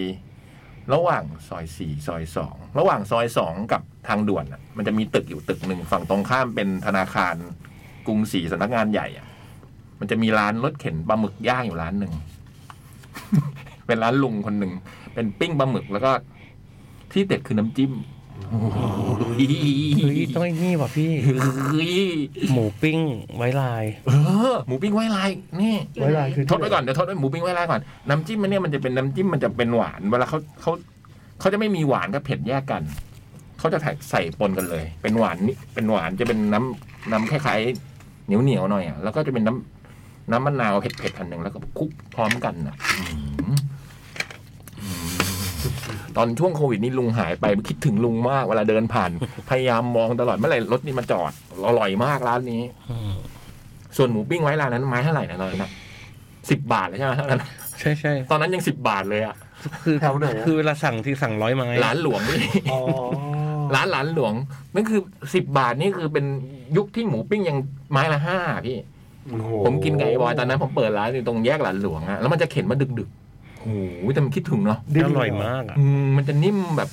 B: ระหว่างซอยสี่ซอยสองระหว่างซอยสองกับทางด่วนอ่ะ มันจะมีตึกอยู่ตึกหนึ่งฝั่งตรงข้ามเป็นธนาคารกรุงศรีสำนักงานใหญ่อ่ะ มันจะมีร้านรถเข็นปลาหมึกย่างอยู่ร้านหนึ่ง เป็นร้านลุงคนหนึ่งเป็นปิ้งปลาหมึกแล้วก็ ที่เด็ดคือน้ำจิ้มโอ้โห
E: เฮ้ยต้องไอ้นี่ว่ะพี่
B: เฮ้ย
E: หมูปิ้งไว้ลาย
B: เออหมูปิ้งไว้ลายนี่
D: อยู่
C: ไว้
D: ไหน
C: ลายคือ
B: ทดไว้ก่อนเดี๋ยวทดไว้หมูปิ้งไว้ลายก่อนน้ำจิ้มมันเนี่ยมันจะเป็นน้ำจิ้มมันจะเป็นหวานเวลาเขาเขาเขาจะไม่มีหวานกับเผ็ดแยกกันเขาจะใส่ปนกันเลย เป็นหวานนิเป็นหวานจะเป็นน้ำน้ำคล้ายๆเหนียวเหนียวๆหน่อยอ่ะแล้วก็จะเป็นน้ำน้ำมะนาวเผ็ดๆอันหนึ่งแล้วก็คลุกพร้อมกันอ่ะอืมอืมตอนช่วงโควิดนี่ลุงหายไปคิดถึงลุงมากเวลาเดินผ่าน พยายามมองตลอดเมื่อไหร่รถนี่มาจอดอร่อยมากร้านนี้
E: อืม
B: ส่วนหมูปิ้งไว้ร้านนั้นไม้เท่าไหร่นะตอนนั้นสิบบาทเลยใช่ไหมตอนนั้น
E: ใช่ใช่
B: ตอนนั้นยังสิบบาทเลยอะ
E: คือ
C: แถวไหนอะ
E: คือเวลาสั่งที่สั่งร้อยไม้
B: ร้านหลวงนี่
C: อ๋อ
B: ร้านร้านหลวงนั่นคือสิบบาทนี่คือเป็นยุคที่หมูปิ้งยังไม้ละห้าพี่
C: โอ้โห
B: ผมกินไก่บอยตอนนั้นผมเปิดร้านอยู่ตรงแยกหลานหลวงอะแล้วมันจะเข็นมาดึกๆโอ้โหแต่มันคิดถึงเนาะ
C: ดิ้น
E: อ
C: เล
E: ร่อยมากอ่ะ
B: อืมมันจะนิ่มแบบ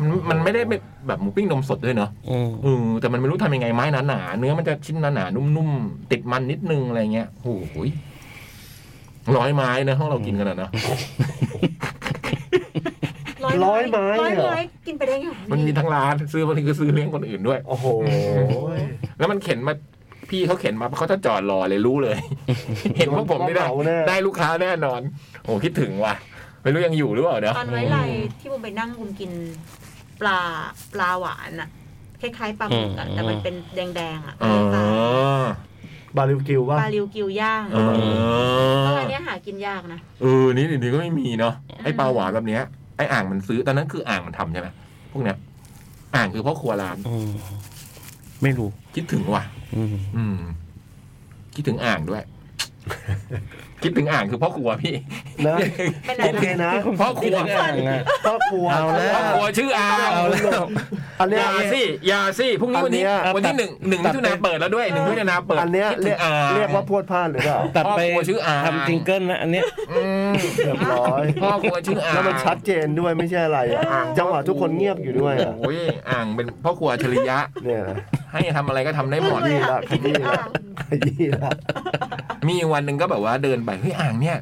B: มันมันไม่ได้แบบหมูปิ้งนมสดด้วยเนาะ
E: อืม
B: เออแต่มันไม่รู้ทำยังไงไม้หนาหนาๆเนื้อมันจะชิ้นหนาหนาๆนุ่มๆ ติดมันนิดนึงอะไรเงี้ยโอ้โหยร้อยไม้นะห้องเรากินกันอะนะ
C: ร้อยไม้
D: ร้อย
C: เหรอ
D: ไม้กินไปได้ไง
B: มันมีทั้งร้านซื้อบางทีก็ซื้อเลี้ยงคนอื่นด้วย
C: โอ้โห
B: แล้วมันเข็นมาพี่เขาเข็นมาเขาจะจอดรอเลยรู้ เลย เห็นพวกผมไม่ได้
C: เขาเหงาแน่
B: ได้ลูกค้าแน่นอนโอ้คิดถึงว่ะไม่รู้ยังอยู่หรือเปล่าเนาะ
D: ตอนไว้ไรที่ผมไปนั่งผมกินปลาปลาหวานอะคล้ายๆปลาหมึกอะแต่มันเป็นแดงๆอะ
B: อ๋อ
C: ปลาริวกิว
D: ป
C: ว่า
D: ลาริวกิวย่าง
B: อ๋อ
D: ก็อันเนี้ยหากินยากนะ
B: เออนี่เดี๋ยวนี้ก็ไม่มีเนาะไอปลาหวานแบบเนี้ยไออ่างมันซื้อตอนนั้นคืออ่างมันทำใช่ไหมพวกเนี้ยอ่างคือพ่อครัวร้าน
E: อืมไม่รู้
B: คิดถึงว่ะ
E: อืม
B: อืม คิดถึงอ่าง ด้วย คิดถึงอ่างคือพ่อครัวพี่
C: นะ
D: เป็น
C: โอ
D: อะไร
C: เค
D: นะ
C: นะ
B: พ่อค รัว
E: กินอ่างอ่ะ
C: ครอบครัว
E: เอาแล้ว
B: พ่อครัวชื่ออ่าง
E: เอาแล้ว
C: อัน
B: อ
C: เนี้ย
B: ย่าสิอย่าสิพรุ่งนี้วันนี้
C: อันเนี้ย
B: วันที่หนึ่งหนึ่งมิถุนาเปิดแล้วด้วยหนึ่งมิถุนาเปิด
C: อันเนี้ย
B: คิดถึ
C: เรียก
B: งอ่าง
C: เรียกว่าพวดพลาดหรือเปล่า
E: ตัดไป
B: พ่อครัวชื่ออา
E: ทำจิงเกิลนะอันเนี้ย
B: อืม
C: เรียบร้อย
B: พ่อครัวชื่ออ่าง
C: แล้วมันชัดเจนด้วยไม่ใช่อะไรอะจังหวะทุกคนเงียบอยู่ด้วยอะ
B: โอ้ยอ่างเป็นพ่อครัวชริยะ
C: เนี่ยนะ
B: ให้ทำอะไรก็ทำได้หมด
C: นี่ละขยี้ละขยี้ละ
B: มีวันหนึ่งก็แบบว่าเดินไปเฮ้ยอ่างเนี่ย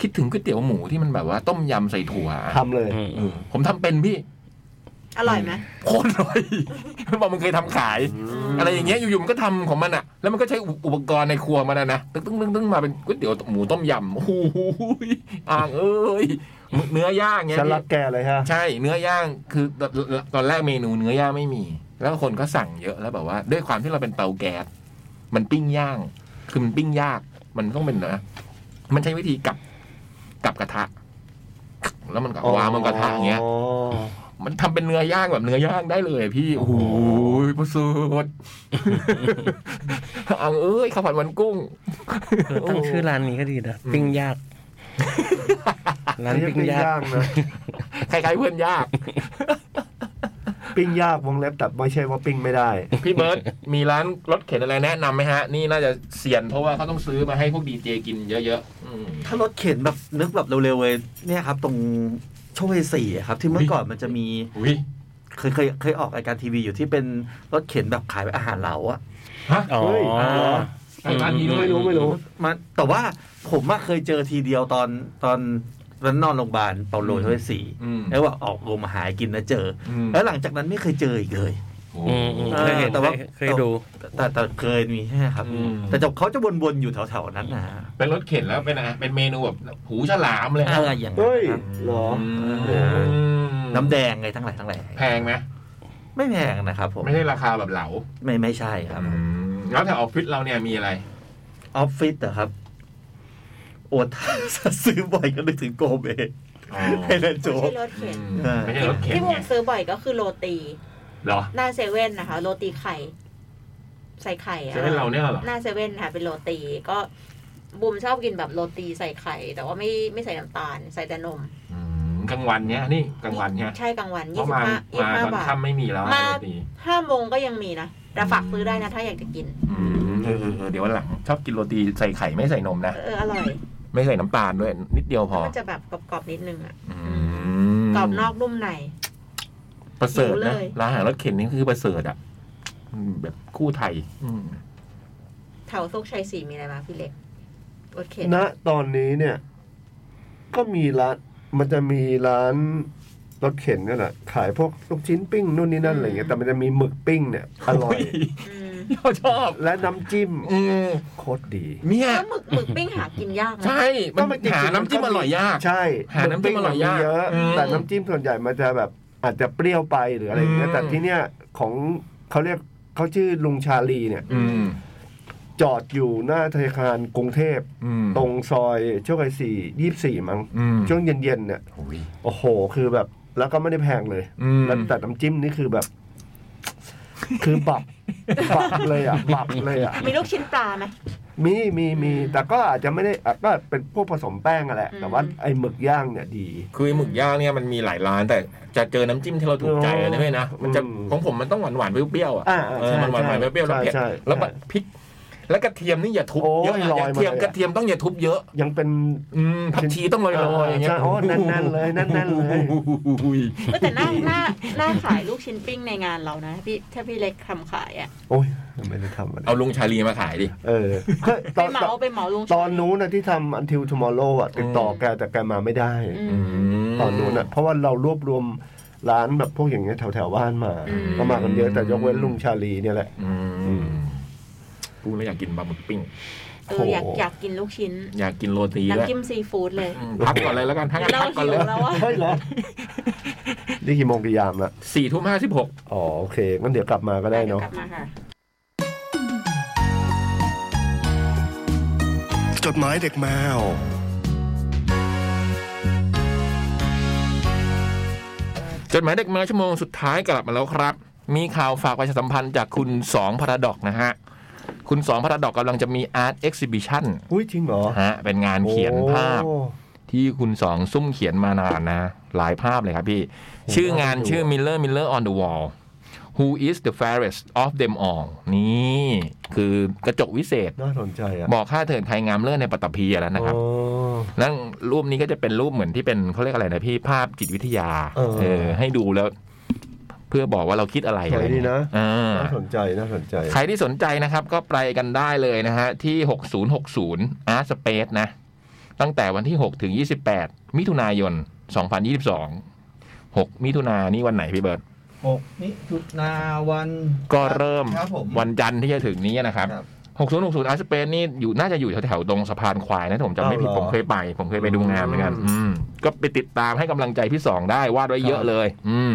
B: คิดถึงก๋วยเตี๋ยวหมูที่มันแบบว่าต้มยำใส่ถั่ว
C: ทำเลย
B: เออผมทำเป็นพี่
D: อร่อยไหม
B: โคตรอร่อย มันบอกมันเคยทำขาย อะไรอย่างเงี้ยอยู่ๆมันก็ทำของมันอะแล้วมันก็ใช้อุปกรณ์ในครัวมันอะนะตึ้งตึ้งตึ้งตึ้งมาเป็นก๋วยเตี๋ยวหมูต้มยำโอ้โหอ่างเอ้ยเนื้อย่างเงี้ย
C: ฉันรักแกเลยฮะ
B: ใช่เนื้อย่างคือตอนแรกเมนูเนื้อย่างไม่มี แล้วคนก็สั่งเยอะแล้วแบบว่า ด้วยความที่เราเป็นเตาแก๊สมันปิ้งย่าง คือมันปิ้งยาก มันต้องเป็นนะมันใช้วิธีกลับกลับกระทะ แล้วมันก็วางบนกระทะอย่างเงี้ย มันทำเป็นเนื้อย่างแบบเนื้อย่างได้เลยอะพี่โอ้โหประเสริฐ อังเอ้ยข้าวผัดมันกุ้ง
E: เออตั้งชื่อร้านนี้ก็ดีนะปิ้งยาก ร้าน
C: ไม่ใช่
E: ปิ้งยาก
C: นะ
B: ใครๆเพื่อนยาก
C: ปิ้งยากวงเล็บแต่ไม่ใช่ว่าปิ้งไม่ได้
B: พี่เบิร์ตมีร้านรถเข็นอะไรแนะนำไหมฮะ นี่น่าจะเสียนเพราะว่าเขาต้องซื้อมาให้พวกดีเจกินเยอะๆอืม
F: ถ้ารถเข็นแบบนึกแบบเร็วๆเลยเนี่ยครับ ตรงโชคชัยสี่อะครับ ที่เมื่อก่อนมันจะมี
B: อุ้ย
F: เคยเคยเคยออกรายการทีวีอยู่ที่เป็นรถเข็นแบบขายอาหารเหลาอะ
E: อ๋อ
C: เฮ้ยเหรอ
B: ร้านนี้
C: ไม่รู้ไม่รู้
F: มันแต่ว่าผมมาเคยเจอทีเดียวตอนตอนตอนนอนโรงพยาบาลเปาโลโชคชัยสี่
B: อืม
F: แล้วว่าออกโรงมาหากินนะเจอ
B: อืม
F: แล้วหลังจากนั้นไม่เคยเจออีกเลย
B: โอ้โห
E: อืมอืมเคยเห็น
F: แต่ว่า
E: เคยดู
F: แต่แต่แต่เคยมีใช่ไหมครับ
B: อืม
F: แต่จบเขาจะวนๆอยู่แถวๆนั้นนะฮะ
B: เป็นรถเข็นแล้วเป็นอะเป็นเมนูแบบหูฉลามเลย
F: อะไรอย่างนั้
C: เฮ้
F: น
C: ย
F: ครับ
C: เหรอ
B: อืม
F: น้ำแดงไงทั้งหลายทั้งหลาย
B: แพงไหม
F: ไม่แพงนะครับผม
B: ไม่ใช่ราคาแบบเหลา
F: ไม่ไม่ใช่ครับ
B: อืมแล้วแถวออฟฟิศเราเนี่ยมีอะไร
F: ออฟฟิศเหรอครับ โอด ซื้อบ่อยก็นึกถึงโกเบ
B: อ๋อ
F: ให้นั่นโจ
D: ไม่
F: ก
D: ใช่รถเข็น
B: อืมไม่ใช่รถเข็น
D: ที่ผ
B: ไง
D: มซื้อบ่อยก็คือโรตี
B: เหรอ
D: หน้าเซเว่นนะคะ โรตีไข่ ใส่ไข่อะ
B: ใช่เราเนี่ยเหรอ
D: หน้าเซเว่นค่ะเป็นโรตีก็บุมชอบกินแบบโรตีใส่ไข่ แต่ว่าไม่ไม่ใส่น้ำตาล ใส่แต่นม
B: อืมกลางวันเนี่ยนี่กลางวันเนี่ย
D: ใช่กลางวัน
B: เพ
D: ยี่
B: ราะ
D: สิบ
B: มา
D: ห้ายี่
B: มา
D: สิบ
B: ต
D: ห้า
B: อน
D: บาท
B: ค่ำไม่มีแล้ว
D: มา
B: โรตี
D: ห้าโมงก็ยังมีนะแต่ฝากซื้อได้นะถ้าอยากจะกิน
B: อืมเออเออเออเดี๋ยววันหลังชอบกินโรตีใส่ไข่ไม่ใส่นมนะ
D: เอออร่อย
B: ไม่ใส่น้ำตาลด้วย นิดเดียวพอ
D: มันจะแบบกรอบๆนิดนึงอ่ะ
B: อืม
D: กรอบนอกนุ่มใน
B: ประเสริฐ
D: หิว
B: นะ
D: เลย
B: ร้านอาหารรถเข็นนี่คือประเสริฐอ่ะอืมแบบคู่ไทย อืม
D: แถวโชคชัยสี่มีอะไรมาพี่เล็กรถเข็น
C: ณตอนนี้เนี่ย ก็มีร้าน มันจะมีร้านรถเข็นนั่นแหละขายพวกลูกชิ้นปิ้งนู่นนี่นั่นอะไรอย่างเงี้ยแต่มันจะมีหมึกปิ้งเนี่ยอร่อย
D: อืม
B: เราชอบ
C: และน้ำจิ้ม
B: อืม
C: โคตรดี
B: เนี่ย
D: แล้วหมึกหมึกปิ้งหากินยากนะ
B: ใช่มัน
C: จริงๆ
B: หาน้ำจิ้มอร่อยยาก
C: ใช่
B: หาน้ำจิ้มอร่อยยาก
C: เยอะ
B: อืม
C: แต่น้ำจิ้มส่วนใหญ่มันจะแบบอาจจะเปรี้ยวไปหรืออะไรอย่างเงี้
B: อืม
C: ยแต่ที่เนี่ยของเขาเรียกเขาชื่อลุงชาลีเนี่ย
B: อืม
C: จอดอยู่หน้าธนาคารกรุงเทพ
B: อืม
C: ตรงซอยโชคชัยสี่ยี่สี่มั้ง
B: อืม
C: ช่วงเย็นๆเนี่ย
B: โอ้ย
C: โอ้โห คือแบบ แล้วก็ไม่ได้แพงเลย
B: อืม
C: แล้วแต่น้ำจิ้มนี่คือแบบ คือ บับ บับเลยอ่ะ บับเลยอ่ะ
D: มีลูกชิ้นปลาไหม
C: มีมีมี แต่ก็อาจจะไม่ได้อ่ะก็เป็นพวกผสมแป้งอะแหละ
D: อืม
C: แต่ว่าไอ้หมึกย่างเนี่ยดี
B: คือไอ้หมึกย่างเนี่ยมันมีหลายร้านแต่จะเจอน้ำจิ้มที่เราถูกใจนะพี่นะมันจะ
C: อืม
B: ของผมมันต้องหวานหวานๆเปรี้ยวๆอ่ะ
C: อ่าๆ
B: เออ
C: ใช่
B: มันหวานหวานๆ
C: ใช่
B: เปรี้ยวๆแล้วเผ็ด
C: ใช่ใช่
B: แล้ว
C: ใช่
B: พริก และกระเทียมนี่อย่าทุบ
C: โอ้ย
B: เยอะนะ
C: ล
B: อ
C: อย
B: ย่า
C: มา
B: เทียม
C: เลยอะ
B: กระเทียมต้องอย่าทุบเยอะ
C: ยังเป็น
B: อืมผักชีต้องลอยๆอย่างเงี้ย
C: ใช่โอ้แน่นๆเลยแน่นๆ เลย
B: อุ้ย
D: ก็แต่หน้าหน้าหน้าขายลูกชิ้นปิ้งในงานเรานะพี่ถ้าพี่เล็กทำขายอ่ะ
C: โอ้ยไม่ได้ทำอะไร
B: เอาลุงชาลีมาขายดิ
C: เออเคยต
D: ไป
C: อน
D: เหมาไปเหมาลุง
C: ตอนนู้นนะที่ทำ until tomorrow อ่ะติดต่อแกแต่แกมาไม่ได้
D: อื
B: อื
D: ม
B: ม
C: ตอนนู้นอ่ะเพราะว่าเรารวบรวมร้านแบบพวกอย่างเงี้ยแถวแถวๆบ้านมา
D: อืม
C: ก็มากันเยอะแต่ยกเว้นลุงชาลีเนี่ยแหละ
B: อืมกูเลยอยากกินบะหมึกปิ้ง
D: เอออยาก
C: โอ้โห
D: อยากกินลูกชิ้น
B: อยากกินโรตีด้วย
D: น้ำจิ้มซีฟู้ดเลย
B: อืมพักก่อนเลยแล้วกันพัก
D: เรา
B: พักก่อน
D: หิ
B: เล
D: วย แล้วอ่ะ
C: เฮ้ยเหรอ นี่กี่โมงกี่ยามละ
B: สี่ทุ่มห้าสิบหก
C: อ๋อโอเคงั้นเดี๋ยวกลับมาก็ได้เนาะ
D: กลับมาค่ะ
C: จดหมายเด็กแมว
B: จดหมายเด็กแมวชั่วโมงสุดท้ายกลับมาแล้วครับ มีข่าวฝากประชาสัมพันธ์จากคุณสองพระดอกนะฮะ คุณสองพระดอกกำลังจะมีอาร์ตเอ็กซิบิชัน
C: อุ้ยจริงเหรอ
B: ฮะเป็นงานเขียนภาพ
C: โอ้
B: ที่คุณสองซุ่มเขียนมานานนะ หลายภาพเลยครับพี่
C: โอ้
B: ชื่องาน
C: น่าดู
B: ชื่อ Miller Miller on the Wall Who is the fairest of them all นี่คือกระจกวิเศษ
C: น่าสนใจอ่ะ
B: บอกค่าเถิดไทยงามเลิศในปัตตภีแล้วนะครับ
C: อ๋อ
B: นั่นรูปนี้ก็จะเป็นรูปเหมือนที่เป็นเขาเรียกอะไรนะพี่ภาพจิตวิทยา
C: เออ
B: ให้ดูแล้ว เพื่อบอกว่าเราคิดอะไรอะไร
C: สวยดีนะ
B: เงี้ยอ่า
C: น่าสนใจน่าสนใจ
B: ใครที่สนใจนะครับก็ไปกันได้เลยนะฮะ ที่ 6060 Art Space นะ ตั้งแต่วันที่ 6 ถึง 28 มิถุนายน 2022 6 มิถุนายนนี่วันไหนพี่เบิร์ต
A: หกมิถุนาวัน
B: ก็เริ่ม
A: ครับผม
B: วันจันทร์ที่จะถึงนี้นะครับ
A: ครับ
B: 6060 Art Space นี่อยู่น่าจะอยู่แถวๆตรงสะพานควายนะถ้าผมจำไม่ผิด
C: เอาเหร
B: ผ
C: อ
B: มเคยไป ผมเคยไปดูงานเหมือนกัน อืม ก็ไปติดตามให้กำลังใจพี่สองได้วาดไว้เยอะ
C: ครับ
B: เลย อืม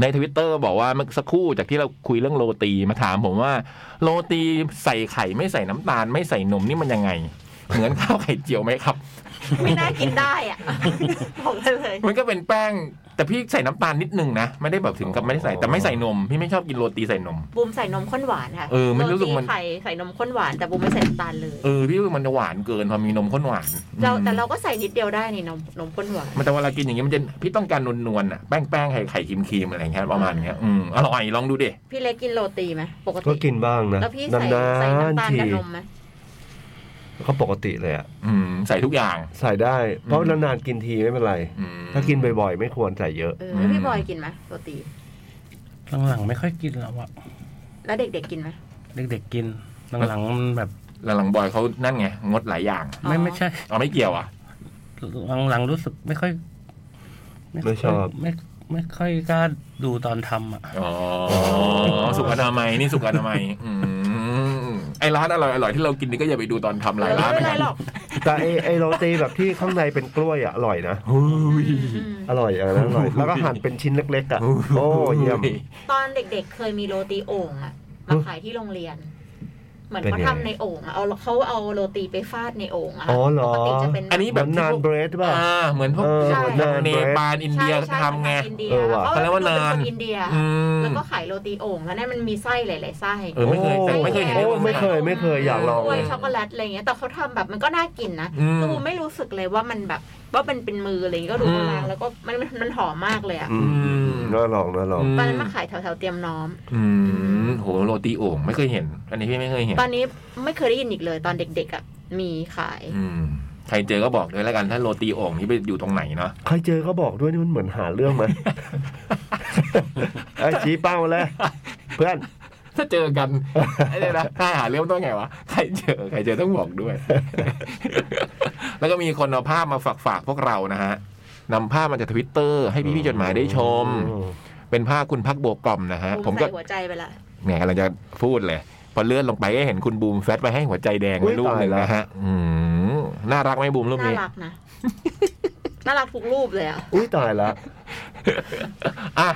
B: ในทวิตเตอร์บอกว่าเมื่อสักครู่จากที่เราคุยเรื่องโรตีมาถามผมว่า โรตีใส่ไข่ไม่ใส่น้ำตาล ไม่ใส่นมนี่มันยังไง เหมือนข้าวไข่เจียวไหมครับ
D: ไม่น่ากินได้อ่ะ บอกได้เลย
B: มันก็เป็นแป้ง แต่พี่ใส่น้ำตาลนิดนึงนะ ไม่ได้แบบถึงกับไม่ได้ใส่แต่ไม่ใส่นม พี่ไม่ชอบกินโรตีใส่นม
D: บูมใส่นมข้นหวานค่ะ
B: เออไม่รู้สึกมัน
D: โตีไข่ใส่นมข้นหวานแต่บูมไม่ใส่น้ำตาลเลย
B: เออพี่ว่ามันจะหวานเกินพอมีนมข้นหวาน
D: เรา
B: อืม
D: แต่เราก็ใส่นิดเดียวได้นี่นมนมข้นหวาน
B: มันแต่เวลากินอย่างเงี้ยมันจะพี่ต้องการนวลๆอ่ะแป้งแป้งไข่ไข่ครีมครีมอะไรอย่างเงี้ยประมาณเนี้ยอืมอร่อยลองดูดิ
D: พี่เล็กกินโรตีไหมปกติ
C: ก็กินบ้างนะ
D: แล้วพี่
C: นา
D: ใส่ใส่
C: น
D: น้ำตาล
C: ๆที
D: กับนมไหม
C: เขาปกติเลยอ่ะ
B: อืมใส่ทุกอย่าง
C: ใส่ได้ เพราะ
B: อืม
C: นานๆกินทีไม่เป็นไร
B: อืม
C: ถ้ากินบ่อยๆ ไม่ควรใส่เยอะ
D: เออแล้วพี่
B: อืม
D: บอยกินไหมโรตี
E: หลังๆไม่ค่อยกินแล้วอะ
D: แล้วเด็กๆกินไหม
E: เด็กๆกินหลังๆมัน แบบ
B: หลังๆบอยเขานั่นไงงดหลายอย่าง
E: ไม่
D: อ๋อ
E: ไม่ใช่
B: เอาไม่เกี่ยวอ่ะ
E: หลังๆรู้สึกไม่ค่อย
C: ไม่ชอบ
E: ไม่ไม่ค่อยกล้าดูตอนทำอ่ะ
B: อ๋อ สุขอนามัยนี่สุขอนามัยอืมไอร้านอร่อยอร่อยที่เรากินนี่ก็อย่าไปดูตอนทำหลายร้าน
D: ไม่เป็น
B: เห
D: ไร
B: มือนกัน
D: หรอก
C: แต่ไอไอโรตีแบบที่ข้างในเป็นกล้วยอ่ะอร่อยนะ
B: เฮ้ย
D: อืม
C: อร่อยอ่ะนะอร่อย แล้วก็หั่นเป็นชิ้นเล็กๆอ่ะ โอ้เยี่ยม
D: ตอนเด็กๆเคยมีโรตีโอ่งอะมาขายที่โรงเรียน เหมือน
C: เป็น
D: เขา
C: ไง
D: ทำในโอ่งอะเอาเขาเอาโรตีไปฟาดในโอ่งอะ
C: อ๋อเหรอ
D: ปกติจะเป็น
B: อันนี้
C: แบบนานเบรดป่ะ
B: อ่าเหมือนพวก
C: เออ
D: ใช่
B: ทางเนปาลอินเดีย
D: ใช่
B: ทำไง
D: อินเดีย
C: เออว่ะ
D: เขา
B: เขาเรียกว่า
D: ดูป็
B: นาน
D: คอินเดีย
B: อืม
D: แล้วก็ขายโรตีโอ่งแล้วเนี่ยมันมีไส้หลายๆไส้
B: เออไม่เคยแต่ไม่เคยเห็น
C: โอ้
B: ในมื
C: ไม่
B: อง
C: เคยไม่เคยอยากลอง
D: กล้วยช็อกโกแลตอะไรเงี้ยแต่เขาทำแบบมันก็น่ากินนะ
B: อืม
D: กูไม่รู้สึกเลยว่ามันแบบว่ามันเป็นมืออะไรเงี้ยก็ดู
B: อืม
D: โบราณแล้วก็มันมันมันหอมมากเลยอ่ะ
C: อืมน่าลองน่าลอง
D: ตอนนั้นมาขายแถวๆเตรียมน้อม
B: อืมโหโรตีโอ่งไม่เคยเห็น อันนี้พี่ไม่เคยเห็น
D: ตอนนี้ไม่เคยได้ยินอีกเลยตอนเด็กๆอ่ะมีขาย
B: อืมใครเจอก็บอกด้วยแล้วกันถ้าโรตีโอ่งนี่ไปอยู่ตรงไหนเนาะ
C: ใครเจอก็บอกด้วยนี่มันเหมือนหาเรื่องไหม ไอ้ยชี้เป้าเลย เพื่อน
B: ถ้าเจอกัน ไอ้เนี่ยนะถ้าหาเรื่องต้องไงวะใครเจอใครเจอต้องบอกด้วย แล้วก็มีคนเอาภาพมาฝากฝากๆพวกเรานะฮะนำภาพมาจากทวิตเตอร์ให้พี่ๆจดหมายได้ชม เป็นภาพคุณพักโบกกล่อมนะฮะ
D: บู
B: ผม
D: ม
B: ก็
D: ใส่หัวใจไปละ
B: เนี่ยกำลังจะพูดเลย พอเลื่อนลงไปก็เห็นคุณบูมแฟตไปให้หัวใจแดง
C: อุ๊
B: ไว้
C: ย
B: รูปหนึ่ง
C: ตายละ
B: นะฮะอืมน่ารักไหมบูมรูป
D: น่า
B: นี้
D: รักนะ น่ารักทุกรูปเลยอ่ะ
C: อุ้ยตายละ
B: อ่ะ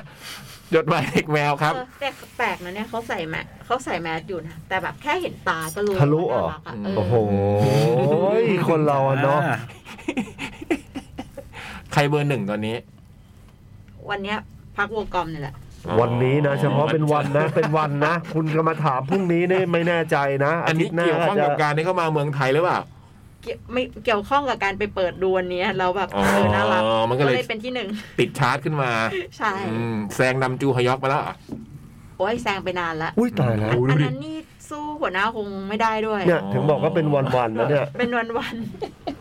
B: จดหมายเด็กแมวครับ
D: เออแต่แปลกนะเนี่ยเขาใส่แมสเขาใส่แมสอยู่นะแต่แบบแค่เห็นตาก็รู้
C: ทะลุเหร
D: ว่า
C: อ
D: น่ารักอะเ
C: โอ้โหคนเราอะเนาะ
B: ใครเบอร์หนึ่งตอนนี้
D: วันเนี้ยพักวงกลมนี่แหละ
C: วันนี้นะเฉพาะเป็นวันนะ เป็นวันนะ คุณก็มาถามพรุ่งนี้นี่ไม่แน่ใจนะ
B: อั
C: อาน ทิ
B: นี้
C: ตย์หน้า
B: เกี่ยวข้อง
C: จะ
B: กับการที่เข้ามาเมืองไทยหรือเปล่า
D: เกี่ยวไม่เกี่ยวข้องกับการไปเปิดดูวันเนี้ยเราแบบเออน่ารัก
B: มันก็เลย
D: เป็นที่หนึ่ง
B: ติดชาร์จขึ้นมา
D: ใช่
B: อืมแซงนำจูฮยอกไปแล้วเหรอ
D: โอ้ยแซงไปนานละ
C: อุ้ยตายแล้ว
D: อันนั้นนี่สู้หัวหน้าคงไม่ได้ด้วย
C: เนี่ยถึงบอกว่าเป็นวันๆนะเนี่ย
D: เป็นวันวัน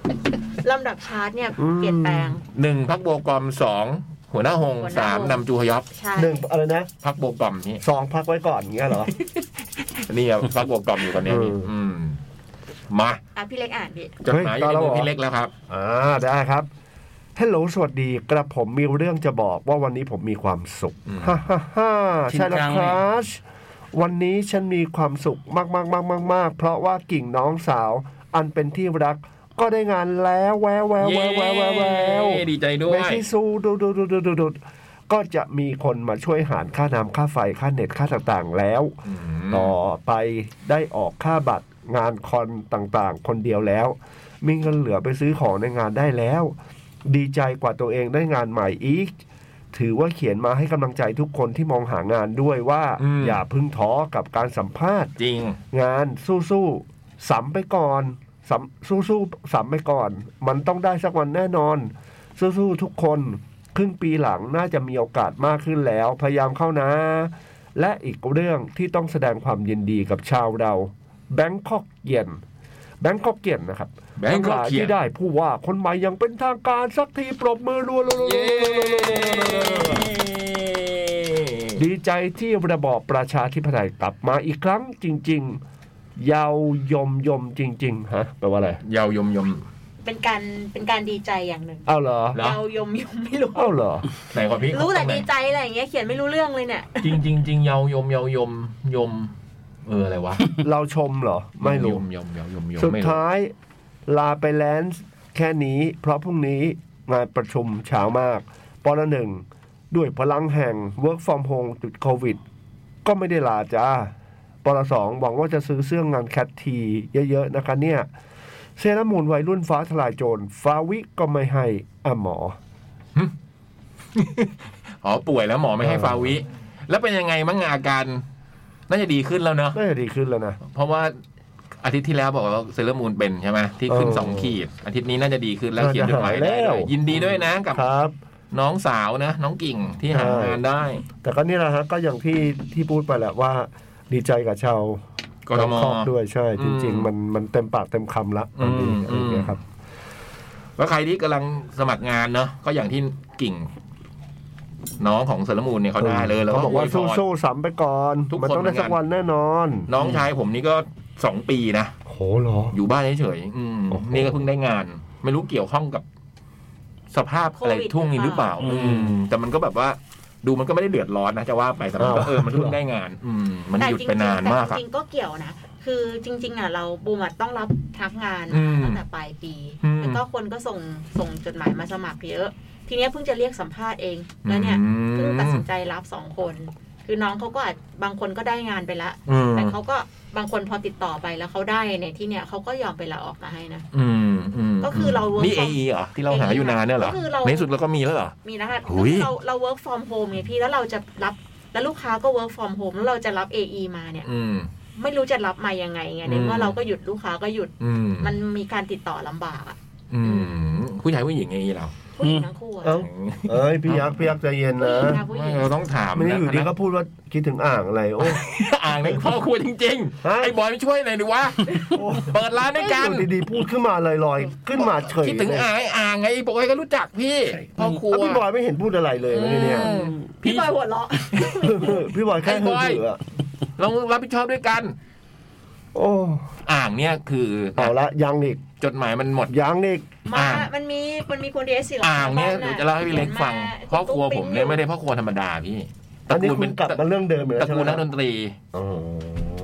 D: ๆล ำดับชาร์ตเนี่ย
C: อืม
D: เปลี่ยนแปลง
B: หนึ่งพักโบกอมสองหัวหน้าหง
D: หัวหน้าหง
B: สามนำจูฮยอป
D: ใช่
C: หนึ่งอะไรนะ
B: พักโบกอมนี่
C: สองพักไว้ก่อนอย่างเงี้ยเหรอ
B: นี่อะพักโบกอมอยู่คนเนี้ยนี่
C: เอออื
B: มมา
D: อ่ะพี่เล็กอ่านดิ
B: จดหมายอยู่ในมือพี่เล็กแล้วครับ
C: อ่าได้ครับฮัลโหลสวัสดีกระผมมีเรื่องจะบอกว่าวันนี้ผมมีความสุข
B: อืม
C: ฮ่าฮ่าฮ่า
E: จริง
C: ใช่แล้ว
E: จัง
C: คร
E: นี่
C: ัชวันนี้ฉันมีความสุขมากมากมากมากมากเพราะว่ากิ่งน้องสาว อันเป็นที่รักก็ได้งานแล้วแววแววแววแววแววแวว
B: เย้ดีใจด้ว
C: ไม่
B: ย
C: ใช่สู้ดูดูดูดูดูดูก็จะมีคนมาช่วยหารค่าน้ำค่าไฟค่าเน็ตค่าต่างๆแล้ว
B: อืม
C: ต่อไปได้ออกค่าบัตรงานคอนต่างๆ คนเดียวแล้ว มีเงินเหลือไปซื้อของในงานได้แล้ว ดีใจกว่าตัวเองได้งานใหม่อีก ถือว่าเขียนมาให้กำลังใจทุกคนที่มองหางานด้วยว่า
B: อืม
C: อย่าเพึ่งท้อกับการสัมภาษณ์
B: จริง
C: งานสู้ๆสำไปก่อนสำสู้ๆสำไปก่อน มันต้องได้สักวันแน่นอน สู้ๆทุกคน ครึ่งปีหลังน่าจะมีโอกาสมากขึ้นแล้ว พยายามเข้านะ และอีกเรื่องที่ต้องแสดงความยินดีกับชาวเราแบงคอกเย็นแบงคอกเย็นนะครับ
B: Bangkok
C: ทั้งหลาย
B: Yen
C: ที่ได้ผู้ว่าคนใหม่อยังเป็นทางการสักทีปรบมือรัว
B: เย้
C: ๆๆดีใจที่ระบอบประชาธิปไตยกลับมาอีกครั้งจริง ๆ เยาวยมยมจริง ๆ ฮะแปลว่าอะไร
B: เยาวยมยม
D: เป็นการเป็นการดีใจอย่างหนึ่ง
C: เอาเหรอ
B: เหรอ
D: เรายมยมไม่รู้
C: เอาเหรอ
B: ไหนกว่าพี่
D: รู้แต่
B: งไหน
D: ดีใจอะไรอย่างเงี้ยเขียนไม่รู้เรื่องเลยเนี่ย
B: จริงจริงจริงเยาวยมเยาวยมยม เอออะไรวะ
C: เราชมเหรอ ไม่
B: ย
C: รู้
B: มยมเยาวยมยม
C: สุด
B: ไม่รู้
C: ท้ายลาไปแลนซ์แค่นี้ เพราะพรุ่งนี้งานประชุมเช้ามากปอนหนึ่งด้วยพลังแห่ง Work from Home จุดโควิด ก็ไม่ได้ลาจ้าปอนสองหวังว่าจะซื้อเสื้องงานแคททีเยอะ ๆ นะคะเนี่ย เซรามูลวัยรุ่นฟ้าทลายโจรฟาวิก็ไม่ให้อ่ะหมอ
B: อ๋อป่วยแล้วหมอไม่ให้
C: เออ
B: ฟาวิ แล้วเป็นยังไงมั่งอาการ น่าจะดีขึ้นแล้วเนอะ
C: น่าจะดีขึ้นแล้วนะ
B: เพราะว่าอาทิตย์ที่แล้วบอกว่าเซเลอร์มูนเป็นใช่ไหมที่ขึ้น
C: เออ
B: สองขีด อาทิตย์นี้น่าจะดีขึ้นแล้ว
C: น่าจะ
B: เขียนจดหมายได้
C: หายแล้
B: เล
C: ว
B: ยยินดีด้วยนะกับ
C: ครับ
B: น้องสาวนะ น้องกิ่งที่หา
C: ใช่
B: งานได้
C: แต่ก็นี่แหละฮะก็อย่างที่ที่พูดไปแหละว่า ดีใจกับชาว
B: กทม
C: ครอบด้วยใช่ จริง
B: อืม
C: ๆ มันมันเต็มปากเต็มคำละ
B: อื
C: ตอน
B: ม
C: นี้อะไรอย่างเงี้
B: อื
C: ย
B: ม
C: ครับ
B: แล้วใครที่กำลังสมัครงานเนาะก็อย่างที่กิ่ง น้องของเซเลอร์มูนเนี่ยเขาได้เลยแล้ว
C: เขาบอก
B: ว
C: ว่า
B: ยพ
C: สู้
B: ร
C: สู้ๆซ้ำไปก่อน
B: ทุกคน
C: มันต้องได้สักวันแน่นอน
B: น้องชายผมนี่ก็สองปีนะ
C: โหเหรอ
B: อยู่บ้านเฉยๆอืม
C: โอ้โห
B: นี่ก็เพิ่งได้งาน ไม่รู้เกี่ยวข้องกับสภาพอะไร
D: โควิด
B: ทุ่วงนี้หรือเปล่า
E: หรือเปล่า
B: อืม แต่มันก็แบบว่า ดูมันก็ไม่ได้เดือดร้อนนะจะว่าไปแต่มันก็เออมันเพิ่งได้งาน อืม มันหยุดไปนานมาก
D: แต่
B: อะ
D: จริงๆก็เกี่ยวนะ คือจริง ๆ อ่ะเราบูมอะต้องรับทักงาน
B: อืม
D: ตั้งแต่ปลายปี
B: อืม
D: แล้วก็คนก็ส่งส่งจดหมายมาสมัครเยอะ ทีเนี้ยเพิ่งจะเรียกสัมภาษณ์เองแล้วเนี่ยเพิ่งตัดสินใจรับสองคน คือน้องเขาก็อาจบางคนก็ได้งานไปละ
B: อืม
D: แต่เขาก็บางคนพอติดต่อไปแล้วเขาได้ในที่เนี้ยเขาก็ยอมไปลาออกมาให้นะ
B: อืมม
D: ก็คือเรา work
B: นี่เอ
D: from
B: เหรอที่เราหาอยู่นานเนี่ยเหรอ
D: ก็คือเรา
B: ในที่สุดเราก็มีแล้วเหรอ
D: มีนะคะ
B: หุ
D: คื
B: ย
D: อเราเรา work from home ไงพี่แล้วเราจะรับแล้วลูกค้าก็ work from home แล้วเราจะรับ AE มาเนี่ย
B: อืม
D: ไม่รู้จะรับมายังไงไงใน
B: อืม
D: เมื่อเราก็หยุดลูกค้าก็หยุด
B: อืม
D: มันมีการติดต่อลำบากอะ
B: อืมผู้ชายผู้หญิงเอเรา
D: ผู้หญิงทั้งคู่อะ
C: เอ้า เอ้ย พี่ยักษ์พี่ยักษ์ใจเย็น
D: ผู้ห
C: นะ
D: ญิงนะผู้ห
B: ไม่
D: ญิง
B: เราต้องถาม
C: ไม่ได้
B: นะ
C: อยู่ดีก็พูดว่าคิดถึงอ่างอะไร โอ้
B: อ่างในครอบครัวจริง
C: ฮะ
B: ๆ ไอ้บอยไม่ช่วยหน่อยดิวะ
C: โอ้
B: เปิดร้านด้วยกัน
C: อยู่ดีๆ พูดขึ้นมาลอยๆ ขึ้นมาเฉย
B: คิดถึง
C: เลย
B: อ่างไอ้อ่างไงไอ้บอยก็รู้จักพี่พ่อครัว
C: แล้วพี่บอยไม่เห็นพูดอะไรเลยนะเนี่ย
B: อืม
D: พี่
B: พี่
D: บอยหัวเราะ
C: พี่บอยแค่เหือๆอะ
B: ลองรับผิดชอบด้วยกัน
C: โอ้
B: อ่างเนี่ยคือ
C: เอาละยังอีก
B: จดหมายมันหมด
C: ยังอีก
D: มา
B: อ่าง
D: มันมีมันมีคนเดียสิ
B: อ่างเนี่ยเดี๋ยวจะเล่าให้พี่เล็กฟังครอบครัวผมเนี่ยไม่ได้พ่อครัวธรรมดาพี่ต
C: อั
B: ระ
C: นนี้
B: กูล
C: คุ
B: เป็
C: ณ
B: น
C: กลับมาเรื่องเดิมเลย
B: ตระ
C: ใช่ไห
B: กู
C: ม
B: ลนักดนตรี
C: อ๋อ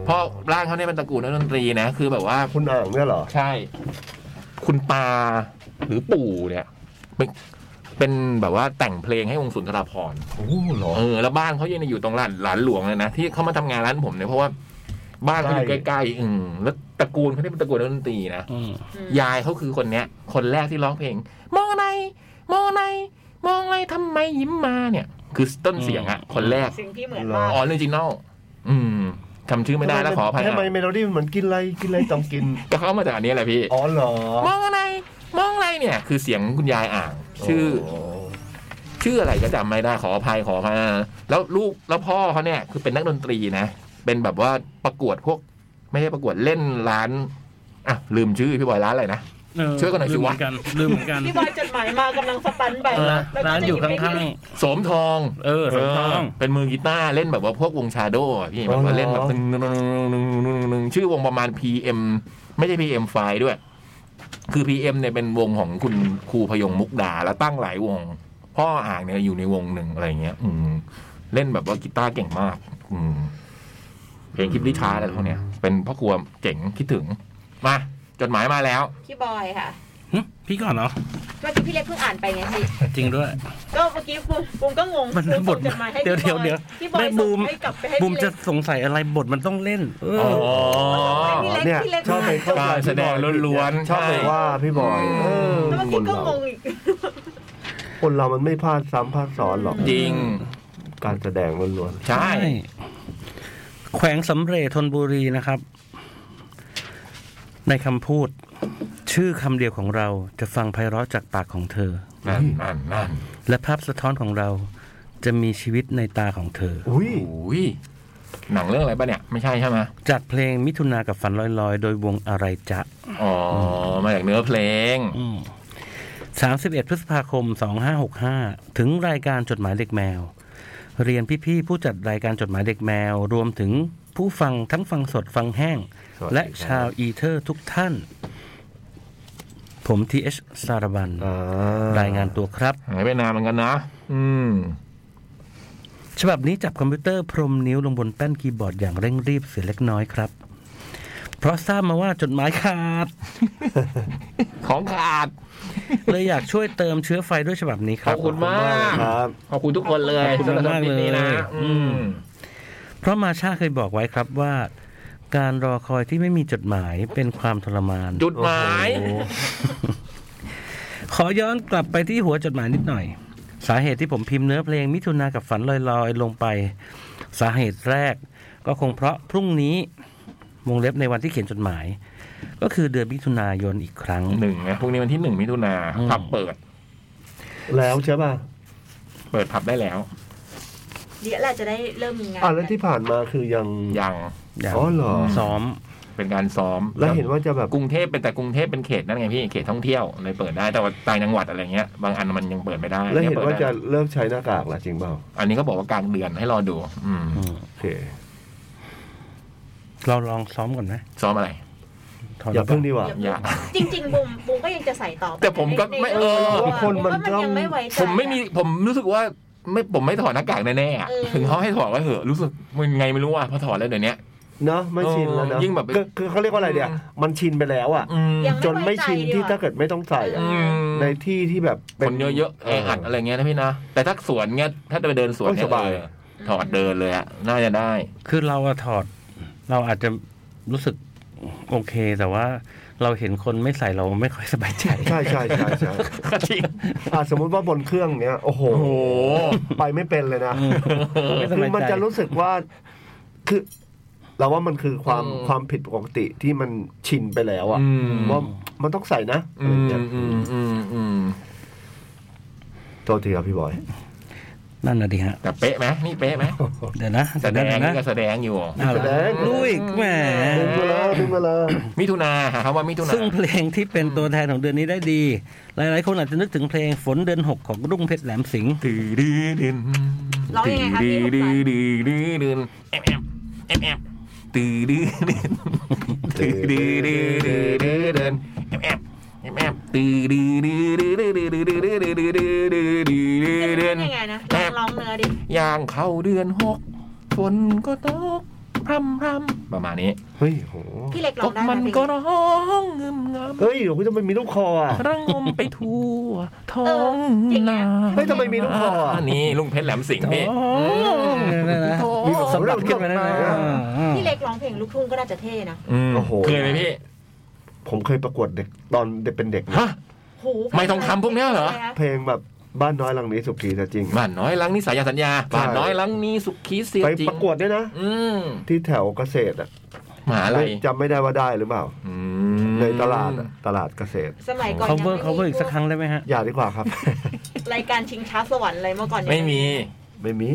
B: พ่อร่างเขาเนี่ยเป็นตระกูลนักดนตรีนะคือแบบว่า
C: คุณอ่างเนี่ยเหรอ
B: ใช่ คุณตาหรือปู่เนี่ยเป็นเป็นแบบว่าแต่งเพลงให้วงสุนทรภพ
C: โอ้เหรอ
B: เออแล้วบ้านเขายังอยู่ตรงร้านหลานหลวงเลยนะที่เขามาทำงานร้านผมเนี่ยเพราะว่า บ้านเขาอยู่
C: ใกล้
B: ใกล้ๆอืมแล้วตระกูลเขาเนี่ยเป็นตระกูลนักดนตรีนะ
E: อืม
B: ยายเขาคือคนเนี้ย คนแรกที่ร้องเพลง มองใน มองใน มองในทำไมยิ้มมาเนี่ย คือต้นเสียงอะ
E: อืม
B: คนแรก
D: สิ่งที่เหมือนมาก
B: อ๋อออริจินอลอืมจำชื่อไม่ได้แล้วขออภัย
C: ทำไม
B: อะ
C: เมโลดี้มันเหมือนกินอะไรกินอะไรต้องกิน
B: ก็เขามาจากอันนี้แหละพี่
C: อ๋อเหรอ
B: มองในมองในเนี่ย คือเสียงคุณยายอ่าง ชื่อ ชื่ออะไรก็จำไม่ได้ขออภัยขออภัยนะแล้วลูกแล้วพ่อเขาเนี่ยคือเป็นนักดนตรีนะ เป็นแบบว่าประกวดพวก ไม่ใช่ประกวดเล่นร้านอ่ะลืมชื่อพี่บอยร้านอะไรนะ
E: เออ
B: ช่วยกันหน่อยสิวะ
E: ลืมเหมือนกันลืมเหมือนกัน
D: พี่บอยจดหมายมากำลังสตันไป
E: เออ
D: แล้วก็
E: ร้าน
D: จะ
E: อยู่
D: บ
E: ข้
D: ให้
E: าง
D: พี่
B: สมทอง
E: ๆ เออสมทอง
B: เเป็นมือกีตาร์เล่นแบบว่าพวกวงชาโดว์อะพี่แบบว่าเล่นแบบนึงนึงนึงนึงนึงชื่อวงประมาณ PM ไม่ใช่ PM ไฟด้วย คือ PM เนี่ยเป็นวงของคุณครูพยงมุกดา แล้วตั้งหลายวง พ่ออ่างเนี่ยอยู่ในวงหนึ่งอะไรเงี้ย อืม เล่นแบบว่ากีตาร์เก่งมาก อืมเพลงคลิปลิชาร์ดอะไรพวกเนี้ยเป็นพ่อครัวเจ๋งคิดถึง มาจดหมายมาแล้ว
D: พี่บอยค่ะ
E: หึพี่ก่อนเหรอ
D: เมื่อกี้พี่เล็กเพิ่งอ่านไปไงพี่
E: จริงด้วย
D: ก็เมื่อกี้บูมบูมก็งง
E: มัน
D: บูส่
E: บท
D: งจดหมายให้
E: เดี๋ยว
D: พี่
E: เดี๋ยว
D: บอ
E: เดี๋ยว
D: พี่บอ
E: แม่
D: ย
E: บู
D: ส่
E: ม
D: งให้กลับไปให้
E: บูม
D: พี่
E: จะ
D: เล็ก
E: สงสัยอะไรบทมันต้องเล่น เออ
B: อ๋อ
D: พี่เล็ก
C: เนี่ย
D: พี่เล็ก
C: ชอบไปเข้าใจ
B: การแสดงล้วนๆ
C: ชอบไป
B: ใช่
C: ว่าพี่บอยเออ
D: แล้วเมื่อ
C: คน
D: กี้ก็
C: เรา
D: งงอีก
C: คนเรามันไม่พลาดซ้ำพลาดซ้อนหรอก
B: จริง
C: การแสดงล้วน
B: ใช่
E: แขวงสำเรจธนบุรีนะครับ ในคำพูด ชื่อคำเดียวของเราจะฟังไพเราะจากปากของเธอ
B: นั่นนั่นนั่น
E: และภาพสะท้อนของเราจะมีชีวิตในตาของเธอ
C: ๆอุ้ย
B: โอ้ยหนังเรื่องอะไรปะเนี่ย ไม่ใช่ใช่ไหม
E: จากเพลงมิถุนากับฝันลอยๆ โดยวงอะไรจะ
B: อ๋อ มาจากเนื้อเพลง
E: สามสิบเอ็ดพฤษภาคมสองห้าหกห้าถึงรายการจดหมายเด็กแมว เรียนพี่ๆผู้จัดรายการจดหมายเด็กแมว รวมถึงผู้ฟังทั้งฟังสดฟังแห้ง
C: สวัสดี
E: และ
C: ครับ
E: ชาวอีเทอร์ทุกท่าน ผมทีเอชสารบัน
C: อ่
E: รายงานตัวครับ
B: หายไปนานเหมือนกันนะ อืม
E: ฉบับนี้จับคอมพิวเตอร์พรมนิ้วลงบนแป้นคีย์บอร์ดอย่างเร่งรีบเสียเล็กน้อยครับ เพราะทราบมาว่าจดหมายขาด
B: ของขาด
E: เลยอยากช่วยเติมเชื้อไฟด้วยฉบับนี้ค
B: ข
E: รั
B: อบ บคุณมาก
C: ครับ
B: ขอบคุณทุกคนเลย
E: ขอบคุณมากๆ
B: สำหรับนี้นะ
E: เลย
B: อืม
E: เพราะมาชาเคยบอกไว้ครับว่า การรอคอยที่ไม่มีจดหมายเป็นความทรมาน
B: จุดหมาย
C: โอ้โห
E: ขอย้อนกลับไปที่หัวจดหมายนิดหน่อย สาเหตุที่ผมพิมพ์เนื้อเพลงมิถุนากับฝันลอยๆ ลงไป สาเหตุแรก ก็คงเพราะพรุ่งนี้วงเล็บในวันที่เขียนจดหมาย ก็คือเดือนมิถุนายนอีกครั้ง
B: หนึ่งนะพรุ่งนี้วันที่หนึ่งมิถุนา
E: อืม
B: ผับเปิด
C: แล้วใช่ป่ะ
B: เปิดผับได้แล้ว
D: เดี๋ยวเราจะได้เริ่มมีงาน
C: อ่ะแล้วที่ผ่านมาคือยัง
B: ยัง
E: อย่าง
C: อ๋อเหรอ
E: ซ้อม
B: เป็นการซ้อม
C: แล้วเห็นว่าจะแบบ
B: กรุงเทพเป็นแต่กรุงเทพเป็นเขตนั่นไงพี่ เขตท่องเที่ยวเลยเปิดได้ แต่ว่าต่างจังหวัดอะไรเงี้ย บางอันมันยังเปิดไม่ได้
C: แล้วเห็นว่าจะ
B: ยปิดได้
C: เลิกใช้หน้ากากละจริงเปล่า
B: อันนี้ก็บอกว่ากลางเดือนให้รอดู อืม
C: โอเค
E: เราลองซ้อมก่อนไหม
B: ซ้อมอะไร
E: ถน
C: อย่าเพิ่งดีกว่า
B: อย่า
D: จริงๆบูมบูมก็ยังจะใส่ต่อไป
B: แต่ผมก็
D: ใน
B: ไม่
D: ในรื่ง
B: เออ
D: ขง
C: คนมัน
D: บู
C: ต้
D: ว่า
C: อง
D: ยังไม่ไว้ใจ
B: ผมไม่มี
D: อะ
B: ผมรู้สึกว่าไม่ผมไม่ถอดหน้ากากแน่ๆอะ
D: เออ
B: ถึงเขาให้ถอดก็เหอะรู้สึกมันไงไม่รู้อ่ะพอถอดแล้วเดี๋ยวเนี้ย
C: เนาะไม่ชินแล้วเนอะ
B: ยิ่งแบบ
C: คือคือเขาเรียกว่าอะไรเดียวมันชินไปแล้วอ่ะ
B: อืม
D: ยัง
C: จนไม่
D: ว้ใจ
C: ชินที่
D: ดีกว่า
C: ถ้าเกิดไม่ต้องใส่อะ
B: อืม
C: ในที่ที่แบบ
B: ค
C: ป็
B: นเยอะๆแออัดอะไรเงี้ยนะพี่นะแต่ถ้าสวนเงี้ยถ้าจะไปเดินสวนเนี่
C: โอ้ยสบาย
B: เออถอดเดินเลยอ่ะน่าจะได้
E: คือเราอะถอด เราอาจจะรู้สึกโอเค แต่ว่าเราเห็นคนไม่ใส่เราไม่ค่อยสบายใจ
C: ใช่ใช่ใช่ใช่
B: จริง
C: อ่ะสมมุติว่าบนเครื่องเนี้ยโอ้โห
B: โอ้โห
C: ไปไม่เป็นเลยนะ
E: ไม่ส
C: คื
E: บา
C: อย
E: ใจ
C: มันจะรู้สึกว่า คือ เราว่ามันคือความ
B: อืม
C: ความผิดปกติที่มันชินไปแล้วอ่ะ
B: อืม
C: ว่ามันต้องใส่นะอะ
B: อื
C: ไร
B: ม
C: เงี้ย
B: อืมอืมอืม
C: โทษทีครับพี่บอย
E: นั่นน่ะดิฮะ
B: แต่เป๊ะไหมนี่เป๊ะไหม
E: เดี๋ยวนะ
B: แสดง
E: เยว
B: นี่
E: นะ
B: ก็แสดงอยู่
E: อ้าว
C: แสดง
E: ดูอีกแหม
C: ดึงมาแล้วดึงมาแล้ว
B: มิถุนาหาคำว่ามิถุนา
E: ซึ่งเพลงที่เป็นตัวแทนของเดือนนี้ได้ดี หลาย ๆ คนอาจจะนึกถึงเพลงฝนเดือนหกของรุ่งเพชรแหลมสิงห์
B: ดื้อดื้อดื้อ
D: ร้องยังไงคะพี่
B: ดื้อดื้อดื้อดื้อแอมแอมแอมแอมดื้อดื้อดื้อ ดื้อดื้อดื้อดื้อดื้อเดินแอบแอบแอบดื้อดื้อดื้อดื้อดื้อดื้อดื้อดื้อดื้อดื้อดื้อดื้อดื้อดื้อดื้อ
D: เดื
B: เดิ
D: อน
B: น
D: ยังไงนะลองลองเนื้อดิ
B: ย่างเข้าเดือนหกฝนก็ตกพรำพรำประมาณนี้
C: เฮ้ยโห
D: พี่เล็กล
B: ต
D: อง
B: ก
D: ได้ไห
B: มัน
D: พี่
B: ก็ร้องงึมง
C: เฮ้ยเดี๋ยวคุณจะมันมีลูกคออ่ะ
B: ำระงมไปทั่วท้องนา
C: เฮ้ยทำไมมีลูกคออ่ะ
B: นี่ลุงเพชรแหลมสิงห์พี่
E: โอ้นั่นนะ
C: มีแบบ
E: สำหรับขึ้นมาได้ไหม
C: อ่ะ
D: พี่เล็กร้องเพลงลูกทุ่งก็น่าจะเท่นะ
B: อืม
C: โอ้โห
B: เคยไหมพี่
C: ผมเคยประกวดเด็กตอนเด็กเป็นเด็กนะ
B: ฮะ
D: โห
B: ไม่ทองคำพวกเนี้ยเหรอ
D: ะไะ
C: เพลงแบบบ้านน้อยหลังนี้สุกี้แต่จริง
B: บ้านน้อยหลังนี้สายาสัญญาบ้านน้อยหลังนี้สุขีเสีย
C: ไป
B: จริง
C: ประกวดด้วยนะ
B: อืม
C: ที่แถวเกษตรอ่ะ
B: มหาลัย
C: จำไม่ได้ว่าได้หรือเปล่า
B: อืม
C: ในตลาดอะตลาดเกษตร
D: สมัยก่อนยังไม่มี
E: cover cover อีกสักครั้งได้ไหมฮะ
C: อย่าดีกว่าครับ
D: รายการชิงช้าสวรรค์อะไรเมื่อก่อนเนี่ย
B: ไม่มี
C: ไม่มี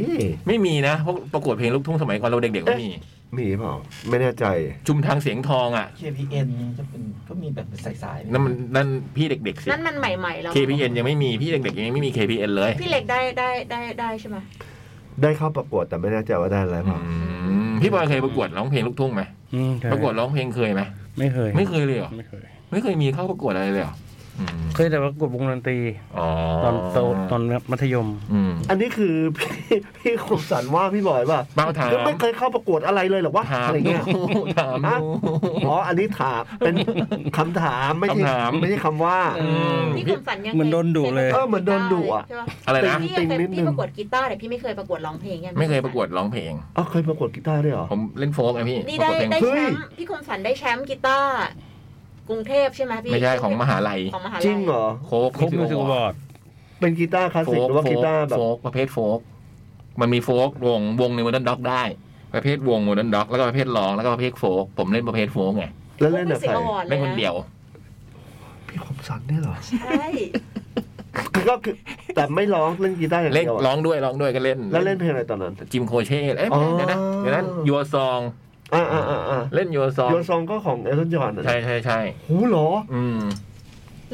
B: ไม่มีนะเพราะประกวดเพลงลูกทุ่งสมัยก่อนเราเด็กๆไม่มี
C: มีเปล่า ไม่แน่ใจ
B: ชุมทางเสียงทองอ่ะ
A: KPN เนี่ยจะเป็นก็มีแบบเป็นสายๆ
B: นั่นมันนั่นพี่เด็กๆสิ
D: นั่นมันใหม่ๆแล้ว
B: KPN ยังไม่มีพี่เด็กๆยังไม่มี KPN เลย
D: พี่เล็กได้ได้ได้ได้ใช่ไหม
C: ได้เข้าประกวดแต่ไม่แน่ใจว่าได้อะไรเปล่า
B: อืมพี่บอยเคยประกวดร้องเพลงลูกทุ่งไหม
E: อืมใช่
B: ประกวดร้องเพลงเคยไหม
E: ไม่เคย
B: ไม่เคยเลยเหรอ
E: ไม่เคย
B: ไม่เคยมีเข้าประกวดอะไรเลยเหรออืม
E: เคยแต่ว่ากดวงดนตรี
B: อ๋อ
E: ตอนโตตอนมัธยม
B: อืม
C: อันนี้คือ พี่พี่คมสันว่าพี่บอยว่า
B: เปล่าถาม
C: ก็ไม่เคยเข้าประกวดอะไรเลยเหรอวะ
B: ถาม
C: อะไร
B: ดู
C: เงี้ย
B: ถาม
C: ฮะ
B: ดู
C: อ๋อ อันนี้ถามเป็น คำถามไม่ใช่
B: คำถาม
C: ไม่ใช่คำว่า
B: อืม
D: พี่
B: พี่
D: คมสันยัง
E: เหมือนโดนดุเลย
C: เออเหมือนโดนดุอะ
D: ใช่ปะ
B: อะไรนะ
D: พี่
C: ติ่ง
D: เคย
C: นิดนึง
D: พี่ประกวดกีตาร์แต่พี่ไม่เคยประกวดร้องเพลงง
B: ไม่เคยประกวดร้องเพลง
C: อ๋อเคยประกวดกีตาร์ด้วยเหรอ
B: ผมเล่นโฟล์กไงพี่
D: นี่
B: ป
D: ได้
B: ระกวดเพลง
D: ได้
C: เฮ้ย
D: แชมป์พี่คมสันได้แชมป์กีตาร์กรุงเทพใช่ไหมพี่
B: ไม่ใช่ของมหาลัย
D: ของมหาลัย
C: จริงเหรอ
B: โค้ก
E: ครบมิวสิกบอร์ด
C: เป็นกีตาร์คลาส
B: โฟ
C: สิ
B: ล์
C: ก
B: ก
C: หรือว่า
B: โฟ
C: กี
B: ล์
C: ตาร์
B: ก
C: แบบ
B: โฟล์กประเภทโฟล์กมันมีโฟล์กวงวงในโมเดิร์นด็อกได้ ประเภทวงโมเดิร์นด็อกแล้วก็ประเภทร้องแล้วก็ประเภทโฟล์กผมเล่นประเภทโฟล์กไง
C: แล้วเล่นกั
D: เป็
C: บ
D: นสิ
C: ใคร
D: งห์อวอร์ดเล
B: เล่
D: ย
B: นคนเดี
D: นะ
B: ยว
C: พี่คมสันเนี่ยเหรอ
D: ใช่
C: ก็คือแต่ไม่ร้องเล่นกีตาร์อย่าง
B: เล่น
C: เดียว
B: ร้องด้วยร้องด้วยก็เล่น
C: แล้วเล่นเพลงอะไรตอนนั้น
B: จิมโคเช่เอ้ย
C: อ๋อ
B: เดี๋ยวนะเดี๋ยวนั้นยัวซอง
C: อ่าอ่าอ่าอ่า
B: เล่นยัวซอง
C: โยนซองก็ของเอลตันจอห์น
B: ใช่ใช่ใช่
C: โหเหรอ
B: อืม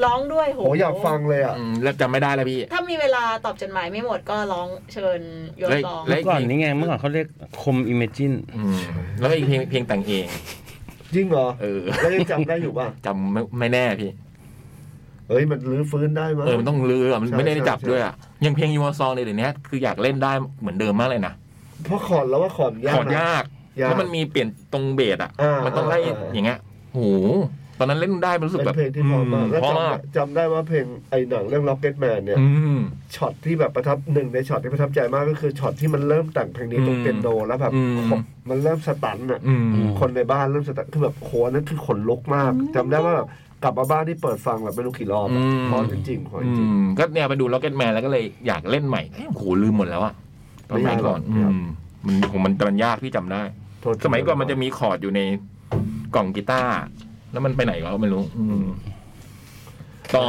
D: ร้องด้วยโห
C: โหอยากฟังเลยอ่ะ
B: อืมแล้วจำไม่ได้แล้วพี่
D: ถ้ามีเวลาตอบจดหมายไม่หมดก็ร้องเชิญโยน
B: แล้ว
D: ซอง
B: แล้
E: เมื่
B: วอีก
E: อก่อน
B: เพลง
E: นี่ไงเมื่อก่อนเขาเรียกคมอิมเมจิน
B: อืมแล้วอีกเพลงเพลงแต่งเอง
C: จริงเหรอ
B: เออ
C: แล้วยังจำได้อยู่ป่ะ
B: จำไม่ไม่แน่พี่
C: เฮ้ยมันรื้อฟื้นได้มั้ย
B: เออ มันต้องลืออะมัน
C: ใช่
B: ไม่ได้
C: ใช่
B: จับ
C: ใช่
B: ด้วยอ่ะอยังเพลงยูวซองในเดี๋ยวนี้คืออยากเล่นได้เหมือนเดิมมากเลยนะ
C: เพราะขอนแล้วว่าขอนยาก
B: ขอด
C: นะ
B: ยาก
C: ยาก
B: แล้วมันมีเปลี่ยนตรงเบสอ่ะ
C: อ่ามั
B: มันต้องไล่
C: อ่าอ่า
B: อย่างเงี้ยโหตอนนั้นเล่นได้มันรู้สึก
C: เป็
B: แบ
C: น
B: บ
C: เพลงที่เพอมาก
B: ม
C: แล้ว
B: เพราะมา
C: จำได้
B: ก
C: จำได้ว่าเพลงไอ้หนังเรื่อง Rocket Man เนี่ย
B: อืม
C: ช็อตที่แบบประทับหนึ่งในช็อตที่ประทับใจมากก็คือช็อตที่มันเริ่มแต่งเพลงนี้ตรง
B: อืม
C: เปียโนแล้วแบบ
B: อืม
C: มันเริ่มสตันอ่ะ
B: อืม
E: ม
C: คนในบ้านเริ่มสตันคือแบบโหนั่นคือขนลุกมากจำได้ว่าแบบกลับมาบ้านที่เปิดฟังแบบไม่รู้กี่รอบอะเพราะจริงๆขอจ
B: อื
C: ริง
B: มก็เนี่ยไปดูล็อกเก็ตแมนแล้วก็เลยอยากเล่นใหม่เอ้ยโหลืมหมดแล้วอ่ะส
C: ไม่
B: มั
C: ยาย กหร
B: ก่
C: อ
B: อก น
C: ไม่ยาก
B: อืมมันโหมันมันยากพี่จำได้
C: ๆโทษ
B: สมัยก่อนมันจะมีคอร์ดอยู่ในกล่องกีตาร์แล้วมันไปไหนก็ไม่รู้ อืมต่อ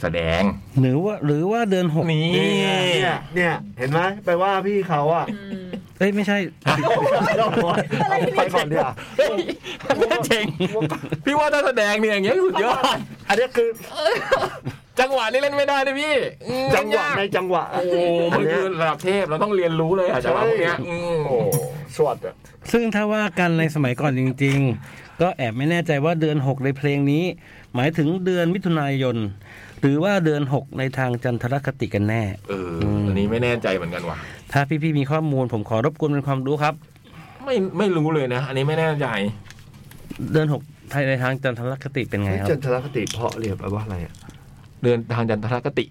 B: แสดง
E: หรือว่าหรือว่าเดือนหก
B: นี่
C: เนี่ยเนี่ยเห็นไหมไปว่าพี่เขาอ่ะ
D: อืม
E: เอ้ยไม่ใช่
C: ไปก่อนเนี่ย
B: เจ๋งพี่ว่าถ้าแสดงเนี่ยอย่างเงี้ยสุดยอด
C: อันนี้คือ
B: จังหวะนี่เล่นไม่ได้นะพี่อืม
C: จังหวะในจังหวะ
B: โอ้โหมันคือระดับเทพเราต้องเรียนรู้เลยอ่ะจังหวะพวกเนี้ยอืม
C: โอ้โหสวดอ่ะ
E: ซึ่งถ้าว่ากันในสมัยก่อนจริง ๆ ก็แอบไม่แน่ใจว่าเดือน 6 ในเพลงนี้ หมายถึงเดือนมิถุนายน หรือว่าเดือน 6 ในทางจันทรคติกันแน่
B: เอออันนี้ไม่แน่ใจเหมือนกันว่ะ
E: ถ้าพี่ๆมีข้อมูลผมขอรบกวนเป็นความรู้ครับ
B: ไม่ไม่รู้เลยนะ อันนี้ไม่แน่ใจ
E: เดือน6ภายในทางจันทรคติเป็นไงครับ
C: จันทรคติเพราะเรียบแปลว่าอะไรอ่ะ
B: เดินทางจันทรคติ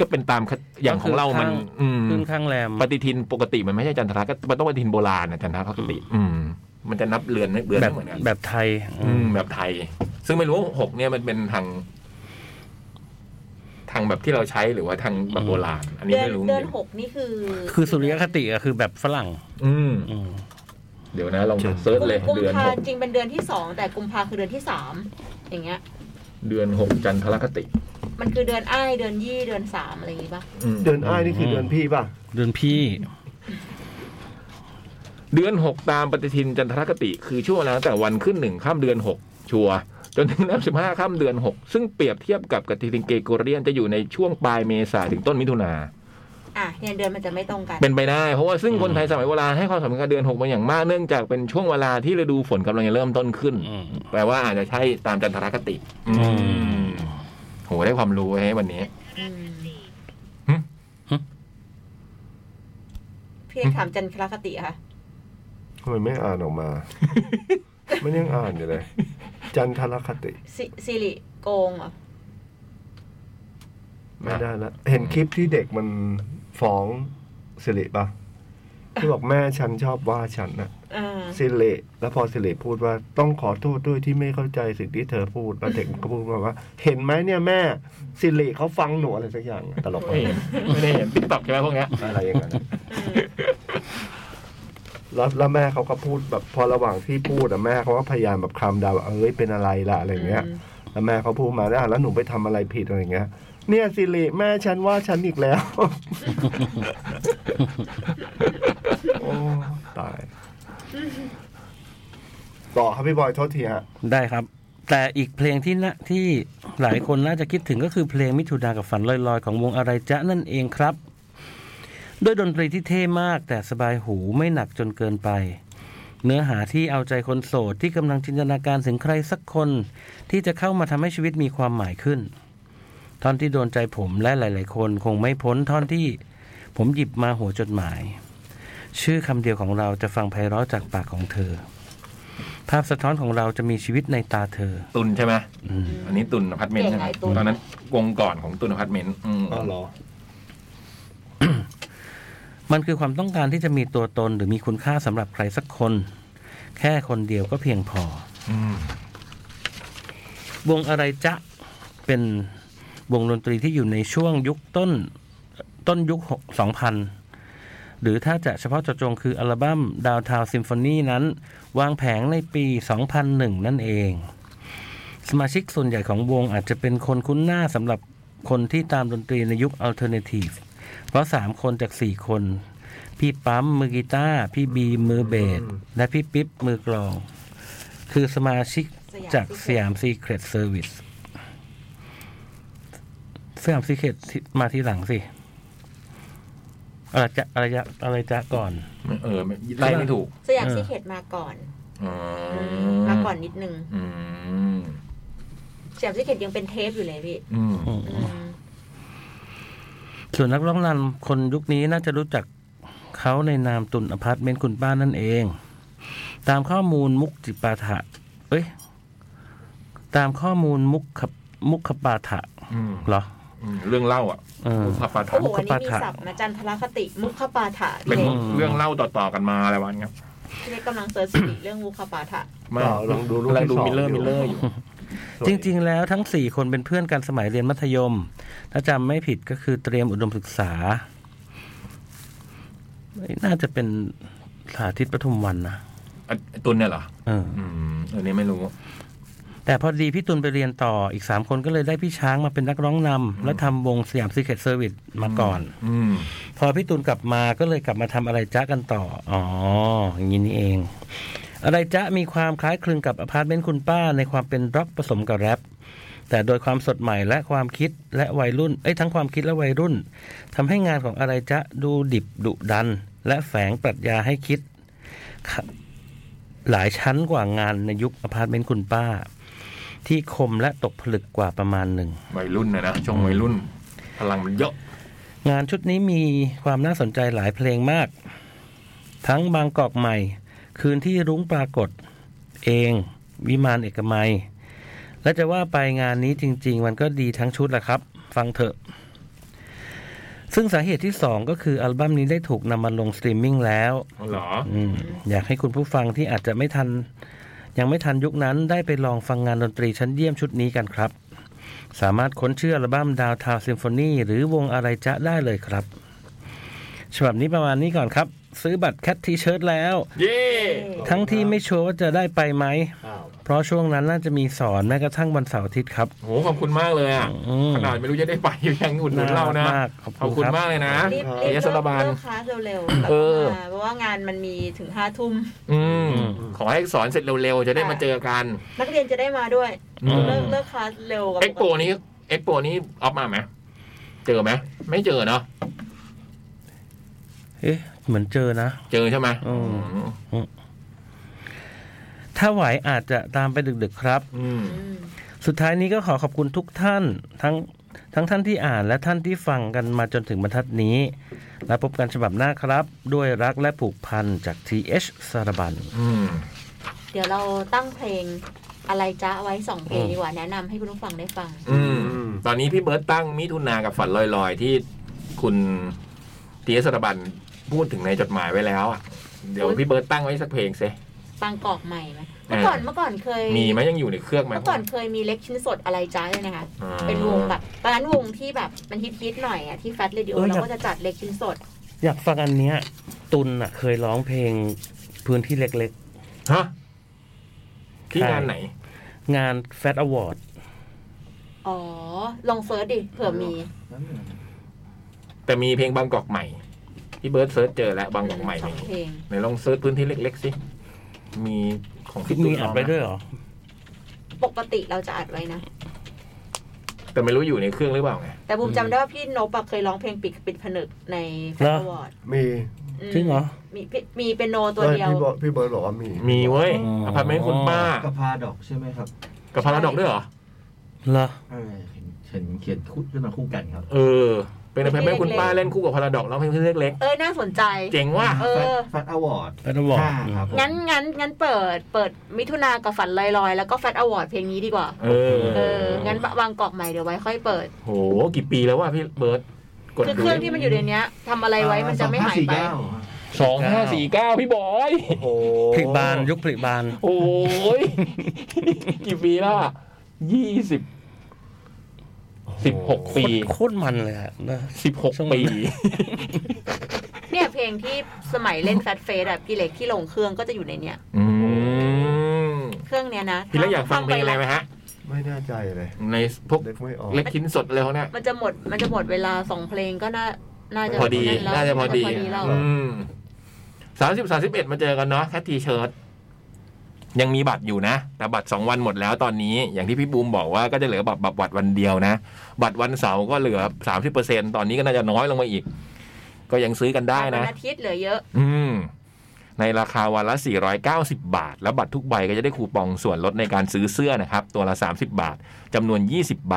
B: ก็เป็นตามคอย่างของเรามัน
E: ก็คือ
B: อืม
E: ขึ้นข้างแรม
B: ปฏิทินปกติมันไม่ใช่จันทรคติมันต้องปฏิทินโบราณนะจันทรคติ อืม มันจะนับเรือนเดือน
E: แบ
B: ไม่
E: บ
B: เหมือนกัน
E: แบบไทย
B: อืม แบบไทย ซึ่งไม่รู้ว่าหกเนี่ยมันเป็นทาง ทางแบบที่เราใช้หรือว่าทางแบบโบราณ อันนี้
D: เดือน
B: ไม่รู้
D: เดือน
B: จริง
D: หกนี่คือ
E: คือสุริยคติอะคือแบบฝรั่ง
B: อืม
E: อืม
B: เดี๋ยวนะลอง
C: จัน
B: เซิร์ชเลย
D: กุม
B: เดือน
D: ภา
B: หก
D: จริงเป็นเดือนที่สองแต่กุมภาคือเดือนที่สามอย่างเงี้ย
B: เดือนหกจันทรคติ
D: มันคือเดือนอ้ายเดือนยี่เดือนสามอะไรอย่างงี้ปะ
B: อืม
C: เดือนอ้ายนี่คือเดือนพี่ป่ะ
E: เดือนพี่
B: เดือนหกตามปฏิทินจันทรคติ คือช่วงเวลาตั้งแต่วันขึ้นหนึ่งข้ามเดือนหกชัวร์จนถึงแล้วสิบห้าข้ามเดือนหกซึ่งเปรียบเทียบกับปฏิทินเกโกเรียนจะอยู่ในช่วงปลายเมษาถึงต้นมิถุนา
D: อ่ะเนี่ยเดือนมันจะไม่ตรงกัน
B: เป็นไปได้เพราะว่าซึ่ง
E: อืม
B: คนไทยสมัยโบราณให้ความสำคัญกับเดือนหกเป็นอย่างมากเนื่องจากเป็นช่วงเวลาที่ฤดูฝนกำลังจะเริ่มต้นขึ้น
E: อืม
B: แปลว่าอาจจะใช่ตามจันทรคติ
E: อืม
B: โหได้ความรู้ไว้ให้วันนี้
D: อืม
B: หึ
D: พี่เอกถามจันทรคติค่ะ
C: ทำไมไม่อ่านออกมา ไม่ยังอ่านอยู่เลย จันทรคติ
D: สิสิริโกงเหรอ
C: ไม่ได้ละ เห็นคลิปที่เด็กมันฟ้องสิริป่ะ ที่บอกแม่ฉันชอบว่าฉันน่ะ
D: อ่า
C: สิริแล้วพอสิริพูดว่าต้องขอโทษด้วยที่ไม่เข้าใจสิ่งที่เธอพูด แล้วเด็กมันก็พูดมาว่า เห็นไหมเนี่ยแม่สิริเขาฟังหนูอะไรสักอย่างอะตลก
B: ไม่เห็นไม่ได้เห็นติ๊กต็อกใช่ไหมพวกเนี้ย
C: อะไรอย่างเงี้ย แล้วแล้วแม่เขาก็พูดแบบพอระหว่างที่พูดอะแม่เขาก็พยายามแบบคลำเดาว่าเอ้ยเป็นอะไรล่ะอะไรเงี้ย
D: อืม
C: แล้วแม่เขาพูดมาแล้วแล้วหนูไปทำอะไรผิดอะไรเงี้ย เนี่ยสิริแม่ฉันว่าฉันอีกแล้วโอ้ตาย ต่อครับพี่บอยโทษทีฮะ
E: ได้ครับ แต่อีกเพลงที่นะที่หลายคนน่าจะคิดถึงก็คือเพลงมิถุนากับฝันลอยๆ ของวงอะไรจ๊ะนั่นเองครับ ด้วยดนตรีที่เท่มากแต่สบายหูไม่หนักจนเกินไป เนื้อหาที่เอาใจคนโสดที่กำลังจินตนาการถึงใครสักคน ที่จะเข้ามาทำให้ชีวิตมีความหมายขึ้น ท่อนที่โดนใจผมและหลาย ๆ คนคงไม่พ้นท่อนที่ผมหยิบมาหัวจดหมาย ชื่อคำเดียวของเราจะฟังไพเราะจากปากของเธอ ภาพสะท้อนของเราจะมีชีวิตในตาเธอ
B: ตุนใช่ไหม
E: อืม
B: อันนี้ตุนอพาร์ตเมนต์ใช่ไหม
D: เก่งไงตุล
B: ตอนนั้นวงก่อนของตุนอพาร์ตเมนต์อืม
E: มันคือความต้องการที่จะมีตัวตนหรือมีคุณค่าสำหรับใครสักคน แค่คนเดียวก็เพียงพอ
B: อืม
E: วงอะไรจ๊ะ เป็นวงดนตรีที่อยู่ในช่วงยุคต้นต้นยุค 2000 หรือถ้าจะเฉพาะเจาะจงคืออัลบั้มดาวทาวซิมโฟนีนั้น วางแผงในปี 2001 นั่นเอง สมาชิกส่วนใหญ่ของวงอาจจะเป็นคนคุ้นหน้าสำหรับคนที่ตามดนตรีในยุคอัลเทอร์เนทีฟเพราะ 3 คนจาก 4 คน พี่ปั๊มมือกีตาร์พี่บีมือเบสและพี่ปิ๊บมือกลอง คือสมาชิก จากสยามซีเครตเซอร์วิสสยามซีเครตมาทีหลังสิอะไรจะอะไรจะอะไรจะก่อน
B: เออไม่ไล่ไม่ถูก
D: สยาม
E: เออ
D: ซีเครตมาก่อน
B: อื
D: มาก่อนนิดนึง
B: อืม
D: สยามซีเครตยังเป็นเทปอยู่เลยพี่
B: อืม
E: อืม
D: อืม
E: ส่วนนักร้องนำคนยุคนี้น่าจะรู้จักเขาในนามตุนอพาร์ตเมนต์คุณป้านั่นเอง ตามข้อมูลมุกจิปาถะ เอ้ย ตามข้อมูลมุกขปมุกขปาถะ
B: อืม
E: เหรอ
B: อืมเรื่องเล่าอ่ะ
E: เออ
B: พับปา
D: โอ้
B: ทะ
D: โหอันนี้มี
E: มุขปาฐะ
D: ศัพท์นะจันทรคติมุขปาฐะพี่
B: เป็น
D: เล็ก
E: อืม
B: เรื่องเล่าต่อๆกันมาอะไรวันครับ
D: พี่เล็กกำลังเซิร์ชสติเรื่องมุขปาฐะ
B: ไม่
C: ต่อลองดูรูป
B: กำลัง
C: ที่
B: ดู
C: สอง
B: มิลเลอร์
C: อยู่
B: มิลเลอร์อยู่
E: จริงๆ แล้วทั้ง 4 คนเป็นเพื่อนกันสมัยเรียนมัธยม ถ้าจำไม่ผิดก็คือเตรียมอุดมศึกษาเอ้ยน่าจะเป็นสาธิตปทุมวันนะ
B: อ่ะตุนเนี่ยเหรอ
E: เออ
B: อืมอันนี้ไม่รู้
E: แต่พอดีพี่ตุลไปเรียนต่ออีก 3 คนก็เลยได้พี่ช้างมาเป็นนักร้องนำและทำวงสยามซีเคทเซอร์วิสมาก่อน
B: อืม
E: พอพี่ตูนกลับมาก็เลยกลับมาทำอะไรจ๊ะกันต่อ อ๋อ อย่างนี้นี่เอง อะไรจ๊ะมีความคล้ายคลึงกับอพาร์ตเมนต์คุณป้าในความเป็นร็อกผสมกับแรปแต่โดยความสดใหม่และความคิดและวัยรุ่น เอ้ยทั้งความคิดและวัยรุ่นทำให้งานของอะไรจ๊ะดูดิบดุดัน และแฝงปรัชญาให้คิดขะหลายชั้นกว่างานในยุคอพาร์ตเมนต์คุณป้า ที่คมและตกผลึกกว่าประมาณหนึ่ง
B: วัยรุ่นนะนะช่วงวัยรุ่น พลังมันเยอะ
E: งานชุดนี้มีความน่าสนใจหลายเพลงมาก ทั้งบางกอกใหม่ คืนที่รุ้งปรากฏ เอง วิมานเอกมัย และจะว่าไปงานนี้จริง ๆ มันก็ดีทั้งชุดแหละครับ ฟังเถอะ ซึ่งสาเหตุที่ 2 ก็คืออัลบั้มนี้ได้ถูกนำมาลงสตรีมมิ่งแล้ว
B: เหรอ
E: อืมอยากให้คุณผู้ฟังที่อาจจะไม่ทัน ยังไม่ทันยุคนั้นได้ไปลองฟังงานดนตรีชั้นเยี่ยมชุดนี้กันครับ สามารถค้นชื่ออัลบั้มดาวทาวซิมโฟนีหรือวงอะไรจะได้เลยครับ ฉบับนี้ประมาณนี้ก่อนครับ ซื้อบัตรแคททีเชิร์ตแล้ว
B: เย่
E: ทั้งที่ไม่ชัวร์ว่าจะได้ไปไหม
C: อ้าว
E: เพราะช่วงนั้นน่าจะมีสอนแม้กระทั่งวันเสาร์อาทิตย์ครับ
B: โหขอบคุณมากเลยอ่ะ
E: อืม
B: ขนาดไม่รู้จะได้ไปยังอุดหนุนเรานะ
E: มาก
B: ข
E: ข
B: อบ
E: อ
B: บ คุ
E: คุณ ณ
B: มา
E: ค
B: ก
E: รับ
B: เลยนะ
D: รีบ
B: เอ
D: รีบ
B: สรบาล
D: เลิกคลาสเร็วๆกลับ
B: เออ
D: มาเพราะว่างานมันมีถึงห้าทุ่ม
B: อืม ขอให้สอนเสร็จเร็วๆ จะได้มาเจอกัน
D: นักเรียนจะได้มาด้วย
B: อืม
D: เลิกเลิกคลาสเร็วกว่า
B: เอ็กโปนี้เอ็กโปนี้ออฟมาไหมเจอไหมไม่เจอเนาะ
E: เอ๊ะ เหมือนเจอนะ
B: เจอใช่ไหม
E: อืม ถ้าไหวอาจจะตามไปดึกๆครับ
B: อืม
D: อืม
E: สุดท้ายนี้ก็ขอขอบคุณทุกท่าน ทั้งทั้งท่านที่อ่านและท่านที่ฟังกันมาจนถึงบรรทัดนี้ และพบกันฉบับหน้าครับ ด้วยรักและผูกพันจาก TH สารบัน
B: อืม
D: เดี๋ยวเราตั้งเพลงอะไรจ๊ะไว้สองเพลงดีกว่าแนะนำให้คุณผู้ฟังได้ฟัง
B: อืม ตอนนี้พี่เบิร์ตตั้งมิถุนากับฝันลอยๆ ที่คุณเตียสรบันพูดถึงในจดหมายไว้แล้วอะเดี๋ยวพี่เบิร์ตตั้งไว้สักเพลงเซ
D: ฟังกอกใหม่ไหม
B: เออ
D: เมื่อก่อนเมื่อก่อนเคย
B: มีไหมยังอยู่ในเครื่องไหม
D: เมื่อก่อนเคยมีเล็กชิ้นสดอะไรจ๊ะเลยนะคะ
B: อ่า
D: เป็นวงแบบตอนนั้นวงที่แบบมันฮิตฮิตๆหน่อยอะที่แฟตเรดิโอ
E: เออ
D: เราก็จะจัดเล็กชิ้นสด
E: อยากฟังอันเนี้ย ตุนอ่ะเคยร้องเพลง พื้นที่เล็ก
B: ฮะที่งานไหน
E: ๆ งานแฟตอวอร์ด
D: อ๋อ ลองเซิร์ชดิเผื่อมี
A: แล้วเหมือน
B: แต่มีเพลงบางกอกใหม่พี่เบิร์ดเซิร์ชเจอแล้วบางกอกใหม่
D: สองเพลง
B: ไหนลองเซิร์ชพื้นที่เล็กๆสิมีของพี่
E: มี
B: ตุ๊ก
E: อัด
B: ร้ง
E: ไป
B: นะ
E: ด้วยเหรอ
D: ปกติเราจะอัดไว้นะ
B: แต่ไม่รู้อยู่ในเครื่องหรือเปล่าไง
D: แต่บูมจำได้ว่าพี่นบอะเคยร้องเพลงปิดปิดผนึกในแฟ
E: เหร
D: น
E: อ
D: วอร์ด
C: มี
E: จริงเหรอ
D: มีพี่มีเป็นโนตัวเดียว
C: พี่บอกพี่เบิร์ดบอกว่ามี
B: มีเว้ย
E: อ๋ออ
B: อพาร์ตเมนต์คุณป้า
A: กระพาดอกใช่ไหมครับ
B: กับพาราดอกด้วยเหรอ
E: เหรอ
A: เออเห็นเห็นเขียนคุดขึ้นมาคู่กันครับ
B: เออ เป็นอพาร์ตเมนต์คุณป้าเล่นคู่กับพาราดอกร้องเพลงเล็ก
D: เอ้ยน่าสนใจ
B: ๆเจ๋งว่ะ
D: เออ
A: แฟตอวอร์ด
E: แฟตอวอร์ด
A: ห้าครับผม
D: งั้นงั้นงั้นเปิดเปิดมิถุนากับฝันลอยๆ แล้วก็แฟตอวอร์ดเพลงนี้ดีกว่า
B: เออ
D: เออ งั้นวางกรอกใหม่เดี๋ยวไว้ค่อยเปิด
B: โหกี่ปีแล้วว่ะพี่เบิร์ดกด
D: คือ
B: ดู
D: เครื่องที่มันอยู่ในเนี้ยทำอะไรไว้มันจะไม่หายไป
B: สองห้าสี่เก้าพี่บอย
F: โอ้
E: ผลิบานยุคผลิบาน
B: โอ้ย กี่ปีแล้วอ่ะยี่สิบสิบหกปี
E: โคตรมันเลยอะนะ
B: สิบหก
E: ช่วงนั้
B: ปี
E: น
D: เนี่ยเพลงที่สมัยเล่นแฟตเฟสแบบพี่เล็กที่ลงเครื่องก็จะอยู่ในเนี้ย
B: อืม
D: เครื่องเนี้ยนะ
B: พี่เล็กอยากฟังเพลงอะไรไหมฮะ
C: ไม่แน่ใจเลย
B: ในพวก
C: เล็กไม่ออก
B: เล็กชิ้นสดอะไรพวกเนี้ย
D: มันจะหมดมันจะหมดเวลาสองเพลงก็น่าน่าจะ
B: พอดี
D: แล้ว
B: น่าจะพอดี
D: พอดีแล้ว
C: อื
B: สามสิบสามสิบเอ็ดมาเจอกันเนาะแคททีเชิร์ตยังมีบัตรอยู่นะ แต่บัตรสองวันหมดแล้วตอนนี้ อย่างที่พี่บูมบอกว่าก็จะเหลือบัตรบัตรวันเดียวนะ บัตรวันเสาร์ก็เหลือสามสิบเปอร์เซ็นตอนนี้ก็น่าจะน้อยลงมาอีก ก็ยังซื้อกันได้
D: วั
B: นะ
D: อาทิตย์เหลือเยอะ
B: อืม ในราคาวันละ 490 บาท แล้วบัตรทุกใบก็จะได้คูปองส่วนลดในการซื้อเสื้อนะครับ ตัวละ 30 บาทจำนวน 20 ใบ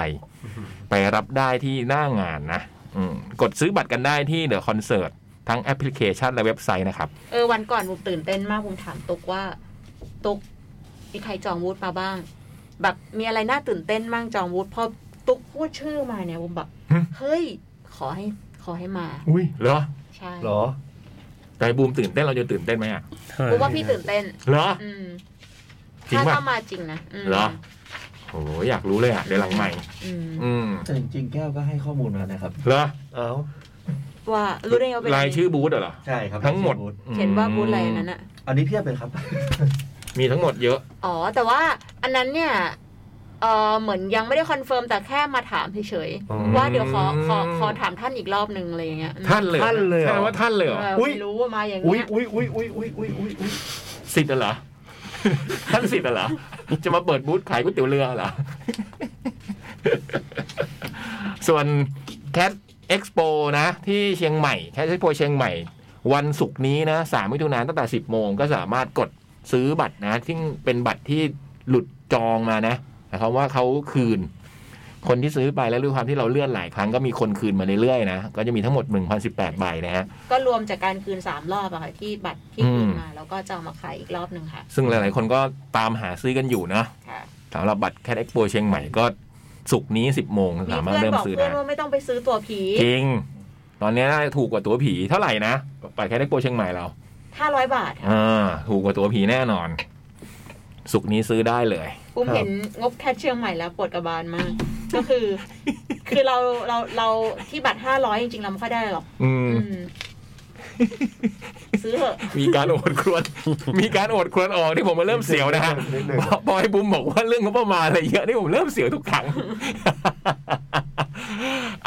B: ไปรับได้ที่หน้างานนะอืมกดซื้อบัตรกันได้ที่เดอะคอนเสิร์ตทั้งแอปพลิเคชันและเว็บไซต์นะครับ
D: เออวันก่อนบุมตื่นเต้นมากบุมถามตุกว่า ตุกมีใครจองวูดมาบ้าง แบบมีอะไรน่าตื่นเต้นบ้างจองวูดพอตุกพูดชื่อมาเนี่ยบุมแบบ
B: หึ
D: เฮ้ย ขอให้ขอให้มา
C: อุ้ย
B: เหรอ
D: ใช่
C: เหรอ
B: ใจบูมตื่นเต้นเราจะตื่นเต้นไหมอ่ะ
D: บุมว่าพี่ตื่นเต้น
B: เหรอ
D: อืม
B: จริง
D: ถ้า
B: ป่ะ
D: ถ้ามาจริงนะม
B: เหรอ โอ้ยอยากรู้เลยอ่ะเดี๋ยวหลังใหม่
D: อืม
B: อืม
A: แต่จริงๆแก้วก็ให้ข้อมูลมานะครับ
B: เหรอ
C: เอา
D: ว่ารู้ได้ไงว่าเป็น
B: รายชื่อบูธเหรอ
A: ใช่ครับ
B: ทั้งหมด
D: เขียนว่าบูธอะไรอันนั้นอะ
A: อันนี้เพียบเลยครับ
B: มีทั้งหมดเยอะ
D: อ๋อ แต่ว่าอันนั้นเนี่ยเออเหมือนยังไม่ได้คอนเฟิร์มแต่แค่มาถามเฉย
C: อ๋อ
D: ๆว่าเดี๋ยวขอขอขอถามท่านอีกรอบนึงอะไรอย่างเงี้ยอืม
B: ท่านเลยหรอ
C: ท่านเลยเหรอ
B: ใช่ว่าท่านเลยเหรอ
D: เออ
C: อุ๊ย
D: ไม่รู้ว่ามาอย่าง
C: อุ้ย
D: เงี้ย
C: อุ้ยอุ้ยอุ้ยอุ้ยอุ้ยอุ้ยอุ้ย
B: สิทธิ์เหรอ ท่านสิทธิ์เหรอ จะมาเปิดบูธขายก๋วยเตี๋ยวเรือเหรอ ส่วนแค t เอ็กซ์โปนะ ที่เชียงใหม่แค t เอ็กซ์โปเชียงใหม่ วันศุกร์นี้นะสามมิถุนายนตั้งแต่สิบโมงก็สามารถกดซื้อบัตรนะที่งเป็นบัตรที่หลุดจองมานะหมายความว่าเขาคืน คนที่ซื้อไปแล้วด้วยความที่เราเลื่อนหลายครั้งก็มีคนคืนมาเรื่อยๆนะ ก็จะมีทั้งหมด1,018ใบนะฮะ
D: ก็รวมจากการคืนสามรอบอะค่ะที่บัตรที่
B: อืม
D: คืนมา แล้วก็จะเอามาขายอีกรอบหนึ่งค่ะ
B: ซึ่งหลายๆคนก็ตามหาซื้อกันอยู่นะ
D: ค่ะ
B: สำหรับบัตรแคดเอ็กโปเชียงใหม่ก็สุกร์นี้ 10 โมง
D: มี
B: สามารถ
D: เพื่อ
B: เริ่ม
D: นบอก
B: ซื้อ
D: เพื่อ
B: ได้
D: นว่าไม่ต้องไปซื้อตัวผี
B: จริง ตอนนี้น่าจะถูกกว่าตั๋วผีเท่าไหร่นะบัตรแคดเอ็กโปเชียงใหม่เรา
D: ห้าร้อยบาทค่ะ
B: อ่าถูกกว่าตั๋วผีแน่นอน สุกร์นี้ซื้อได้เลย
D: ปุ้มเห็นงบแคชเชียงใหม่แล้วปวดกระบาลมาก ก็คือ คือเราเราเราที่บัตรห้าร้อยจริงๆเราไม่ค่อยได้หรอก
B: อืม
D: อืมซื้อเถอะ
B: มีการโอดครวน มีการโอดครวนออกที่ผมมาเริ่มเสียวนะฮะ
C: นิดหนึ่ง
B: บอยบุมบอกว่าเรื่องงบประมาณอะไรเยอะนี่ผมเริ่มเสียวทุกครั้ง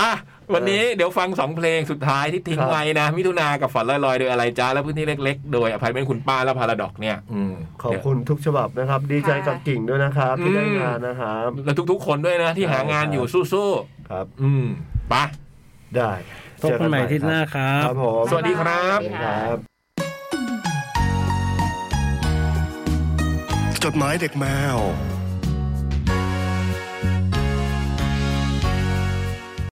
B: อ่ะวันนี้เดี๋ยวฟังสองเพลงสุดท้ายที่ทิ้ง
C: ครับ
B: ไว้นะ มิถุนากับฝันลอยๆโดยอะไรจ้าและพื้นที่เล็กๆ โดยอภัยเป็นคุณป้าและพาราดอกเนี่ย อืม
C: ขอบคุณทุกฉบับนะครับ ดีใจกับกิ่งด้วยนะครับ ที่ได้งานนะครับ
B: และทุกๆ คนด้วยนะ ที่หางานอยู่สู้
C: ครับ
B: ๆ อืมไป
C: ได้
E: พบกันใหม่อาที่หน้าครั
C: ค
E: บ
C: รับผม
B: สวัสดีครับ
D: ายายสวัส
C: ค
D: ดี
C: รับ
D: ค่ะ
G: จดหมายเด็กแมว